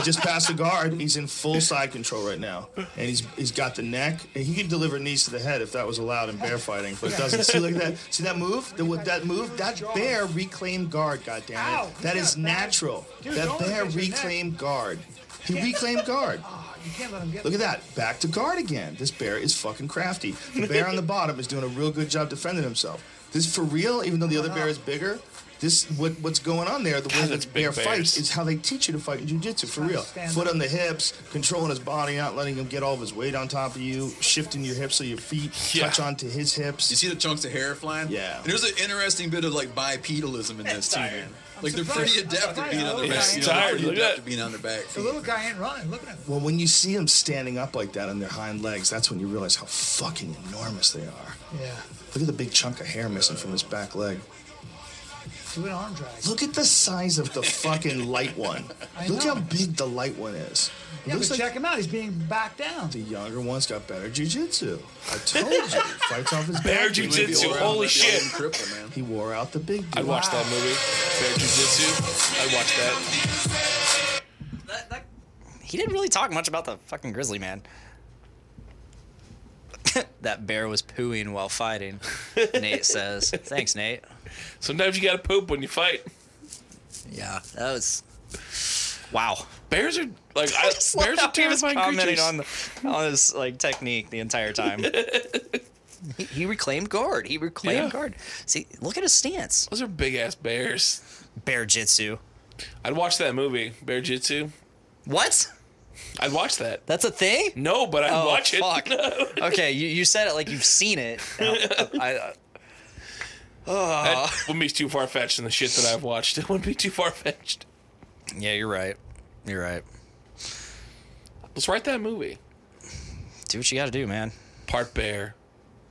Speaker 5: just passed the guard. He's in full side control right now, and he's he's got the neck, and he can deliver knees to the head if that was allowed in bear fighting, but it doesn't. See like that? See that move? The, with that move? That bear reclaimed guard. God damn
Speaker 6: Ow,
Speaker 5: it! That
Speaker 6: you
Speaker 5: is
Speaker 6: got that.
Speaker 5: natural.
Speaker 6: Dude,
Speaker 5: that
Speaker 6: don't look
Speaker 5: bear
Speaker 6: at your neck.
Speaker 5: reclaimed guard. He reclaimed guard.
Speaker 6: Ah, you can't let him get
Speaker 5: Look at that. Back to guard again. This bear is fucking crafty. The bear on the bottom is doing a real good job defending himself. This for real, even though the other bear is bigger. This what what's going on there? The way
Speaker 9: that's
Speaker 5: the
Speaker 9: big
Speaker 5: bear fights
Speaker 9: bears.
Speaker 5: is how they teach you to fight in jujitsu for real.
Speaker 6: stand
Speaker 5: Foot on the hips, controlling his body, not letting him get all of his weight on top of you, shifting your hips so your feet
Speaker 9: Yeah.
Speaker 5: touch onto his hips.
Speaker 2: You see the chunks of hair flying?
Speaker 5: Yeah.
Speaker 2: And there's an interesting bit of like bipedalism in this too, man. Like they're
Speaker 6: surprised-
Speaker 2: pretty
Speaker 6: I'm
Speaker 2: adept at
Speaker 6: surprised.
Speaker 2: being on their
Speaker 6: Yeah,
Speaker 2: back.
Speaker 6: I'm
Speaker 2: You know, they're
Speaker 9: tired.
Speaker 2: pretty
Speaker 9: Look at
Speaker 2: adept
Speaker 9: that.
Speaker 2: at being on their back.
Speaker 6: the
Speaker 2: feet.
Speaker 6: little guy ain't running. Look at him.
Speaker 5: Well, when you see him standing up like that on their hind legs, that's when you realize how fucking enormous they are.
Speaker 6: Yeah.
Speaker 5: Look at the big chunk of hair missing from his back leg.
Speaker 6: Do an arm drag.
Speaker 5: Look at the size of the fucking light one.
Speaker 6: I
Speaker 5: Look
Speaker 6: know.
Speaker 5: how big the light one is. It
Speaker 6: Yeah, but
Speaker 5: looks like
Speaker 6: check him out. He's being backed down.
Speaker 5: the younger one's got better jujitsu. I told you, fights off his
Speaker 9: Bear
Speaker 5: back.
Speaker 9: jujitsu.
Speaker 2: Or, uh,
Speaker 9: Holy
Speaker 2: the
Speaker 9: shit.
Speaker 2: old Cripple, man.
Speaker 5: He wore out the big
Speaker 9: I'd
Speaker 5: dude.
Speaker 9: watch that movie. Bear Jujitsu. I'd watch that.
Speaker 8: That- that- he didn't really talk much about the fucking grizzly man. that bear was pooing while fighting. Nate says, "Thanks, Nate."
Speaker 9: Sometimes you gotta poop when you fight.
Speaker 8: Yeah, that was wow.
Speaker 9: Bears are like I,
Speaker 8: Just
Speaker 9: bears are
Speaker 8: love how he was
Speaker 9: terrifying
Speaker 8: commenting
Speaker 9: creatures.
Speaker 8: on the, on his like technique the entire time. he, he reclaimed guard. He reclaimed
Speaker 9: Yeah.
Speaker 8: guard. See, look at his stance.
Speaker 9: Those are big ass bears.
Speaker 8: Bear jitsu.
Speaker 9: I'd watch that movie, Bear Jitsu.
Speaker 8: What?
Speaker 9: I'd watch that.
Speaker 8: That's a thing?
Speaker 9: No, but I'd
Speaker 8: oh
Speaker 9: watch it.
Speaker 8: fuck. okay, you, you said it like you've seen it. I, I,
Speaker 9: That
Speaker 8: Uh-huh.
Speaker 9: wouldn't be too far fetched in the shit that I've watched. It wouldn't be too far fetched.
Speaker 8: yeah, you're right. You're right.
Speaker 9: Let's write that movie.
Speaker 8: Do what you got to do, man.
Speaker 9: Part bear,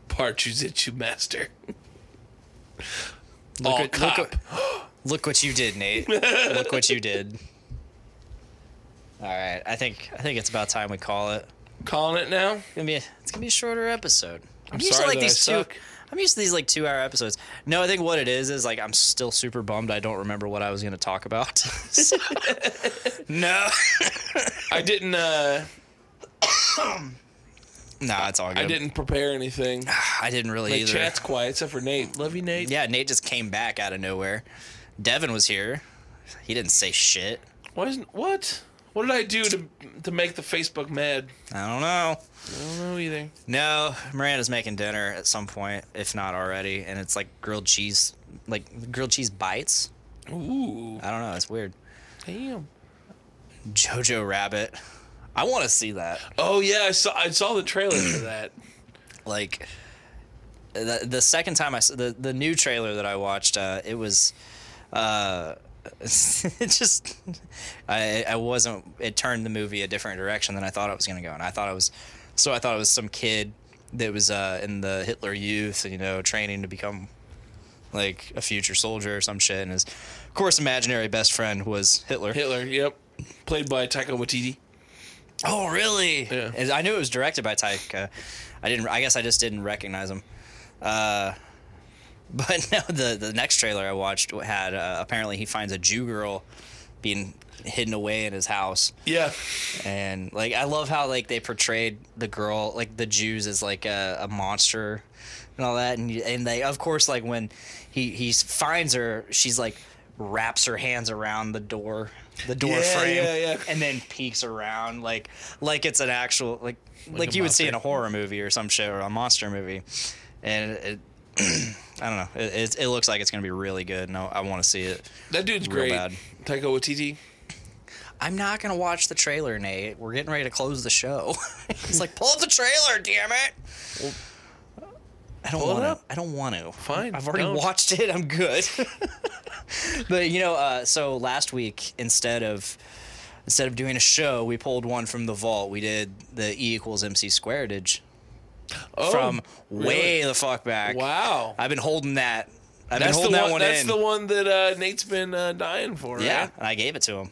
Speaker 9: part jujitsu master.
Speaker 8: Look
Speaker 9: All
Speaker 8: what,
Speaker 9: cop.
Speaker 8: Look, what- look what you did, Nate. look what you did. All right, I think I think it's about time we call it.
Speaker 9: Calling it now.
Speaker 8: It's gonna be a, it's gonna be a shorter episode. I'm,
Speaker 9: sorry that I
Speaker 8: two.
Speaker 9: suck.
Speaker 8: I'm used to these like two hour episodes. No, I think what it is is like I'm still super bummed. I don't remember what I was gonna talk about. So- no,
Speaker 9: I didn't. uh
Speaker 8: nah, it's all good.
Speaker 9: I didn't prepare anything.
Speaker 8: I didn't really
Speaker 9: Like,
Speaker 8: Ah, either.
Speaker 9: chat's quiet except for Nate. Love you, Nate.
Speaker 8: Yeah, Nate just came back out of nowhere. Devin was here. He didn't say shit.
Speaker 9: Why isn't what? What did I do to to make the Facebook mad?
Speaker 8: I don't know.
Speaker 9: I don't know either.
Speaker 8: No, Miranda's making dinner at some point, if not already, and it's like grilled cheese, like grilled cheese bites.
Speaker 9: Ooh,
Speaker 8: I don't know. It's weird.
Speaker 9: damn.
Speaker 8: Jojo Rabbit. I want to see that.
Speaker 9: Oh yeah, I saw I saw the trailer for that.
Speaker 8: Like the the second time I s- the the new trailer that I watched, uh, it was. Uh, it just I I wasn't it turned the movie a different direction than I thought it was gonna go and I thought it was so I thought it was some kid that was uh, in the Hitler Youth you know training to become like a future soldier or some shit and his of course imaginary best friend was Hitler
Speaker 9: Hitler. Yep. Played by Taika Waititi.
Speaker 8: Oh, really?
Speaker 9: Yeah.
Speaker 8: And I knew it was directed by Taika. I didn't. I guess I just didn't recognize him. Uh, but no, the the next trailer I watched had uh, apparently he finds a Jew girl being hidden away in his house,
Speaker 9: Yeah.
Speaker 8: and like I love how like they portrayed the girl like the Jews as like a, a monster and all that, and you- and they of course like when he he finds her, she's like wraps her hands around the door the door
Speaker 9: Yeah,
Speaker 8: frame
Speaker 9: yeah, yeah.
Speaker 8: and then peeks around like like it's an actual like like,
Speaker 9: a
Speaker 8: you would see in a
Speaker 9: monster.
Speaker 8: horror movie or some shit or a monster movie and it I don't know. It, it, it looks like it's gonna be really good, and I, I want to see it.
Speaker 9: That dude's
Speaker 8: Real
Speaker 9: great.
Speaker 8: bad.
Speaker 9: Taika Waititi.
Speaker 8: I'm not gonna watch the trailer, Nate. We're getting ready to close the show. He's like, pull up the trailer, damn it. I don't
Speaker 9: pull it
Speaker 8: want to.
Speaker 9: up.
Speaker 8: I don't want to.
Speaker 9: Fine,
Speaker 8: I've already
Speaker 9: don't.
Speaker 8: watched it. I'm good. but you know, uh, so last week instead of Instead of doing a show, we pulled one from the vault. We did the E equals MC squaredage
Speaker 9: Oh,
Speaker 8: from
Speaker 9: really?
Speaker 8: way the fuck back.
Speaker 9: Wow.
Speaker 8: I've been holding that. I've
Speaker 9: that's
Speaker 8: been
Speaker 9: the
Speaker 8: holding that
Speaker 9: one,
Speaker 8: one
Speaker 9: That's
Speaker 8: in.
Speaker 9: the one that uh, Nate's been uh, dying for.
Speaker 8: Yeah,
Speaker 9: right?
Speaker 8: and I gave it to him.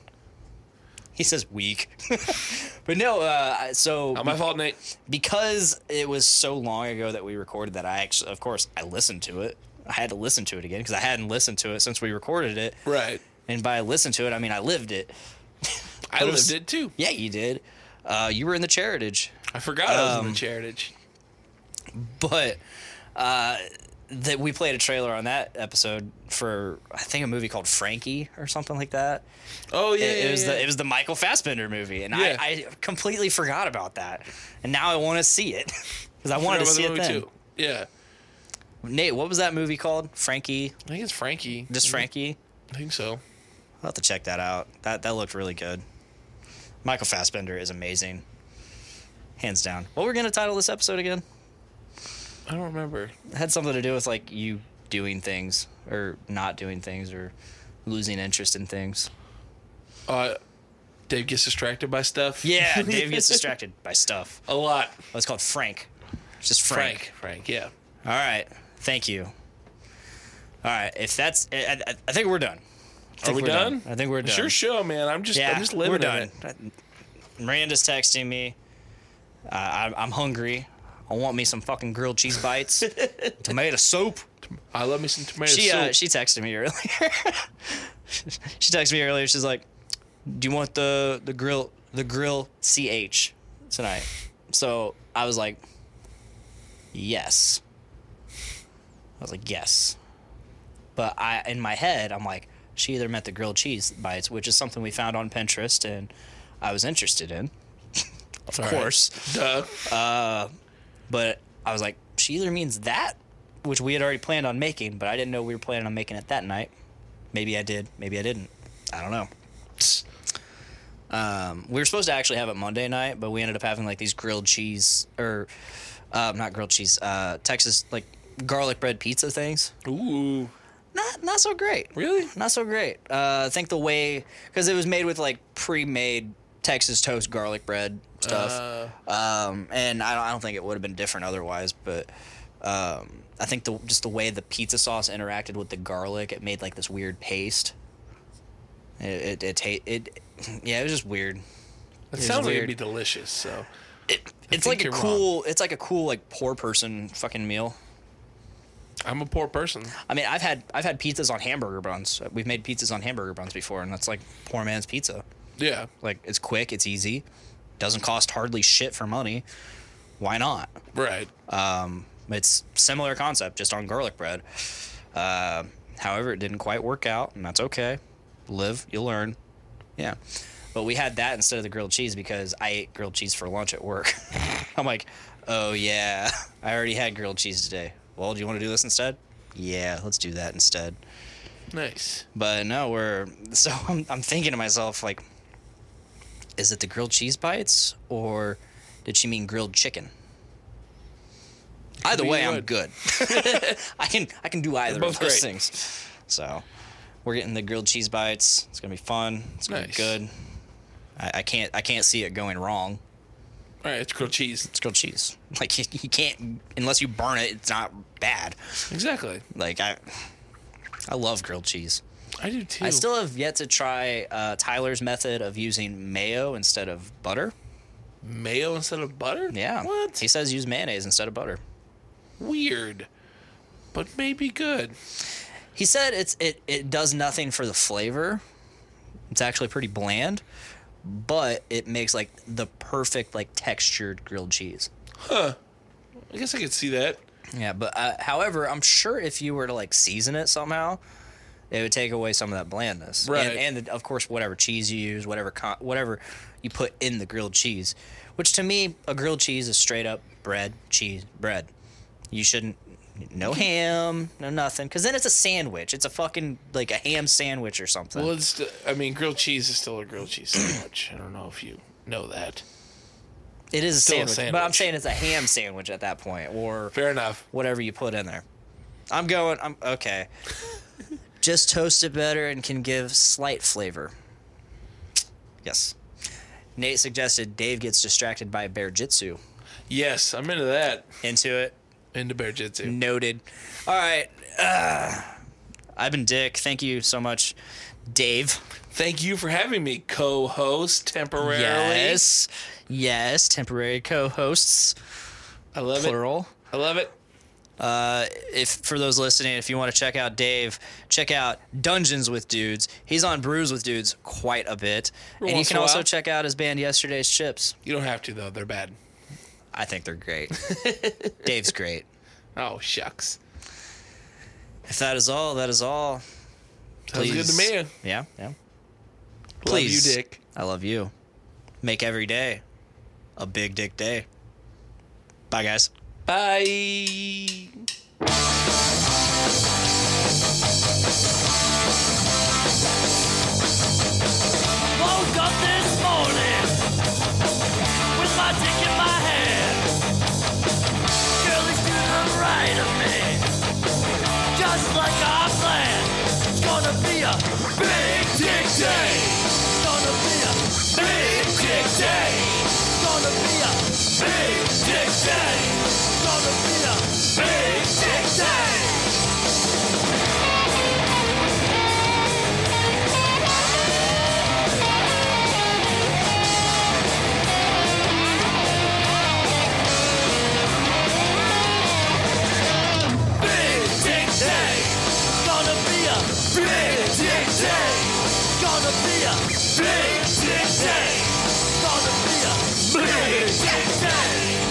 Speaker 8: He says weak, but no. Uh, I- so
Speaker 9: Not my fault, Nate.
Speaker 8: because it was so long ago that we recorded that. I actually, of course, I listened to it. I had to listen to it again because I hadn't listened to it since we recorded it.
Speaker 9: Right.
Speaker 8: And by listen to it, I mean I lived it.
Speaker 9: I
Speaker 8: But
Speaker 9: lived
Speaker 8: was-
Speaker 9: it too.
Speaker 8: Yeah, you did. Uh, you were in the Charitage,
Speaker 9: I forgot I was
Speaker 8: Um,
Speaker 9: in the Charitage.
Speaker 8: but uh, that we played a trailer on that episode for I think a movie called Frankie or something like that.
Speaker 9: Oh yeah,
Speaker 8: it,
Speaker 9: yeah,
Speaker 8: it was
Speaker 9: yeah.
Speaker 8: the it was the Michael Fassbender movie, and
Speaker 9: Yeah.
Speaker 8: I, I completely forgot about that, and now I want to see it because I
Speaker 9: Forgot
Speaker 8: wanted to
Speaker 9: about
Speaker 8: see
Speaker 9: the
Speaker 8: it
Speaker 9: movie,
Speaker 8: then.
Speaker 9: too. Yeah,
Speaker 8: Nate, what was that movie called? Frankie,
Speaker 9: I think it's Frankie.
Speaker 8: just Frankie.
Speaker 9: I think so.
Speaker 8: I'll have to check that out. That that looked really good. Michael Fassbender is amazing, hands down. What we're gonna title this episode again?
Speaker 9: I don't remember.
Speaker 8: It had something to do with like you doing things or not doing things or losing interest in things.
Speaker 9: Uh, Dave gets distracted by stuff.
Speaker 8: Yeah, Dave gets distracted by stuff.
Speaker 9: a lot.
Speaker 8: Oh, it's called Frank. It's just
Speaker 9: Frank.
Speaker 8: Frank.
Speaker 9: Frank. Yeah.
Speaker 8: All right. Thank you. All right. If that's, I, I, I think we're done. I think
Speaker 9: Are we
Speaker 8: we're
Speaker 9: done?
Speaker 8: I think we're done.
Speaker 9: It's your show, man. I'm just.
Speaker 8: Yeah,
Speaker 9: I'm just living
Speaker 8: we're
Speaker 9: in
Speaker 8: done.
Speaker 9: it.
Speaker 8: Miranda's texting me. Uh, I, I'm hungry. I want me some fucking grilled cheese bites, tomato soup.
Speaker 9: I love me some tomato
Speaker 8: She
Speaker 9: soup.
Speaker 8: uh, she texted me earlier. she texted me earlier. She's like, "Do you want the the grill the grill ch tonight?" So I was like, "Yes." I was like, "Yes," but I in my head I'm like, she either meant the grilled cheese bites, which is something we found on Pinterest, and I was interested in, of
Speaker 9: All right.
Speaker 8: course.
Speaker 9: Duh.
Speaker 8: But I was like, she either means that, which we had already planned on making, but I didn't know we were planning on making it that night. Maybe I did, maybe I didn't. I don't know. Um, we were supposed to actually have it Monday night, but we ended up having like these grilled cheese or uh, not grilled cheese, uh, Texas like garlic bread pizza things.
Speaker 9: Ooh.
Speaker 8: Not not so great.
Speaker 9: Really?
Speaker 8: Not so great. Uh, I think the way because it was made with like pre-made Texas toast garlic bread stuff
Speaker 9: Uh,
Speaker 8: um, and I don't, I don't think it would have been different otherwise. But um, I think the just the way the pizza sauce interacted with the garlic, it made like this weird paste. It it it, ta- it yeah, it was just weird.
Speaker 9: that
Speaker 8: is
Speaker 9: sounds like it'd
Speaker 8: weird.
Speaker 9: be delicious. So.
Speaker 8: It, it's
Speaker 9: think
Speaker 8: like a
Speaker 9: you're
Speaker 8: cool, it's like a cool like poor person fucking meal.
Speaker 9: I'm a poor person.
Speaker 8: I mean, I've had I've had pizzas on hamburger buns. We've made pizzas on hamburger buns before, and that's like poor man's pizza.
Speaker 9: Yeah.
Speaker 8: Like it's quick, it's easy, doesn't cost hardly shit for money. Why not?
Speaker 9: Right.
Speaker 8: Um, it's similar concept, just on garlic bread. Uh, however, it didn't quite work out, and that's okay. Live, you learn. Yeah. But we had that instead of the grilled cheese because I ate grilled cheese for lunch at work. I'm like, oh yeah, I already had grilled cheese today. Well, do you want to do this instead? Yeah, let's do that instead.
Speaker 9: Nice.
Speaker 8: But no, we're so I'm I'm thinking to myself like, is it the grilled cheese bites or did she mean grilled chicken? Either
Speaker 9: be
Speaker 8: way, I'm
Speaker 9: wood.
Speaker 8: good. I can I can do either
Speaker 9: both
Speaker 8: of those
Speaker 9: great.
Speaker 8: things. So we're getting the grilled cheese bites. It's gonna be fun. It's gonna
Speaker 9: Nice.
Speaker 8: be good. I, I can't I can't see it going wrong.
Speaker 9: All right. It's grilled cheese.
Speaker 8: It's grilled cheese. Like you, you can't unless you burn it. It's not bad.
Speaker 9: Exactly.
Speaker 8: Like I I love grilled cheese.
Speaker 9: I do too.
Speaker 8: I still have yet to try uh, Tyler's method of using mayo instead of butter.
Speaker 9: mayo instead of butter.
Speaker 8: Yeah.
Speaker 9: What?
Speaker 8: He says use mayonnaise instead of butter.
Speaker 9: Weird. But maybe good.
Speaker 8: He said it's it, it does nothing for the flavor. It's actually pretty bland, but it makes like the perfect like textured grilled cheese.
Speaker 9: I guess I could see that.
Speaker 8: Yeah, but uh, however, I'm sure if you were to like season it somehow, it would take away some of that blandness.
Speaker 9: Right.
Speaker 8: And, and of course, whatever cheese you use, whatever co- whatever you put in the grilled cheese, which to me, a grilled cheese is straight up bread, cheese, bread. You shouldn't no ham, no nothing, because then it's a sandwich. It's a fucking like a ham sandwich or something.
Speaker 9: Well, it's. I mean, grilled cheese is still a grilled cheese sandwich. I don't know if you know that.
Speaker 8: it is a
Speaker 9: still a
Speaker 8: sandwich, but I'm
Speaker 9: sandwich.
Speaker 8: saying it's a ham sandwich at that point, or
Speaker 9: Fair enough.
Speaker 8: whatever you put in there. I'm going. I'm okay. Just toast it better and can give slight flavor. Yes. Nate suggested Dave gets distracted by bear jitsu.
Speaker 15: Yes, I'm into that.
Speaker 8: Into it.
Speaker 15: Into bear jitsu.
Speaker 8: Noted. All right. Uh, I've been Dick. Thank you so much, Dave.
Speaker 15: Thank you for having me, co-host temporarily.
Speaker 8: Yes. Yes. Temporary co-hosts.
Speaker 15: I love
Speaker 8: Plural.
Speaker 15: it. I love it.
Speaker 8: if for those listening, if you want to check out Dave, check out Dungeons with Dudes. He's on Brews with Dudes quite a bit, and you
Speaker 15: once
Speaker 8: can
Speaker 15: in a
Speaker 8: also
Speaker 15: while.
Speaker 8: check out his band Yesterday's Chips.
Speaker 15: You don't have to though. They're bad.
Speaker 8: I think they're great. Dave's great.
Speaker 15: Oh shucks.
Speaker 8: If that is all, that is all.
Speaker 15: Sounds good to
Speaker 8: Please.
Speaker 15: me.
Speaker 8: Yeah, yeah.
Speaker 15: Please.
Speaker 8: Please,
Speaker 15: Love you, Dick.
Speaker 8: I love you. Make every day a big dick day. Bye, guys.
Speaker 15: Bye.
Speaker 9: Woke up this morning with my dick in my hand. Girl is to the right of me, just like I planned. It's gonna be a big dick day. It's gonna be a big dick day. It's gonna be a big dick day. It's gonna be a big dick day. Big Dick Day. Gonna be a Big Dick Day. Gonna be a Big Dick Day. Gonna be a Big Dick Day.